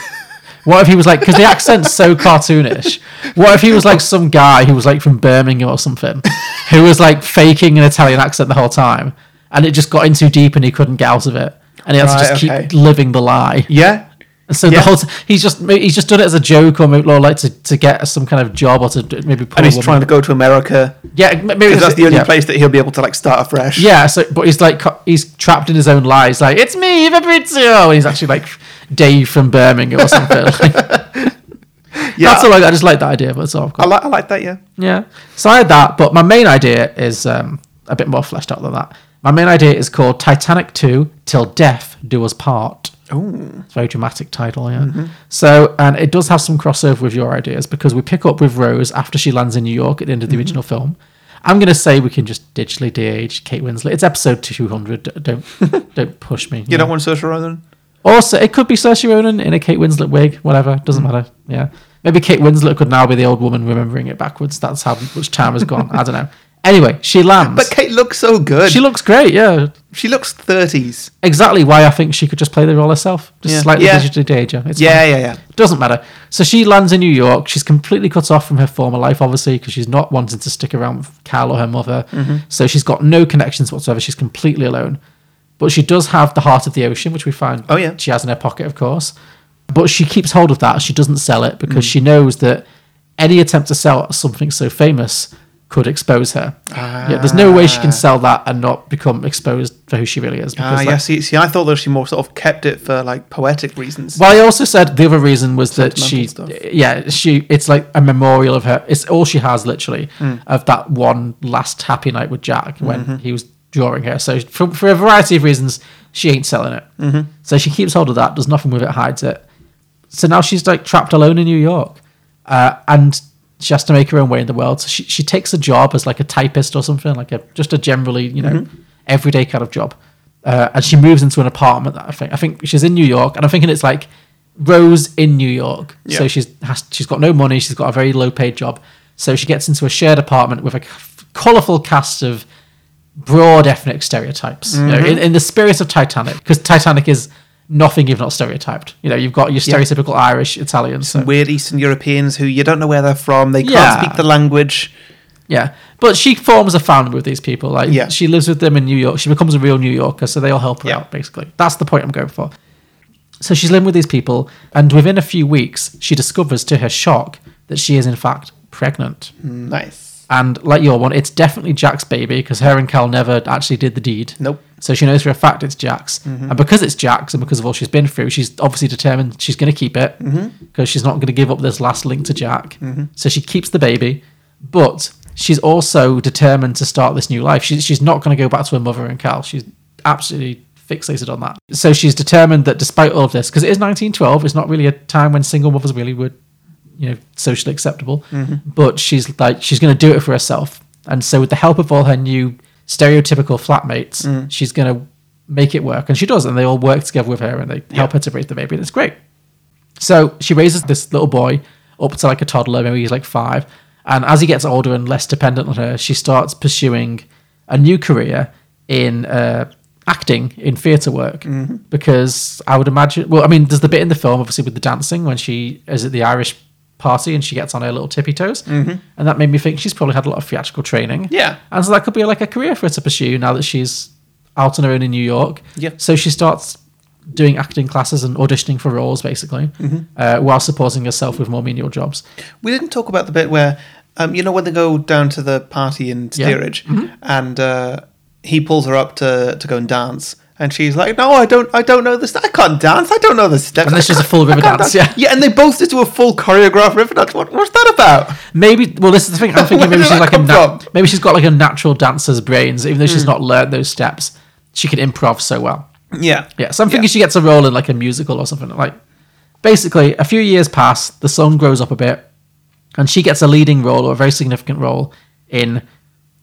A: What if he was like, because the accent's so cartoonish. What if he was like some guy who was like from Birmingham or something, who was like faking an Italian accent the whole time, and it just got in too deep and he couldn't get out of it, and he had
B: Right,
A: to just
B: okay.
A: keep living the lie.
B: Yeah.
A: And so
B: Yeah.
A: the whole t- he's just he's just done it as a joke or, maybe, or like to, to get some kind of job or to d- maybe. Pull
B: And
A: a
B: he's
A: woman.
B: trying to go to America
A: Yeah, m- maybe
B: because that's the only
A: yeah.
B: place that he'll be able to like start afresh.
A: Yeah, so but he's like co- he's trapped in his own lie. He's like, it's me, Fabrizio, and he's actually like Dave from Birmingham or something. Like,
B: Yeah.
A: That's all I, I just like that idea, but it's all. I've
B: I
A: got.
B: like I like that. Yeah.
A: Yeah. So I had that, but my main idea is um, a bit more fleshed out than that. My main idea is called Titanic 2 Till Death Do Us Part. Oh. It's a very dramatic title, yeah.
B: Mm-hmm.
A: So, and it does have some crossover with your ideas because we pick up with Rose after she lands in New York at the
B: Mm-hmm.
A: end of the original film. I'm going to say we can just digitally de-age Kate Winslet. It's episode 200. d- Don't don't push me.
B: You don't want Saoirse Ronan?
A: Also, it could be Saoirse Ronan in a Kate Winslet wig, whatever. Doesn't
B: Hmm.
A: matter. Yeah, maybe Kate Winslet could now be the old woman remembering it backwards. That's how much time has gone. I don't know. Anyway, she lands.
B: But Kate looks so good.
A: she
B: She,
A: looks great. Yeah,
B: looks 30s.
A: exactly. Why I think she could just play the role herself, just
B: Yeah.
A: slightly
B: Yeah.
A: digitally danger. It's
B: Yeah,
A: fine.
B: yeah, yeah.
A: Doesn't matter. So she lands in New York. She's completely cut off from her former life, obviously, because she's not wanting to stick around with Cal or her mother.
B: Mm-hmm.
A: So she's got no connections whatsoever. She's completely alone. But she does have the heart of the ocean, which we find
B: Oh, yeah.
A: she has in her pocket, of course. But she keeps hold of that. She doesn't sell it because
B: Mm.
A: she knows that any attempt to sell something so famous could expose her.
B: Ah.
A: yeah, there's no way she can sell that and not become exposed for who she really is.
B: Ah,
A: like,
B: yeah. See, see, I thought that she more sort of kept it for like poetic reasons.
A: Well, I also said the other reason was that she,
B: Sentimental
A: yeah, she. It's like a memorial of her. It's all she has, literally, of that one last happy night with Jack when he was drawing her. So for, for a variety of reasons, she ain't selling it. So she keeps hold of that, does nothing with it, hides it. So now she's like trapped alone in New York, uh, and she has to make her own way in the world. So she she takes a job as like a typist or something, like a just a generally you know everyday kind of job. uh, and she moves into an apartment. That I think I think she's in New York, and I'm thinking it's like Rose in New York. So
B: Yeah.
A: she's has, she's got no money. She's got a very low paid job. So she gets into a shared apartment with a colourful cast of broad ethnic stereotypes. You
K: Mm-hmm.
A: know, in, in the spirit of Titanic, because Titanic is nothing if not stereotyped. You know, you've got your stereotypical Irish, Italian, so.
K: Weird Eastern Europeans who you don't know where they're from. They can't
A: Yeah.
K: speak the language.
A: Yeah, but she forms a family with these people. Like,
K: Yeah.
A: she lives with them in New York. She becomes a real New Yorker, so they all help her
K: Yeah.
A: out. Basically, that's the point I'm going for. So she's living with these people, and within a few weeks, she discovers to her shock that she is in fact pregnant.
K: Nice.
A: And like your one, it's definitely Jack's baby because her and Cal never actually did the deed.
K: Nope.
A: So she knows for a fact it's Jack's, and because it's Jack's, and because of all she's been through, she's obviously determined she's going to keep it because she's not going to give up this last link to Jack. So she keeps the baby, but she's also determined to start this new life. She, she's not going to go back to her mother and Cal. She's absolutely fixated on that. So she's determined that despite all of this, because it is 1912, it's not really a time when single mothers really would you know socially acceptable but she's like she's going to do it for herself and so with the help of all her new stereotypical flatmates she's going to make it work and she does and they all work together with her and they help her to raise the baby and it's great so she raises this little boy up to like a toddler maybe he's like five and as he gets older and less dependent on her she starts pursuing a new career in uh, acting in theatre work because I would imagine. Well, I mean, there's the bit in the film, obviously, with the dancing when she is at the Irish party and she gets on her little tippy toes, and that made me think she's probably had a lot of theatrical training.
K: Yeah.
A: and so that could be like a career for her to pursue now that she's out on her own in New York.
K: Yeah.
A: so she starts doing acting classes and auditioning for roles basically
K: Mm-hmm.
A: uh, while supporting herself with more menial jobs
K: We didn't talk about the bit where, um, you know, when they go down to the party in
A: Yeah. Mm-hmm.
K: steerage, and uh, he pulls her up to to go and dance, and she's like, "No, I don't, I don't know this. I can't dance. I don't know the steps."
A: And this
K: I
A: is a full
K: can't- I
A: river
K: can't
A: dance, yeah.
K: yeah, and they both just do a full choreographed river dance. What, what's that about?
A: Uh, Maybe. Well, this is the thing. I'm thinking
K: Where
A: maybe
K: did that
A: she's like a
K: come
A: na-
K: from? Hmm.
A: maybe she's got like a natural dancer's brains. Even though she's not learned those steps, she can improv so well.
K: Yeah,
A: Yeah. So I'm thinking she gets a role in like a musical or something. Like, basically, a few years pass. The son grows up a bit, and she gets a leading role or a very significant role in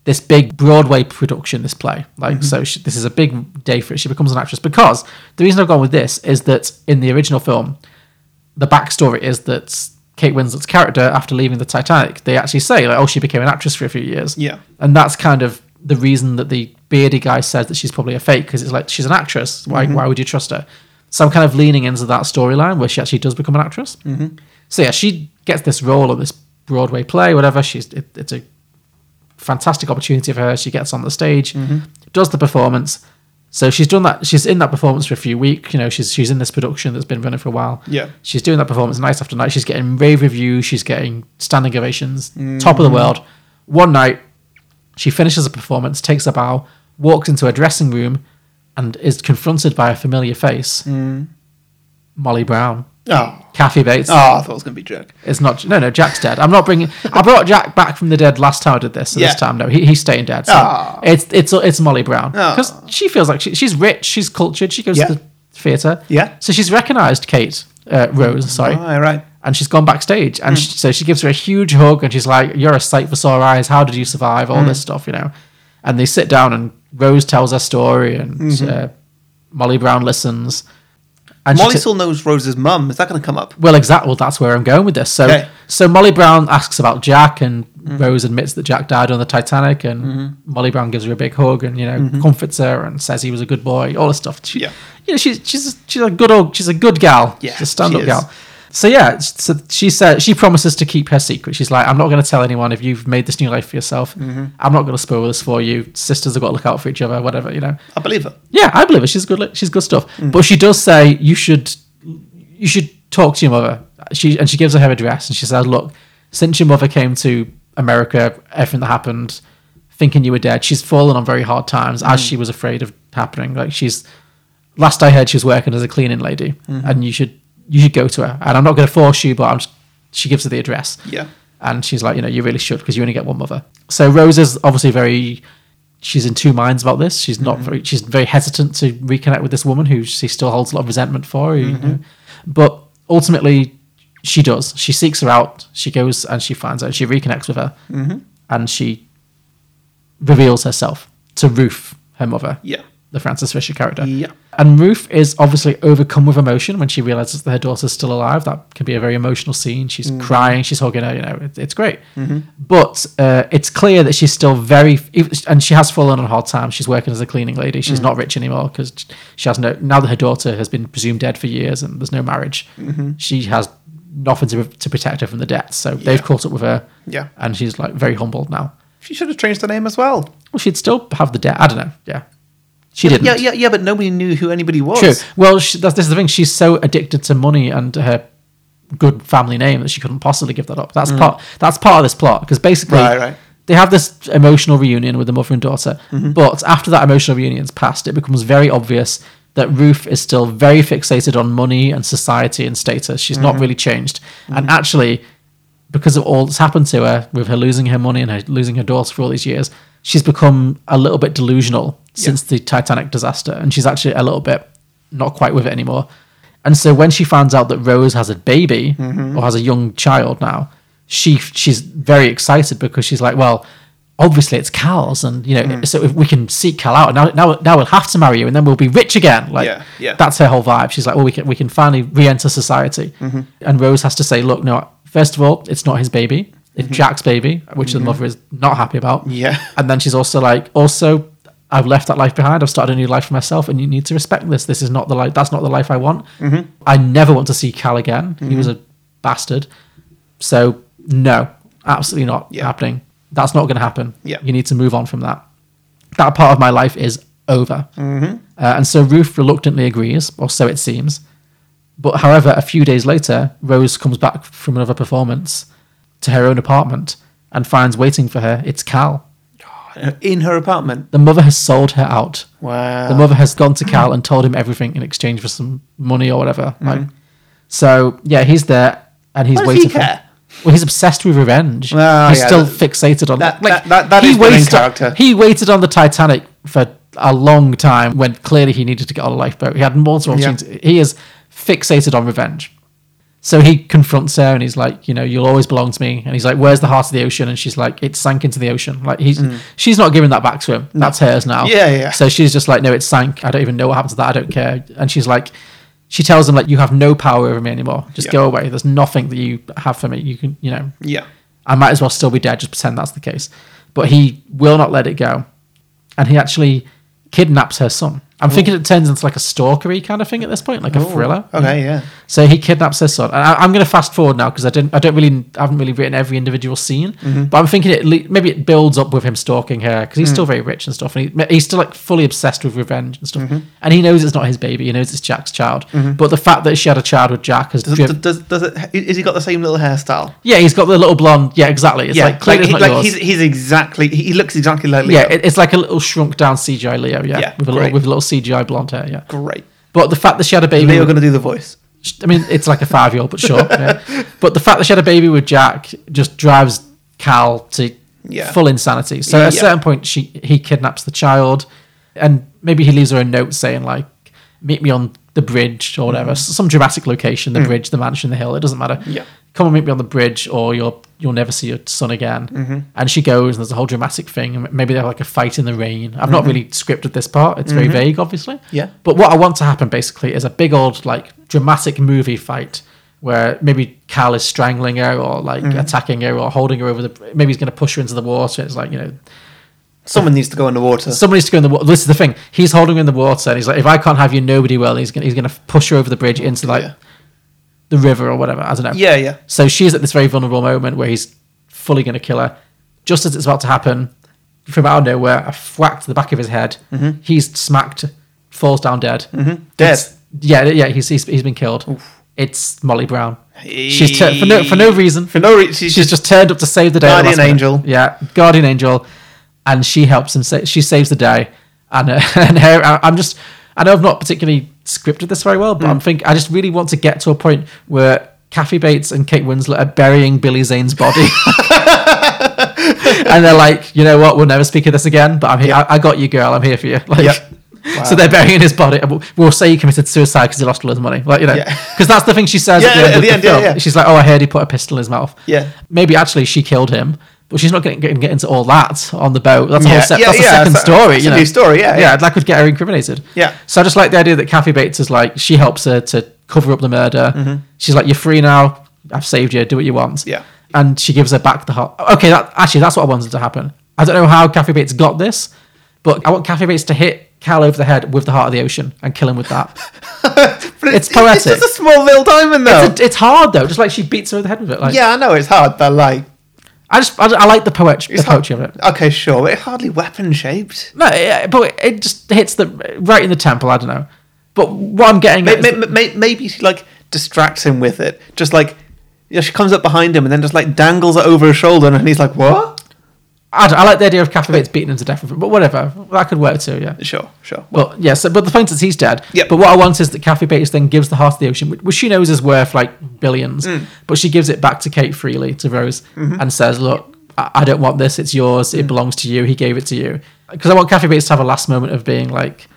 A: this big Broadway production, this play. Like, so she, this is a big day for it. She becomes an actress because the reason I've gone with this is that in the original film, the backstory is that Kate Winslet's character, after leaving the Titanic, they actually say, like, oh, she became an actress for a few years.
K: Yeah.
A: And that's kind of the reason that the beardy guy says that she's probably a fake, because it's like, she's an actress. Why, why would you trust her? So I'm kind of leaning into that storyline where she actually does become an actress. Mm-hmm. So yeah, she gets this role on this Broadway play, whatever. She's it, It's a fantastic opportunity for her. She gets on the stage, does the performance. So she's done that. She's in that performance for a few weeks. You know, she's she's in this production that's been running for a while.
K: Yeah.
A: she's doing that performance night after night. She's getting rave reviews. She's getting standing ovations. Top of the world. One night, she finishes a performance, takes a bow, walks into a dressing room, and is confronted by a familiar face. Molly Brown,
K: Oh,
A: Kathy Bates.
K: oh, I thought it was gonna be Jack.
A: It's not. No, no. Jack's dead. I'm not bringing. I brought Jack back from the dead last time I did this. So
K: Yeah.
A: This time, no, he, he's staying dead. So
K: Ah.
A: It's it's it's Molly Brown
K: Ah.
A: because she feels like she, she's rich, she's cultured, she goes
K: Yeah.
A: to the theatre.
K: Yeah.
A: So she's recognised Kate uh, Rose. Sorry.
K: All right, Hmm. right.
A: And she's gone backstage, and she, so she gives her a huge hug, and she's like, "You're a sight for sore eyes. How did you survive all
K: Hmm.
A: this stuff?" You know. And they sit down, and Rose tells her story, and
K: Mm-hmm.
A: uh, Molly Brown listens. And she
K: Molly
A: ta-
K: still knows Rose's mum. Is that gonna come up?
A: well, exactly. Well, that's where I'm going with this. So,
K: Okay. Mm.
A: so Molly Brown asks about Jack, and Rose admits that Jack died on the Titanic, and
K: Mm-hmm.
A: Molly Brown gives her a big hug and you know comforts her and says he was a good boy, all this stuff. She,
K: Yeah.
A: you know, she's she's she's a good old she's a good gal.
K: Yeah,
A: she's a stand-up
K: she is.
A: gal. So yeah, so she said she promises to keep her secret. She's like, I'm not going to tell anyone if you've made this new life for yourself.
K: Mm-hmm.
A: I'm not going to spoil this for you. Sisters have got to look out for each other, whatever you know.
K: I believe her.
A: Yeah, I believe it. She's good. She's good stuff.
K: Mm.
A: But she does say you should, you should talk to your mother. She and she gives her her address and she says, "Look, since your mother came to America, everything that happened, thinking you were dead, she's fallen on very hard times, as she was afraid of happening. Like she's, last I heard, she was working as a cleaning lady, and you should you should go to her. And I'm not going to force you, but I'm just, she gives her the address.
K: Yeah.
A: And she's like, you know, you really should because you only get one mother. So Rose is obviously very, she's in two minds about this. She's not very, she's very hesitant to reconnect with this woman who she still holds a lot of resentment for. You know? But ultimately, she does. She seeks her out. She goes and she finds her. She reconnects with her,
K: Mm-hmm.
A: and she reveals herself to Ruth, her mother
K: Yeah.
A: the Frances Fisher character.
K: Yeah.
A: And Ruth is obviously overcome with emotion when she realizes that her daughter's still alive. That can be a very emotional scene. She's
K: Mm.
A: crying, she's hugging her, you know, it, it's great.
K: Mhm.
A: But uh, it's clear that she's still very, and she has fallen on hard times. She's working as a cleaning lady. She's
K: Mm.
A: not rich anymore because she has no, now that her daughter has been presumed dead for years and there's no marriage,
K: Mhm.
A: she has nothing to, to protect her from the debts. So they've caught up with her.
K: Yeah.
A: And she's like very humbled now.
K: She should have changed her name as well.
A: Well, she'd still have the debt. I don't know. Yeah. She
K: yeah,
A: didn't.
K: Yeah, yeah, yeah, but nobody knew who anybody was.
A: True. Well, she, that's, this is the thing. She's so addicted to money and her good family name that she couldn't possibly give that up. That's
K: Mm.
A: part. That's part of this plot because basically,
K: Right, right.
A: they have this emotional reunion with the mother and daughter.
K: Mhm.
A: But after that emotional reunion's passed, it becomes very obvious that Ruth is still very fixated on money and society and status. She's not
K: Mhm.
A: really changed, and actually, because of all that's happened to her with her losing her money and her losing her daughter for all these years, she's become a little bit delusional since the Titanic disaster, and she's actually a little bit not quite with it anymore. And so when she finds out that Rose has a baby
K: Mhm.
A: or has a young child now, she she's very excited because she's like, well, obviously it's Cal's, and you know,
K: Hmm.
A: so if we can seek Cal out, now now now we'll have to marry you, and then we'll be rich again. Like
K: Yeah, yeah.
A: that's her whole vibe. She's like, well, we can we can finally re-enter society.
K: Mhm.
A: And Rose has to say, look, no, first of all, it's not his baby. It's
K: Mhm.
A: Jack's baby, which the
K: Mhm.
A: mother is not happy about.
K: Yeah.
A: And then she's also like, also, I've left that life behind. I've started a new life for myself, and you need to respect this. This is not the life. That's not the life I want.
K: Mhm.
A: I never want to see Cal again. He was
K: Mhm.
A: a bastard. So no, absolutely not
K: Yeah.
A: happening. That's not going to happen.
K: Yeah.
A: You need to move on from that. That part of my life is over.
K: Mhm.
A: Uh, and so Ruth reluctantly agrees, or so it seems. But however, a few days later, Rose comes back from another performance to her own apartment and finds waiting for her it's Cal.
K: In her apartment.
A: The mother has sold her out.
K: Wow.
A: The mother has gone to Cal and told him everything in exchange for some money or whatever. Like,
K: Mm-hmm.
A: so yeah, he's there and he's
K: What does he
A: waiting
K: care?
A: for. Well, he's obsessed with revenge.
K: Well,
A: he's
K: Ah, yeah,
A: still
K: that-
A: fixated on
K: that-
A: like
K: that- that- that
A: he
K: is the main
A: waited-
K: character.
A: He waited on the Titanic for a long time when clearly he needed to get on a lifeboat. He had multiple
K: Yeah.
A: opportunities. He is fixated on revenge. So he confronts her and he's like, you know, you'll always belong to me. And he's like, where's the heart of the ocean? And she's like, it sank into the ocean. Like he's she's not giving that back to him. That's hers now.
K: Hmm. Yeah, yeah.
A: So she's just like, no, it sank. I don't even know what happened to that. I don't care. And she's like, she tells him like, you have no power over me anymore. Just
K: Yeah.
A: go away. There's nothing that you have for me. You can, you know,
K: Yeah.
A: I might as well still be dead. Just pretend that's the case. But he will not let it go, and he actually kidnaps her son. I'm thinking it turns into like a stalkery kind of thing at this point, like a
K: Ooh.
A: thriller.
K: Oh,
A: Mm.
K: Okay, yeah.
A: So he kidnaps her son. And I, I'm going to fast forward now because I didn't, I don't really, I haven't really written every individual scene.
K: Mhm.
A: But I'm thinking it le- maybe it builds up with him stalking her because he's
K: Mm.
A: still very rich and stuff, and he, he's still like fully obsessed with revenge and stuff.
K: Mhm.
A: And he knows it's not his baby. He knows it's Jack's child.
K: Mhm.
A: But the fact that she had a child with Jack has
K: Does,
A: driv-
K: does, does it, is he got the same little hairstyle?
A: yeah, he's got the little blonde. Yeah, exactly. It's
K: yeah,
A: like
K: he-
A: clearly it's not
K: like
A: yours.
K: he's, he's exactly he he looks exactly like Leo.
A: yeah, it, it's like a little shrunk down CGI Leo. Yeah,
K: Yeah,
A: with a little
K: great.
A: with a little CGI blonde hair. Yeah,
K: great.
A: but the fact that she had a baby.
K: Leo
A: with-
K: gonna do the voice.
A: I mean, it's like a five year old, but sure. yeah. But the fact that she had a baby with Jack just drives Cal to
K: Yeah.
A: full insanity. So at a
K: Yeah.
A: certain point, she he kidnaps the child, and maybe he leaves her a note saying like, "Meet me on the bridge or whatever, s- some dramatic location, the
K: Mm-hmm. Mm.
A: bridge, the mansion, the hill. It doesn't matter.
K: Yeah.
A: Come and meet me on the bridge, or you'll you'll never see your son again."
K: Mhm.
A: And she goes, and there's a whole dramatic thing, and maybe they have like a fight in the rain. I've not
K: Mhm.
A: really scripted this part; it's very
K: Mhm.
A: vague, obviously.
K: Yeah.
A: But what I want to happen basically is a big old like dramatic movie fight where maybe Cal is strangling her or like
K: Mhm.
A: attacking her or holding her over the maybe he's going to push her into the water. It's like you know
K: Someone needs to go underwater.
A: someone needs to go in the water. This is the thing. He's holding her in the water and he's like, if I can't have you, nobody will. He's gonna he's gonna push her over the bridge into like
K: Yeah.
A: the river or whatever. I don't know.
K: yeah, yeah.
A: So she's at this very vulnerable moment where he's fully going to kill her. Just as it's about to happen, from out of nowhere, a whack to the back of his head.
K: Mhm.
A: He's smacked, falls down dead.
K: Mhm.
A: Dead.
K: Dead.
A: yeah, yeah. He's he's, he's been killed. It's Molly Brown. She's tur- for no for no reason.
K: For no reason,
A: She's, just turned up to save the day. at the
K: Guardian
A: last minute.
K: angel.
A: Yeah, guardian angel, and she helps him. Sa- she saves the day, and uh, and her. I, I'm just. I know I've not particularly scripted this very well, but
K: Hmm.
A: I'm think I just really want to get to a point where Kathy Bates and Kate Winslet are burying Billy Zane's body. and they're like, you know what? We'll never speak of this again. But I'm here. I, I got you, girl. I'm here for you. Like,
K: Yep.
A: So they're burying his body. We'll- We'll say he committed suicide because he lost all his money. Like you know,
K: Yeah.
A: because that's the thing she says
K: Yeah,
A: at the end
K: at
A: of
K: the
A: the
K: end, yeah,
A: film.
K: yeah.
A: She's like, "Oh, I heard he put a pistol in his mouth."
K: Yeah.
A: Maybe actually she killed him, But she's not getting, getting get into all that on the boat. That's a whole
B: Yeah,
A: set,
B: yeah,
A: that's a
B: yeah,
A: second
B: that's a-
A: story.
B: that's
A: you
B: a
A: know.
B: new story, yeah, yeah.
A: that could get her incriminated.
B: Yeah.
A: So I just like the idea that Kathy Bates is like she helps her to cover up the murder. She's like, "You're free now. I've saved you. Do what you want."
B: Mm-hmm. Yeah.
A: And she gives her back the heart. Okay, that actually that's what I wanted to happen. I don't know how Kathy Bates got this, but I want Kathy Bates to hit Cal over the head with the heart of the ocean and kill him with that.
B: But
A: It's poetic.
B: It's just a small little diamond, though.
A: It's, a- it's hard though, just like she beats her over the head with it. Like,
B: yeah, I know it's hard, but like,
A: I just I, I like the poetry, the
B: It's hard-
A: poetry of it.
B: okay, sure, but it's hardly weapon shaped.
A: No, yeah, but it just hits the right in the temple. I don't know. But what I'm getting at is-
B: Maybe, maybe she like distracts him with it, just like. Yeah, she comes up behind him and then just like dangles it over his shoulder, and he's like, "What?
A: I, don't- I like the idea of Kathy Bates beating him to death, with it, but whatever, that could work too. Yeah.
B: Sure, sure.
A: Well, yes, but the point is he's dead.
B: Yeah.
A: But what I want is that Kathy Bates then gives the heart of the ocean, which, which she knows is worth like billions, but she gives it back to Kate freely to Rose and says, "Look, I, I don't want this. It's yours. It belongs to you. He gave it to you." Because I want Kathy Bates to have a last moment of being like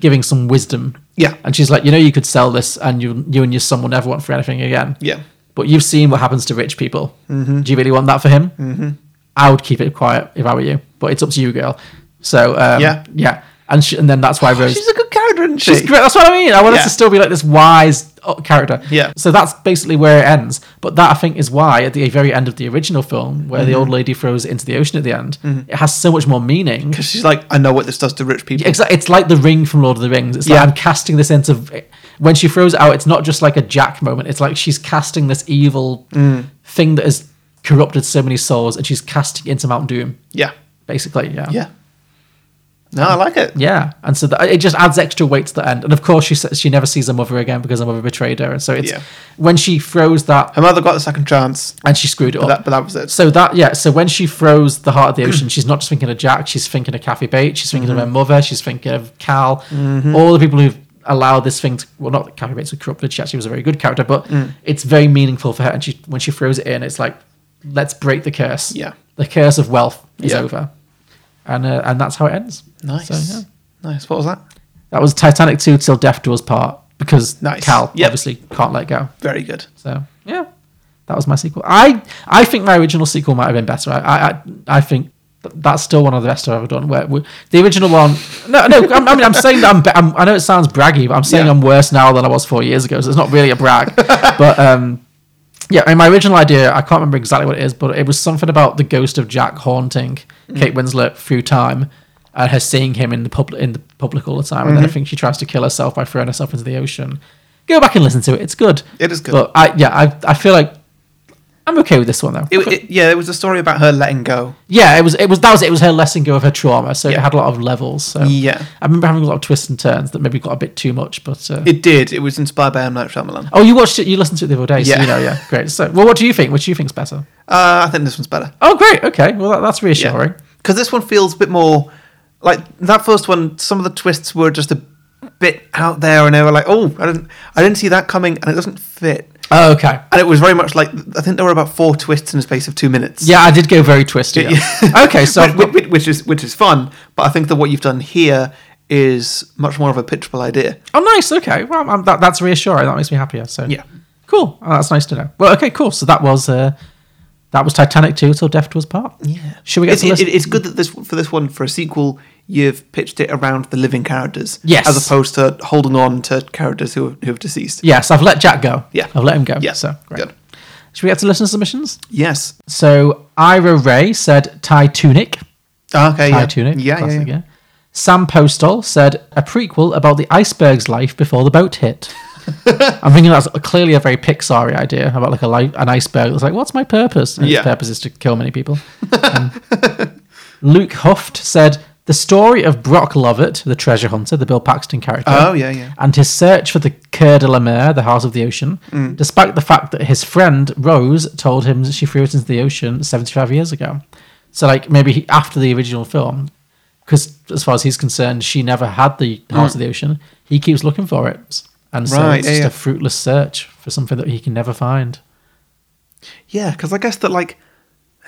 A: giving some wisdom.
B: Yeah.
A: And she's like, "You know, you could sell this, and you you and your son will never want for anything again."
B: Yeah.
A: But you've seen what happens to rich people. Do you really want that for him? Mm-hmm. I would keep it quiet if I were you, but it's up to you, girl. So um,
B: Yeah. Oh,
A: yeah. And she, and then that's why Rose.
B: She's a good character, isn't she?
A: She's great. That's what I mean. I want her
B: Yeah.
A: to still be like this wise uh, character.
B: Yeah.
A: So that's basically where it ends. But that I think is why at the very end of the original film, where
B: Mm-hmm.
A: the old lady throws it into the ocean at the end, it has so much more meaning.
B: Because she's like, I know what this does to rich people.
A: Exactly. It's like the ring from Lord of the Rings. It's like
B: Yeah.
A: I'm casting this into. When she throws it out, it's not just like a Jack moment. It's like she's casting this evil
B: Mm.
A: thing that has corrupted so many souls, and she's casting it into Mount Doom.
B: Yeah,
A: Basically, yeah.
B: yeah. No, I like it.
A: Yeah, and so that, it just adds extra weight to the end. And of course, she says she never sees her mother again because her mother betrayed her. And so it's
B: Yeah.
A: when she throws that
B: Her mother got the second chance,
A: and she screwed it up.
B: but that, but that was it.
A: Oh. so that yeah, so when she throws the heart of the ocean, she's not just thinking of Jack. She's thinking of Kathy Bates. She's thinking
B: Mm-hmm.
A: of her mother. She's thinking of Cal. All the people who've allowed this thing to well, not that Kathy Bates was corrupted. She actually was a very good character, but
B: Mm.
A: it's very meaningful for her. And she when she throws it in, it's like let's break the curse.
B: Yeah.
A: the curse of wealth is
B: Yeah.
A: over, and uh, and that's how it ends.
B: nice,
A: So, yeah.
B: nice. What was that?
A: That was Titanic 2 till death do us part because
B: Nice.
A: Cal
B: Yep.
A: obviously can't let go.
B: Very good.
A: So yeah, that was my sequel. I I think my original sequel might have been better. I I I think th- that's still one of the best I've ever done. Where we, the original one, no no, I'm, I mean I'm saying that I'm, be- I'm I know it sounds braggy, but I'm saying
B: Yeah.
A: I'm worse now than I was four years ago. So it's not really a brag, but um. Yeah, and my original idea, I can't remember exactly what it is, but it was something about the ghost of Jack haunting
B: Mm.
A: Kate Winslet through time and her seeing him in the public in the public all the time. And then I
B: Mm-hmm.
A: think she tries to kill herself by throwing herself into the ocean. Go back and listen to it. It's good.
B: It is good.
A: But I yeah, I I feel like I'm okay with this one though.
B: It, it, yeah, it was a story about her letting go.
A: yeah, it was it was that was it, it was her letting go of her trauma, so it
B: Yeah.
A: had a lot of levels. So
B: Yeah.
A: I remember having a lot of twists and turns that maybe got a bit too much, but uh,
B: It did. It was inspired by M. Night Shyamalan.
A: Oh, you watched it. You listened to it the other day, so
B: Yeah.
A: you know. Yeah, great. So, well, what do you think? Which do you think's better?
B: Uh, I think this one's better.
A: Oh, great. Okay. Well, that, that's reassuring.
B: Because this one feels a bit more like that first one. Some of the twists were just a bit out there, and they were like, "Oh, I didn't, I didn't see that coming," and it doesn't fit.
A: Oh, okay.
B: And it was very much like I think there were about four twists in a space of two minutes.
A: Yeah, I did go very twisty. yeah. okay, so I've
B: which,
A: got-
B: which, which is which is fun, but I think that what you've done here is much more of a pitchable idea.
A: oh, nice. Okay, well, i that, that's reassuring. That makes me happier. So
B: Yeah.
A: cool. Oh, that's nice to know. Well, okay, cool. So that was uh, that was Titanic two till death do us part. Yeah. Should we get
B: It's,
A: to listen?
B: it, it's good that this for this one for a sequel you've pitched it around the living characters,
A: Yes.
B: as opposed to holding on to characters who who have deceased.
A: yes, I've let Jack go.
B: Yeah.
A: I've let him go.
B: Yeah,
A: So great.
B: good.
A: Should we get to listener submissions?
B: Yes.
A: So Ira Ray said Thai tunic.
B: Oh, Okay.
A: Thai
B: yeah.
A: tunic.
B: Yeah, yeah,
A: classic,
B: yeah.
A: yeah. Sam Postal said a prequel about the iceberg's life before the boat hit. I'm thinking that's clearly a very Pixar idea about like a li- an iceberg. It's like, what's my purpose? And
B: Yeah.
A: Its purpose is to kill many people. Um, Luke Huft said the story of Brock Lovett, the treasure hunter, the Bill Paxton character.
B: Oh, yeah, yeah.
A: And his search for the Coeur de la Mer, the Heart of the Ocean,
B: Mm.
A: despite the fact that his friend Rose told him that she threw it into the ocean 75 years ago. So, like, maybe he, after the original film, because as far as he's concerned, she never had the Heart of the Ocean, he keeps looking for it. And so
B: Mm. Right,
A: it's
B: yeah,
A: just
B: yeah.
A: a fruitless search for something that he can never find.
B: Yeah, because I guess that like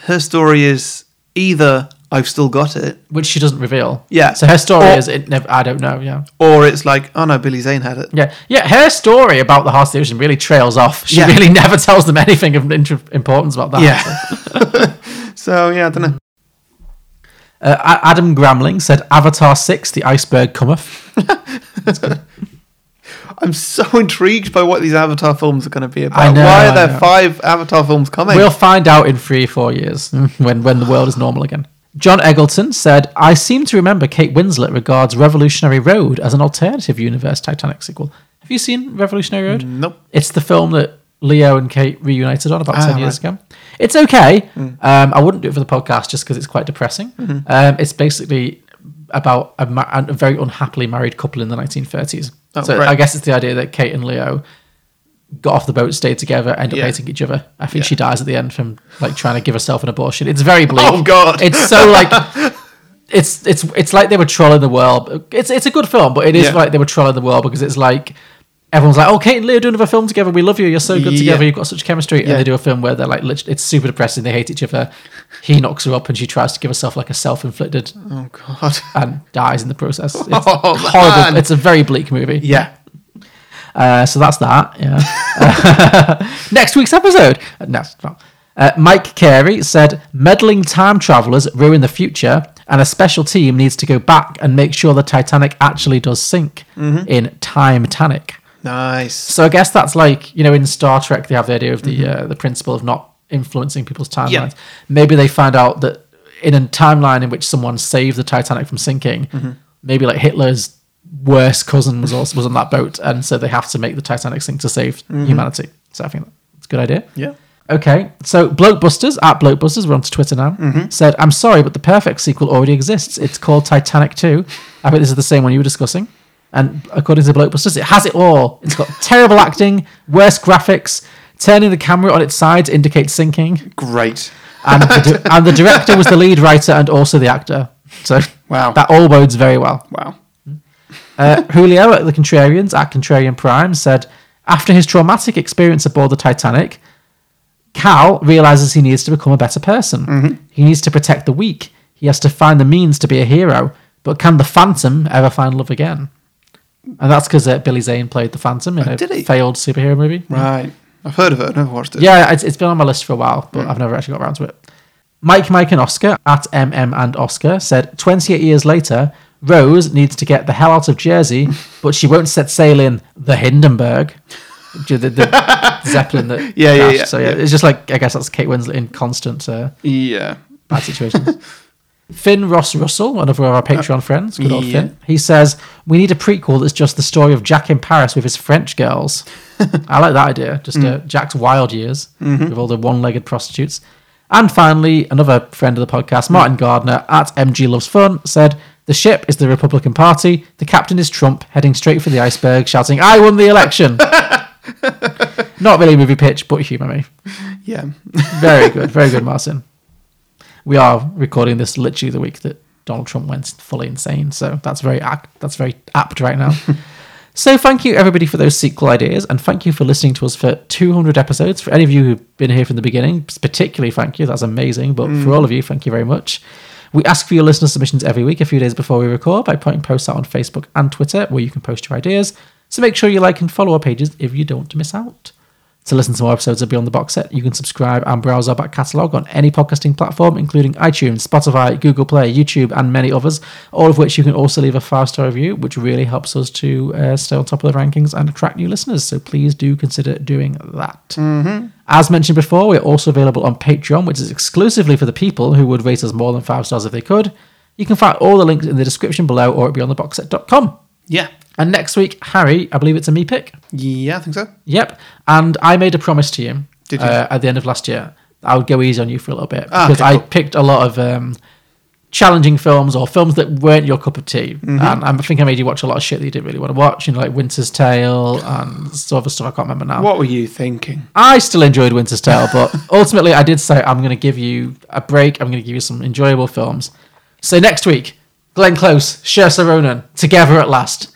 B: her story is either I've still got it,
A: Which she doesn't reveal.
B: Yeah.
A: So her story
B: Or-
A: is it never. I don't know. Yeah.
B: or it's like, oh no, Billy Zane had it.
A: Yeah, yeah. Her story about the Heart of the Ocean really trails off. She
B: Yeah.
A: really never tells them anything of inter- importance about that.
B: Yeah. So yeah, I don't know.
A: Uh, A- Adam Gramling said, "Avatar six: The Iceberg Cometh."
B: I'm so intrigued by what these Avatar films are going to be about.
A: I know,
B: Why are
A: I
B: there
A: know.
B: five Avatar films coming?
A: We'll find out in three, four years when when the world is normal again. John Eggleton said, "I seem to remember Kate Winslet regards Revolutionary Road as an alternative universe Titanic sequel. Have you seen Revolutionary Road?
B: Nope.
A: It's the film that Leo and Kate reunited on about
B: Ah, Mm.
A: ten years ago. It's okay. Um, I wouldn't do it for the podcast just because it's quite depressing.
B: Mm-hmm.
A: Um, it's basically about a, ma- a very unhappily married couple in the 1930s.
B: Oh,
A: so
B: right.
A: I guess it's the idea that Kate and Leo got off the boat, stayed together, end up
B: Yeah.
A: hating each other. I think she dies at the end from like trying to give herself an abortion. It's very bleak.
B: Oh, God.
A: It's so like it's it's it's like they were trolling the world. It's it's a good film, but it is
B: Yeah.
A: like they were trolling the world because it's like everyone's like, "Oh, Kate and Leo do another film together. We love you. You're so good
B: Yeah.
A: together. You've got such chemistry."
B: Yeah.
A: And they do a film where they're like, lit- it's super depressing. They hate each other. He knocks her up, and she tries to give herself like a self-inflicted
B: Oh God.
A: and dies in the process. It's
B: Oh,
A: horrible.
B: man.
A: It's a very bleak movie.
B: yeah.
A: Uh, so that's that. Yeah. Uh, Next week's episode. Uh, No, it's not. Uh, Mike Carey said, "Meddling time travelers ruin the future, and a special team needs to go back and make sure the Titanic actually does sink in Time Tanic."
B: Nice.
A: So I guess that's like you know in Star Trek they have the idea of the uh, the principle of not influencing people's timelines.
B: Yeah.
A: Maybe they find out that in a timeline in which someone saved the Titanic from sinking, maybe like Hitler's worst cousin was also was on that boat, and so they have to make the Titanic sink to save humanity. So I think that's a good idea.
B: Yeah.
A: Okay, so Blokebusters at Blokebusters, we're onto Twitter now. Said, "I'm sorry, but the perfect sequel already exists. It's called Titanic 2. I think this is the same one you were discussing. And according to Blokebusters, it has it all. It's got terrible acting, worse graphics, turning the camera on its side to indicate sinking,
B: Great.
A: and the, di- and the director was the lead writer and also the actor. So
B: Wow.
A: that all bodes very well."
B: Wow.
A: Uh, Julio at the Contrarians at Contrarian Prime said, after his traumatic experience aboard the Titanic, Cal realizes he needs to become a better person. He needs to protect the weak. He has to find the means to be a hero. But can the Phantom ever find love again? And that's because uh, Billy Zane played the Phantom in a
B: did he?
A: failed superhero movie.
B: Right. I've heard of it. I've never watched it.
A: Yeah, it's, it's been on my list for a while,
B: Hmm.
A: but I've never actually got around to it. Mike, Mike, and Oscar at MM and Oscar said 28 years later, Rose needs to get the hell out of Jersey, but she won't set sail in the Hindenburg. The, the- the Zeppelin that.
B: Yeah, yeah,
A: crashed.
B: yeah,
A: So, yeah,
B: yeah.
A: it's just like, I guess that's Kate Winslet in constant uh,
B: Yeah.
A: bad situations. Finn Ross Russell, one of our Patreon friends, good old
B: yeah.
A: Finn, he says, We need a prequel that's just the story of Jack in Paris with his French girls. I like that idea. Just uh, Jack's wild years with all the one legged prostitutes. And finally, another friend of the podcast, Martin Gardner at MG Loves Fun, said, The ship is the Republican Party. The captain is Trump, heading straight for the iceberg, shouting, I won the election. Not really a movie pitch, but humour me.
B: Yeah.
A: Very good, very good, Martin. We are recording this literally the week that Donald Trump went fully insane, so that's very ac- that's very apt right now. so thank you everybody for those sequel ideas, and thank you for listening to us for 200 episodes. For any of you who've been here from the beginning, particularly thank you. That's amazing. But for all of you, thank you very much. We ask for your listener submissions every week, a few days before we record, by putting posts out on Facebook and Twitter, where you can post your ideas. So make sure you like and follow our pages if you don't want to miss out. To listen to more episodes of Beyond the Box Set, you can subscribe and browse our back catalogue on any podcasting platform, including iTunes, Spotify, Google Play, YouTube, and many others, all of which you can also leave a five star review, which really helps us to uh, stay on top of the rankings and attract new listeners. So please do consider doing that. As mentioned before, we're also available on Patreon, which is exclusively for the people who would rate us more than five stars if they could. You can find all the links in the description below or at beyondtheboxset.com.
B: Yeah.
A: And next week, Harry, I believe it's a me pick.
B: Yeah. I think so.
A: Yep. And I made a promise to you,
B: Did you?
A: Uh, at the end of last year. I would go easy on you for a little bit
B: Ah,
A: because
B: okay,
A: I
B: cool.
A: picked a lot of um, challenging films or films that weren't your cup of tea.
B: Mm-hmm.
A: And I think I made you watch a lot of shit that you didn't really want to watch, you know, like Winter's Tale and sort of other stuff I can't remember now.
B: What were you thinking?
A: I still enjoyed Winter's Tale, but ultimately I did say I'm going to give you a break. I'm going to give you some enjoyable films. So next week, Glenn Close, Saoirse Ronan, together at last.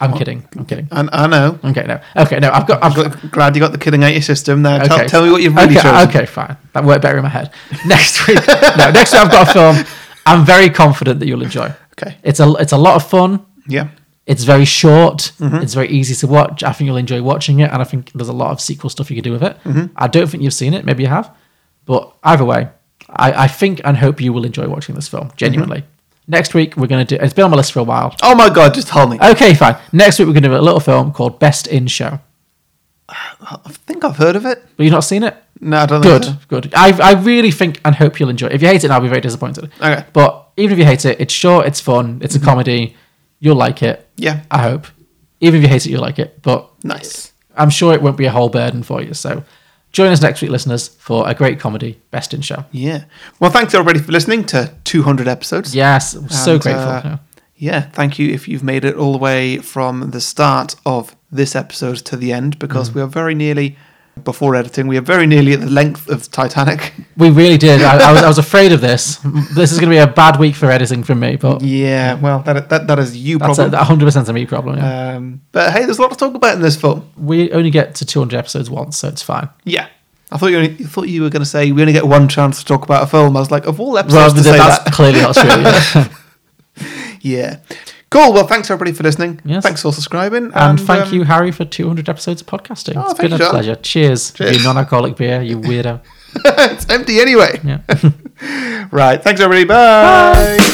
A: I'm kidding. I'm kidding.
B: And I know.
A: Okay, no. Okay, no. I've got. I've got.
B: Gl- Glad you got the kidding out your system. Now tell, tell me what you've really
A: okay,
B: chosen.
A: Okay, fine. That worked better in my head. Next week, no, next week I've got a film. I'm very confident that you'll enjoy.
B: Okay.
A: it's a it's a lot of fun.
B: Yeah.
A: It's very short.
B: Mm-hmm.
A: It's very easy to watch. I think you'll enjoy watching it, and I
B: Mm-hmm.
A: think there's a lot of sequel stuff you can do with it. I don't think you've seen it. Maybe you have, but either way, I, I think and hope you will enjoy watching this
B: Mm-hmm.
A: film, genuinely. Next week, we're going to do it's been on my list for a while.
B: Oh my god, just tell me.
A: Okay, fine. Next week, we're going to do a little film called Best in Show.
B: I think I've heard of it.
A: But you've not seen it?
B: No, I don't think
A: Good,
B: so.
A: good. I, I really think and hope you'll enjoy it. If you hate it, I'll be very disappointed.
B: Okay. Mm-hmm.
A: But even if you hate it, it's short, it's fun, it's a comedy. You'll like it.
B: Yeah.
A: I hope. Even if you hate it, you'll like it. But
B: Nice.
A: I'm sure it won't be a whole burden for you. So join us next week, listeners, for a great comedy, Best in Show.
B: Yeah. Well, thanks everybody for listening to 200 episodes.
A: Yes, I'm so
B: And,
A: grateful.
B: uh,
A: yeah.
B: yeah, thank you if you've made it all the way from the start of this episode to the end because we are very nearly before editing. We are very nearly at the length of Titanic.
A: We really did. I, I, was, I was afraid of this. This is going to be a bad week for editing from me, but
B: Yeah, well, that that, that is you
A: that's a,
B: problem.
A: 100% a me problem. Yeah.
B: um, but hey, there's a lot to talk about in this film.
A: we only get to 200 episodes once, so it's fine.
B: Yeah. I thought you only, I thought you were going to say we only get one chance to talk about a film. I was like, of all
A: Well,
B: episodes to
A: that's
B: say that.
A: clearly not true. yeah.
B: Yeah. Cool. Well, thanks everybody for listening.
A: Yes.
B: Thanks for subscribing.
A: And thank
B: um,
A: you, Harry, for 200 episodes of podcasting.
B: Oh,
A: it's
B: thank
A: been
B: you,
A: a
B: John.
A: pleasure. Cheers,
B: Cheers.
A: you non alcoholic beer, you weirdo.
B: it's empty anyway.
A: Yeah.
B: Right. Thanks everybody. Bye.